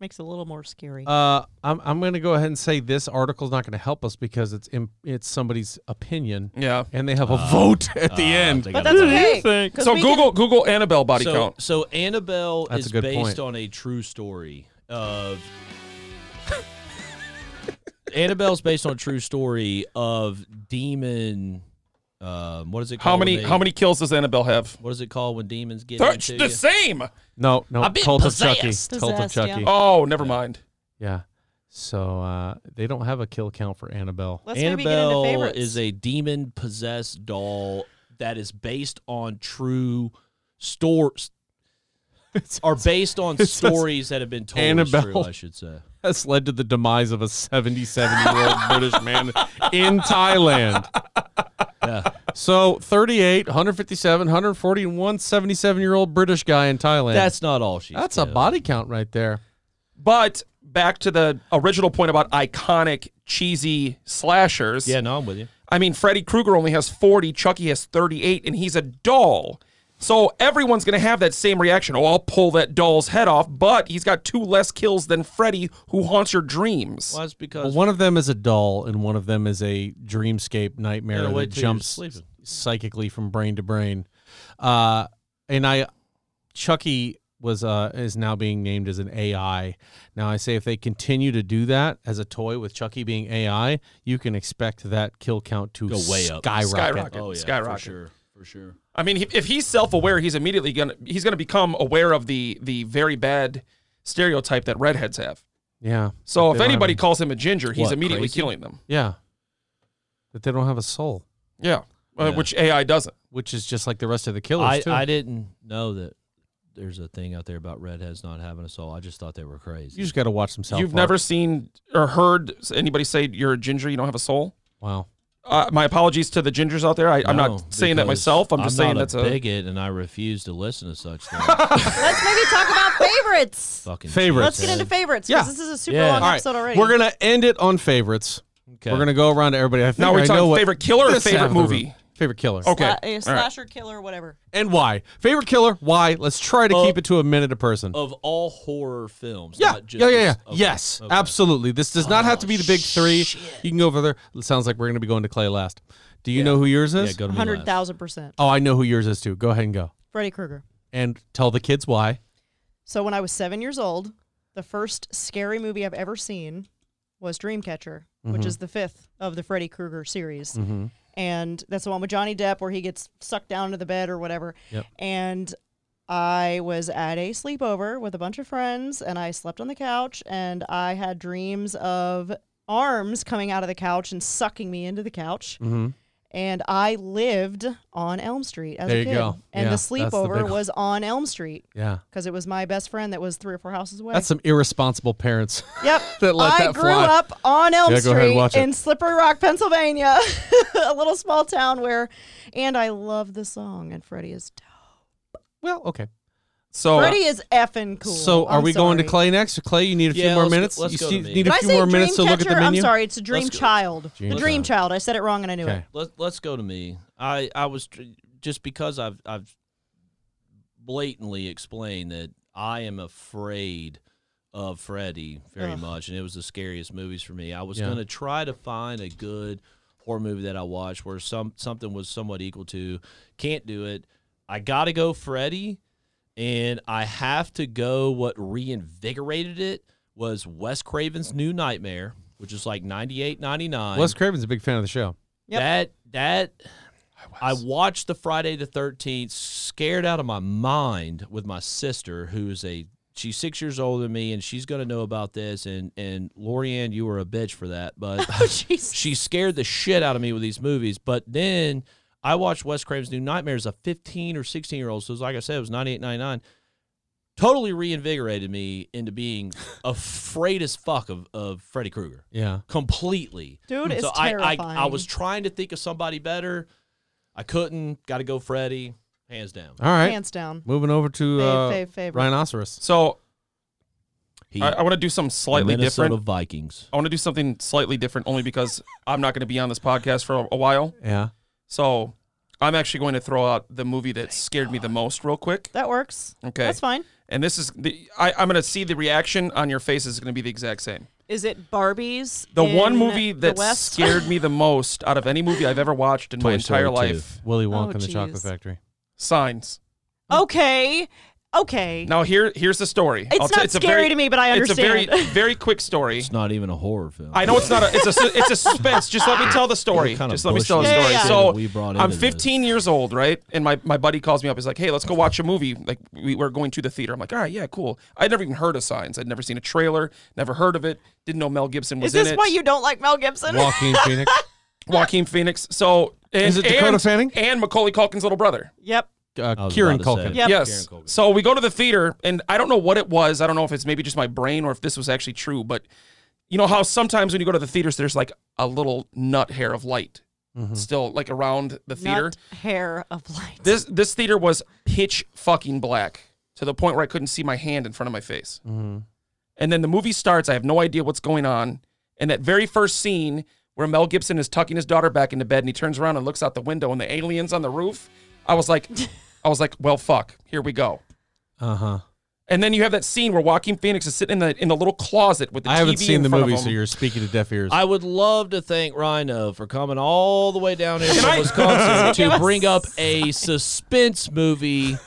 Makes it a little more scary.
Uh, I'm I'm going to go ahead and say this article's not going to help us because it's im it's somebody's opinion,
Yeah.
and they have a vote at the
Ah,
end.
they
but
got
that's
a vote.
okay. 'cause
So
we can-
Google Google Annabelle body
so,
count.
So Annabelle
That's a
is
good
based
point.
on a true story of. Annabelle's based on a true story of demon. Um, what is it? Called
How
when
many
they-
how many kills does Annabelle have?
What is it called when demons get
Thir-
into
the
you?
same.
No, no,
I've been
Cult of Chucky.
possessed.
Cult of
Possessed, yeah.
Chucky. Yeah.
Oh, never mind.
So uh, they don't have a kill count for Annabelle.
Let's maybe get into
Annabelle
favorites.
is a demon possessed doll that is based on true stories. Are based on
it says
stories that have been told. as True,
Annabelle.
I should say.
That's led to the demise of a 77 year old British man in Thailand.
Yeah.
So 38, 157, 140, and 177 year old British guy in Thailand.
That's not all she's.
that's a
killed.
body count right there.
But back to the original point about iconic cheesy slashers.
Yeah, no, I'm with you.
I mean, Freddy Krueger only has 40, Chucky has 38, and he's a doll. So everyone's going to have that same reaction. Oh, I'll pull that doll's head off, but he's got two less kills than Freddy, who haunts your dreams.
Well, that's because
Well, one of them is a doll, and one of them is a dreamscape
Yeah,
nightmare that
wait till you're
jumps
sleeping.
psychically from brain to brain. Uh, and I, Chucky was uh, is now being named as an AI. Now I say if they continue to do that as a toy with Chucky being AI, you can expect that kill count to
Go way up.
skyrocket.
Skyrocket.
oh yeah,
Skyrocket.
for sure, for sure.
I mean, he- if he's self-aware, he's immediately gonna he's gonna become aware of the the very bad stereotype that redheads have.
Yeah.
So
They
if
don't have
anybody
any-
calls him a ginger, he's
What,
immediately
crazy?
killing them.
yeah, that they don't have a soul,
Yeah. Uh,
Yeah.
which AI doesn't.
which is just like the rest of the killers
I,
too.
I didn't know that there's a thing out there about redheads not having a soul. I just thought they were crazy.
you just got to watch some South
You've
Park.
never seen or heard anybody say you're a ginger, you don't have a soul.
wow.
Uh, my apologies to the gingers out there. I, I'm
No,
not saying that
because
myself. I'm just saying
not
that's
a
a
bigot, and I refuse to listen to such things.
Let's maybe talk about favorites.
Fucking
Favorites.
Let's get into
shithead.
favorites
Yeah.
because this is a super
Yeah.
long
All right,
episode already.
we're gonna end it on favorites.
Okay.
We're gonna go around to everybody. I think
Now we're
I
talking
know what
favorite killer or
this
favorite
half of the
movie?
room- Favorite killer.
Okay.
Sla-
All
Uh, a
right.
slasher killer, whatever.
And why? Favorite killer? Why? Let's try to
Uh,
keep it to a minute a person.
of all horror films.
yeah.
Oh, not just
Yeah, yeah, yeah.
this- okay,
Yes,
okay.
absolutely. This does not have to be the big three. You can go over there. It sounds like we're going to be going to Clay last. Do you know who yours
Yeah,
is?
go to me
Hundred
last.
thousand percent.
Oh, I know who yours is too. Go ahead and go.
Freddy Krueger.
And tell the kids why.
So when I was seven years old, the first scary movie I've ever seen was Dreamcatcher,
Mm-hmm.
which is the fifth of the Freddy Krueger series, and that's the one with Johnny Depp where he gets sucked down to the bed or whatever.
Yep.
And I was at a sleepover with a bunch of friends, and I slept on the couch, and I had dreams of arms coming out of the couch and sucking me into the couch.
Mm-hmm.
And I lived on Elm Street as
There
a
you
kid,
go.
and
Yeah,
the
that's the
sleepover
big one.
was on Elm Street
Yeah.
because it was my best friend that was three or four houses away.
That's some irresponsible parents.
yep.
that let
I
that
grew
fly.
up on Elm
Yeah, go ahead and watch
Street
it.
in Slippery Rock, Pennsylvania, a little small town where, and I love the song and Freddie is dope.
well, okay.
So uh,
Freddie is effing cool.
Oh, So are
I'm
we going to
sorry.
Clay next? Clay, you need a few
Yeah,
more
let's go-
minutes.
let's
you
go
see-
to me.
need
Did
a
I
few
say
more minutes to look at the
Dreamcatcher?
menu.
I'm sorry, it's a Dream
go-
Child.
Dream
the Dream Child. I said it wrong and I knew
Okay.
it.
Let, let's go to me. I I was tr- just because I've I've blatantly explained that I am afraid of Freddy very
Ugh.
much, and it was the scariest movies for me. I was
Yeah.
gonna try to find a good horror movie that I watched where some something was somewhat equal to. Can't do it. I gotta go Freddy, and I have to go. What reinvigorated it was Wes Craven's New Nightmare, which is like 98, 99.
Wes Craven's a big fan of the show.
Yep.
That that I watched the Friday the Thirteenth, scared out of my mind with my sister, who is a she's six years older than me, and she's gonna know about this. And and Lorianne, you were a bitch for that, but
Oh, jeez.
she scared the shit out of me with these movies. But then I watched Wes Craven's New Nightmare as a 15 or 16 year old. So, it was, like I said, it was 98, 99. Totally reinvigorated me into being afraid as fuck of, of Freddy Krueger
Yeah.
completely.
Dude, it's
so I, I,
terrifying.
I was trying to think of somebody better. I couldn't. Got to go Freddy, hands down.
All right.
Hands down.
Moving over to
Fave,
uh,
fave, favorite.
rhinoceros.
so
He,
I, I want to do something slightly
Minnesota
different.
Vikings.
I want to do something slightly different only because I'm not going to be on this podcast for a, a while.
Yeah.
So I'm actually going to throw out the movie that scared me the most real quick.
That works.
Okay.
That's fine.
And this is the I, I'm going to see the reaction on your face is going to be the exact same.
Is it Barbie's?
The
in
one movie
the
that
West?
scared me the most out of any movie I've ever watched in my
Toy Story
entire
2.
life,
Willy Wonka
Oh,
and the Chocolate
geez.
Factory.
Signs.
Okay, okay.
Now here here's the story.
It's
t-
not
a
scary
very-
to me, but I
It's a very
understand.
very quick story.
It's not even a horror film.
I know it's not a it's a su- it's a suspense. Just let me tell the story.
What kind of
Just let me tell the
bullshit
story.
Yeah, yeah.
So
we brought
I'm
into this?
15 years old, right? And my, my buddy calls me up. He's like, "Hey, let's go watch a movie." Like we were going to the theater. I'm like, "All right, yeah, cool." I'd never even heard of Signs. I'd never seen a trailer. Never heard of it. Didn't know Mel Gibson was
Is this
in it.
why you don't like Mel Gibson?
Joaquin Phoenix.
Joaquin Phoenix. So and,
Is it Dakota
and-
Fanning?
and Macaulay Culkin's little brother?
yep.
I
Uh,
was
Kieran
about to say
Culkin.
it.
Yep.
Yes.
Kieran Culkin.
So we go to the theater, and I don't know what it was. I don't know if it's maybe just my brain or if this was actually true, but you know how sometimes when you go to the theaters, there's like a little nut hair of light still like around the theater.
Nut hair of light.
This this theater was pitch fucking black to the point where I couldn't see my hand in front of my face. And then the movie starts. I have no idea what's going on. And that very first scene where Mel Gibson is tucking his daughter back into bed and he turns around and looks out the window and the aliens on the roof. I was like, I was like, well, fuck, here we go.
Uh huh.
And then you have that scene where Joaquin Phoenix is sitting in the in the little closet with the
I
TV
haven't seen
in
the
front of
movie,
him.
so you're speaking to deaf ears.
I would love to thank Rhino for coming all the way down here
Can I-
from Wisconsin to
Yes.
bring up a suspense movie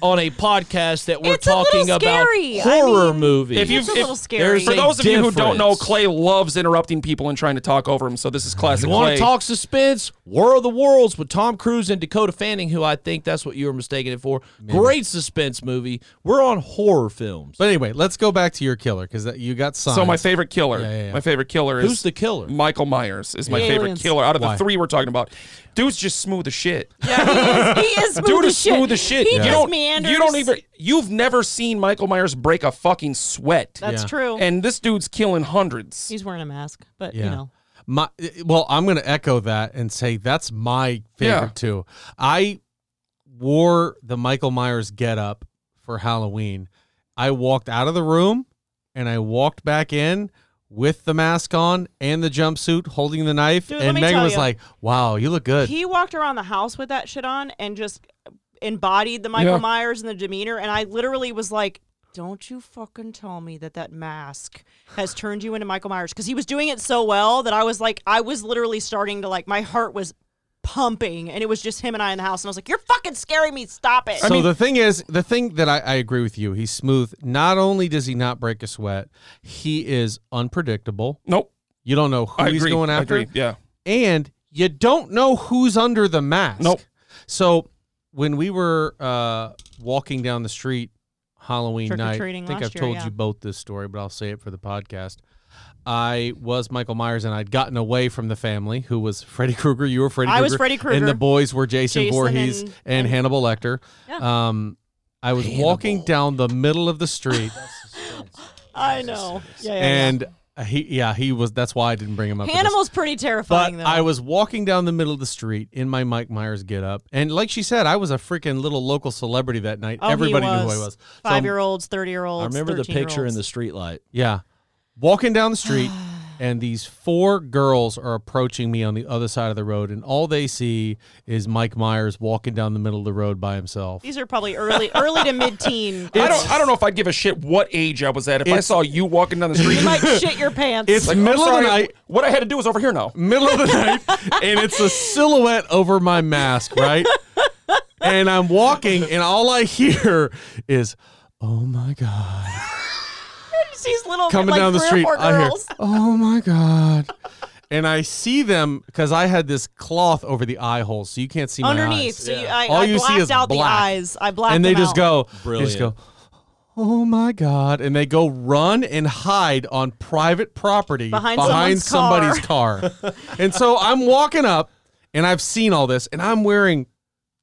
on a podcast that we're
It's a little
talking about
scary. I
horror
mean,
movies.
If you've-
it's a
if
little
there's
scary.
for
a-
those of you who don't know,
difference.
Clay loves interrupting people and trying to talk over him. So this is classic
You want
Clay.
to talk suspense? War of the Worlds with Tom Cruise and Dakota Fanning, who I think that's what you were mistaken it for. Great suspense movie. We're on horror films.
but anyway, let's go back to your killer because you got signs.
so my favorite killer,
yeah, yeah.
my favorite killer is
Who's the killer?
Michael Myers is my
Yeah.
favorite
Aliens.
killer out of
Why?
the three we're talking about. Dude's just smooth as shit.
yeah, he is, he is smooth
Dude is
as shit.
smooth as shit.
He
You
just
don't
meanders.
you don't even you've never seen Michael Myers break a fucking sweat.
That's
Yeah.
true.
and this dude's killing hundreds.
He's wearing a mask, but
Yeah.
you know.
My well, I'm going to echo that and say that's my favorite
Yeah.
too. I wore the Michael Myers getup for Halloween. I walked out of the room and I walked back in with the mask on and the jumpsuit, holding the knife.
Dude, let
and
me
Megan
tell
was
you.
like, "Wow, you look good."
He walked around the house with that shit on and just embodied the Michael
Yeah.
Myers and the demeanor. And I literally was like, "Don't you fucking tell me that that mask has turned you into Michael Myers?" Because he was doing it so well that I was like, I was literally starting to like, my heart was pumping, and it was just him and I in the house, and I was like, "You're fucking scaring me! Stop it!"
so the thing is, the thing that I, I agree with you, he's smooth. Not only does he not break a sweat, he is unpredictable.
Nope.
You don't know who
I
he's
agree.
going
I
after.
agree. Yeah.
and you don't know who's under the mask.
Nope.
So when we were uh, walking down the street Halloween night, I
Trick-or-treating
think I've
last year,
told
yeah.
you both this story, but I'll say it for the podcast. I was Michael Myers, and I'd gotten away from the family, who was Freddy Krueger. You were Freddy.
I
Krueger,
was Freddy
and
Krueger.
the boys were Jason,
Jason
Voorhees and,
and- and-
Hannibal Lecter.
Yeah.
Um, I was walking down the middle of the street,
I know. Yeah, yeah, yeah.
and he, yeah, he was. That's why I didn't bring him up. for this
Hannibal's pretty
but
terrifying, though.
I was walking down the middle of the street in my Mike Myers getup, and like she said, I was a freaking little local celebrity that night.
Oh, he
Everybody knew who I
was.
was. So,
Five-year-olds, thirty-year-olds.
I remember the picture in
13-year-olds.
the streetlight.
Yeah, walking down the street, and these four girls are approaching me on the other side of the road, and all they see is Mike Myers walking down the middle of the road by himself.
These are probably early, early to mid-teen.
I don't I don't know if I'd give a shit what age I was at if I
It's-
saw you walking down the street.
You might shit your pants.
It's
Like,
middle
I'm
of the
sorry,
night.
What I had to do was over here now.
middle of the night and it's a silhouette over my mask, right? And I'm walking and all I hear is, "Oh my god."
These little
Coming
like,
down the
three or
street,
four
I hear,
girls.
"Oh my god." And I see them because I had this cloth over the eye hole, so you can't see my
underneath.
eyes.
So you, I,
All
I
you see
blacked
is
out
black.
the eyes. I blacked
and they
them
just
out.
go, They just
Brilliant.
go, "Oh my god!" And they go run and hide on private property
Behind someone's
somebody's car. and so I'm walking up, and I've seen all this, and I'm wearing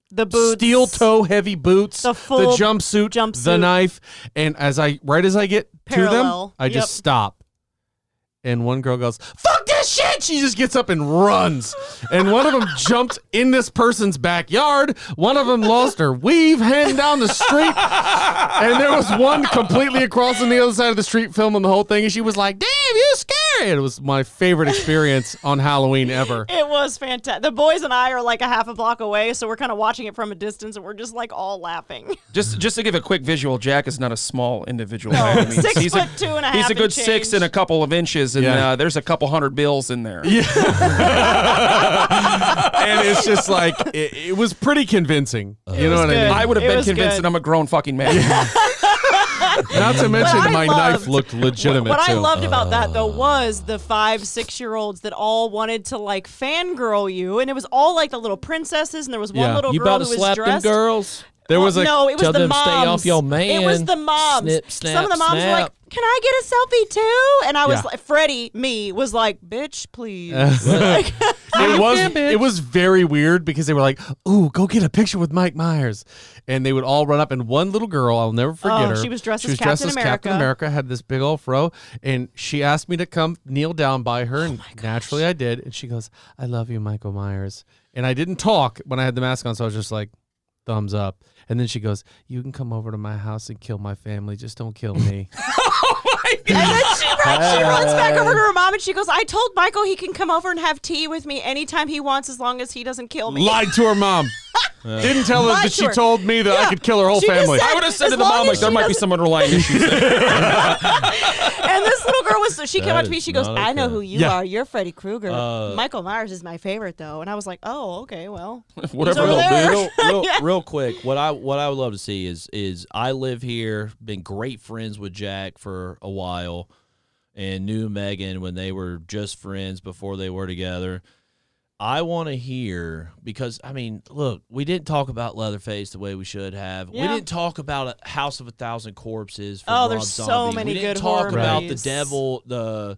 the boots.
steel toe heavy boots,
The full
jumpsuit, the
jumpsuit.
knife, and as I right as I get to them,
Parallel.
I just
Yep.
stop. And one girl goes, "Fuck this shit!" She just gets up and runs. And one of them jumped in this person's backyard. One of them lost her weave, heading down the street. And there was one completely across on the other side of the street filming the whole thing. And she was like, "Damn, you scared It was my favorite experience on Halloween ever.
It was fantastic. The boys and I are like a half a block away, so we're kind of watching it from a distance, and we're just like all laughing.
Just just to give a quick visual, Jack is not a small individual.
No,
by any means.
six
he's
foot
a,
two and a
He's
half
a good
and
six
change.
and a couple of inches, and
Yeah.
uh, there's a couple hundred bills in there.
and it's just like it, it was pretty convincing. you know what
good.
I
I would have
Uh, It
been
was
convinced
good.
that I'm a grown fucking man.
mean? Not to mention
What I
my
loved-
knife looked legitimate.
What I
too.
loved about that though was the five, six year olds that all wanted to like fangirl you, and it was all like the little princesses, and there was one
Yeah.
little
You
girl
about
who
to
was
slap
dressed.
them girls?
there
Well,
was a
no, it was
tell
the
them, "Stay
moms.
off your
It was
man."
the moms.
Snip,
Some of
snap,
the moms were like,
snap.
"Can I get a selfie too?" And I was
Yeah.
like, "Freddie, me was like, bitch, please." Like,
it was it was very weird because they were like, "Ooh, go get a picture with Mike Myers," and they would all run up. And one little girl, I'll never forget
Oh,
her.
she was dressed
she
as
was dressed
Captain
as Captain
America.
America. Had this big old fro, and she asked me to come kneel down by
Oh
her, and naturally I did. And she goes, "I love you, Michael Myers." And I didn't talk when I had the mask on, so I was just like, thumbs up. And then she goes, "You can come over to my house and kill my family. Just don't kill me."
and then she, runs, she runs back over to her mom, and she goes, "I told Michael he can come over and have tea with me anytime he wants, as long as he doesn't kill me."
Lied to her mom. Didn't tell her
Lied
that
to
she
her.
told me that I
Yeah.
could kill her whole
She just
family.
said-
I would have said
As
to the
long
mom,
as
like, there
she
might be
doesn't-
some underlying issues.
And this little girl was so she came
That
up to me.
is
She goes,
not
"I know
okay.
who you
Yeah.
are. You're Freddy Krueger.
Uh,
Michael Myers is my favorite, though." And I was like, "Oh, okay, well,
Whatever
over
little
there.
real, real, real quick, what I what I would love to see is is I live here, been great friends with Jack for a while, and knew Megan when they were just friends before they were together. I want to hear because I mean, look, we didn't talk about Leatherface the way we should have. We
Yeah.
didn't talk about a House of a Thousand Corpses. For
Oh,
Rob
there's so
Zombie.
many
We didn't
good horror
talk about
movies.
the devil, the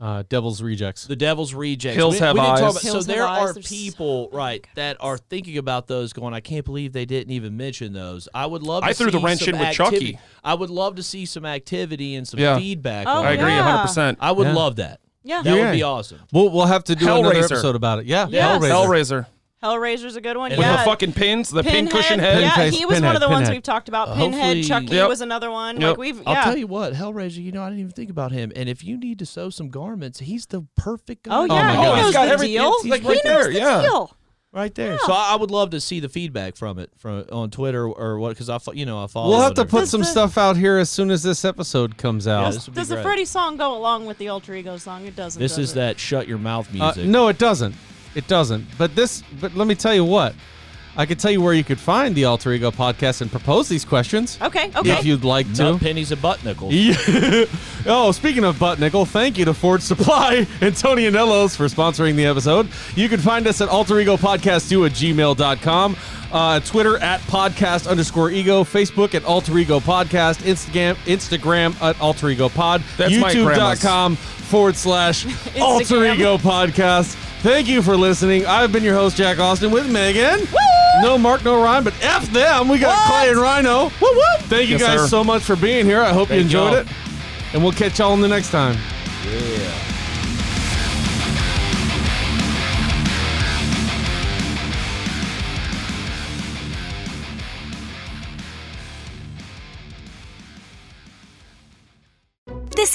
Uh, Devil's Rejects.
the Devil's Rejects.
Hills
we,
Have
we didn't talk
Eyes.
about- so
Hills Have
there
Eyes,
are
there's-
people right that are thinking about those, going, "I can't believe they didn't even mention those." I would love.
I
to
threw the
see
wrench
some
in with
activity.
Chucky.
I would love to see some activity and some
Yeah.
feedback.
Oh,
on
I agree,
that.
yeah.
100%.
I would
Yeah.
love that.
yeah,
That
Yeah.
would be awesome.
We'll we'll have to do another
Hellraiser.
episode about it. Yeah,
Yes.
Hellraiser.
Hellraiser.
Hellraiser's a good one."
And
With
yeah.
the fucking pins, the pin cushion head.
Yeah,
Pinface,
he was one of the
Pinhead,
ones
Pinhead.
we've talked about.
Uh,
Pinhead,
hopefully-
Chucky
Yep.
was another one.
Yep.
Like we've,
I'll
yeah.
tell you what, Hellraiser. You know, I didn't even think about him. And if you need to sew some garments, he's the perfect guy.
oh yeah,
my
he
God.
He's
knows
got
the
everything.
deal.
It's like
he
right
knows
there,
the
yeah.
deal.
right there. So I I would love to see the feedback from it from on Twitter or what because I fo- you know I follow.
We'll have to
it.
put
Does
some
the-
stuff out here as soon as this episode comes out.
This would be
Does the
great.
Freddy song go along with the alter ego song? It doesn't.
This
does
is
it?
that shut your mouth
Uh,
music.
no, it doesn't. It doesn't. But this. But let me tell you what. I could tell you where you could find the Alter Ego podcast and propose these questions
Okay. Okay.
if you'd like to.
Nut pennies and butt nickels.
Yeah. oh, speaking of butt nickel, thank you to Ford Supply and Tony Anellos for sponsoring the episode. You can find us at alter ego podcast 2 at gmail.com, uh, Twitter at podcast underscore ego, Facebook at alter ego podcast, Instagram, Instagram at alter ego pod,
That's my grandma's.
youtube.com forward slash alter
Instagram.
ego podcast. Thank you for listening. I've been your host, Jack Austin, with Megan. No Mark, no Ryan, but F them. We got Clay and Rhino. Woo woo. Thank you
Yes,
guys
sir.
so much for being here. I hope you
Thank
enjoyed
y'all.
it. And we'll catch y'all in the next time.
This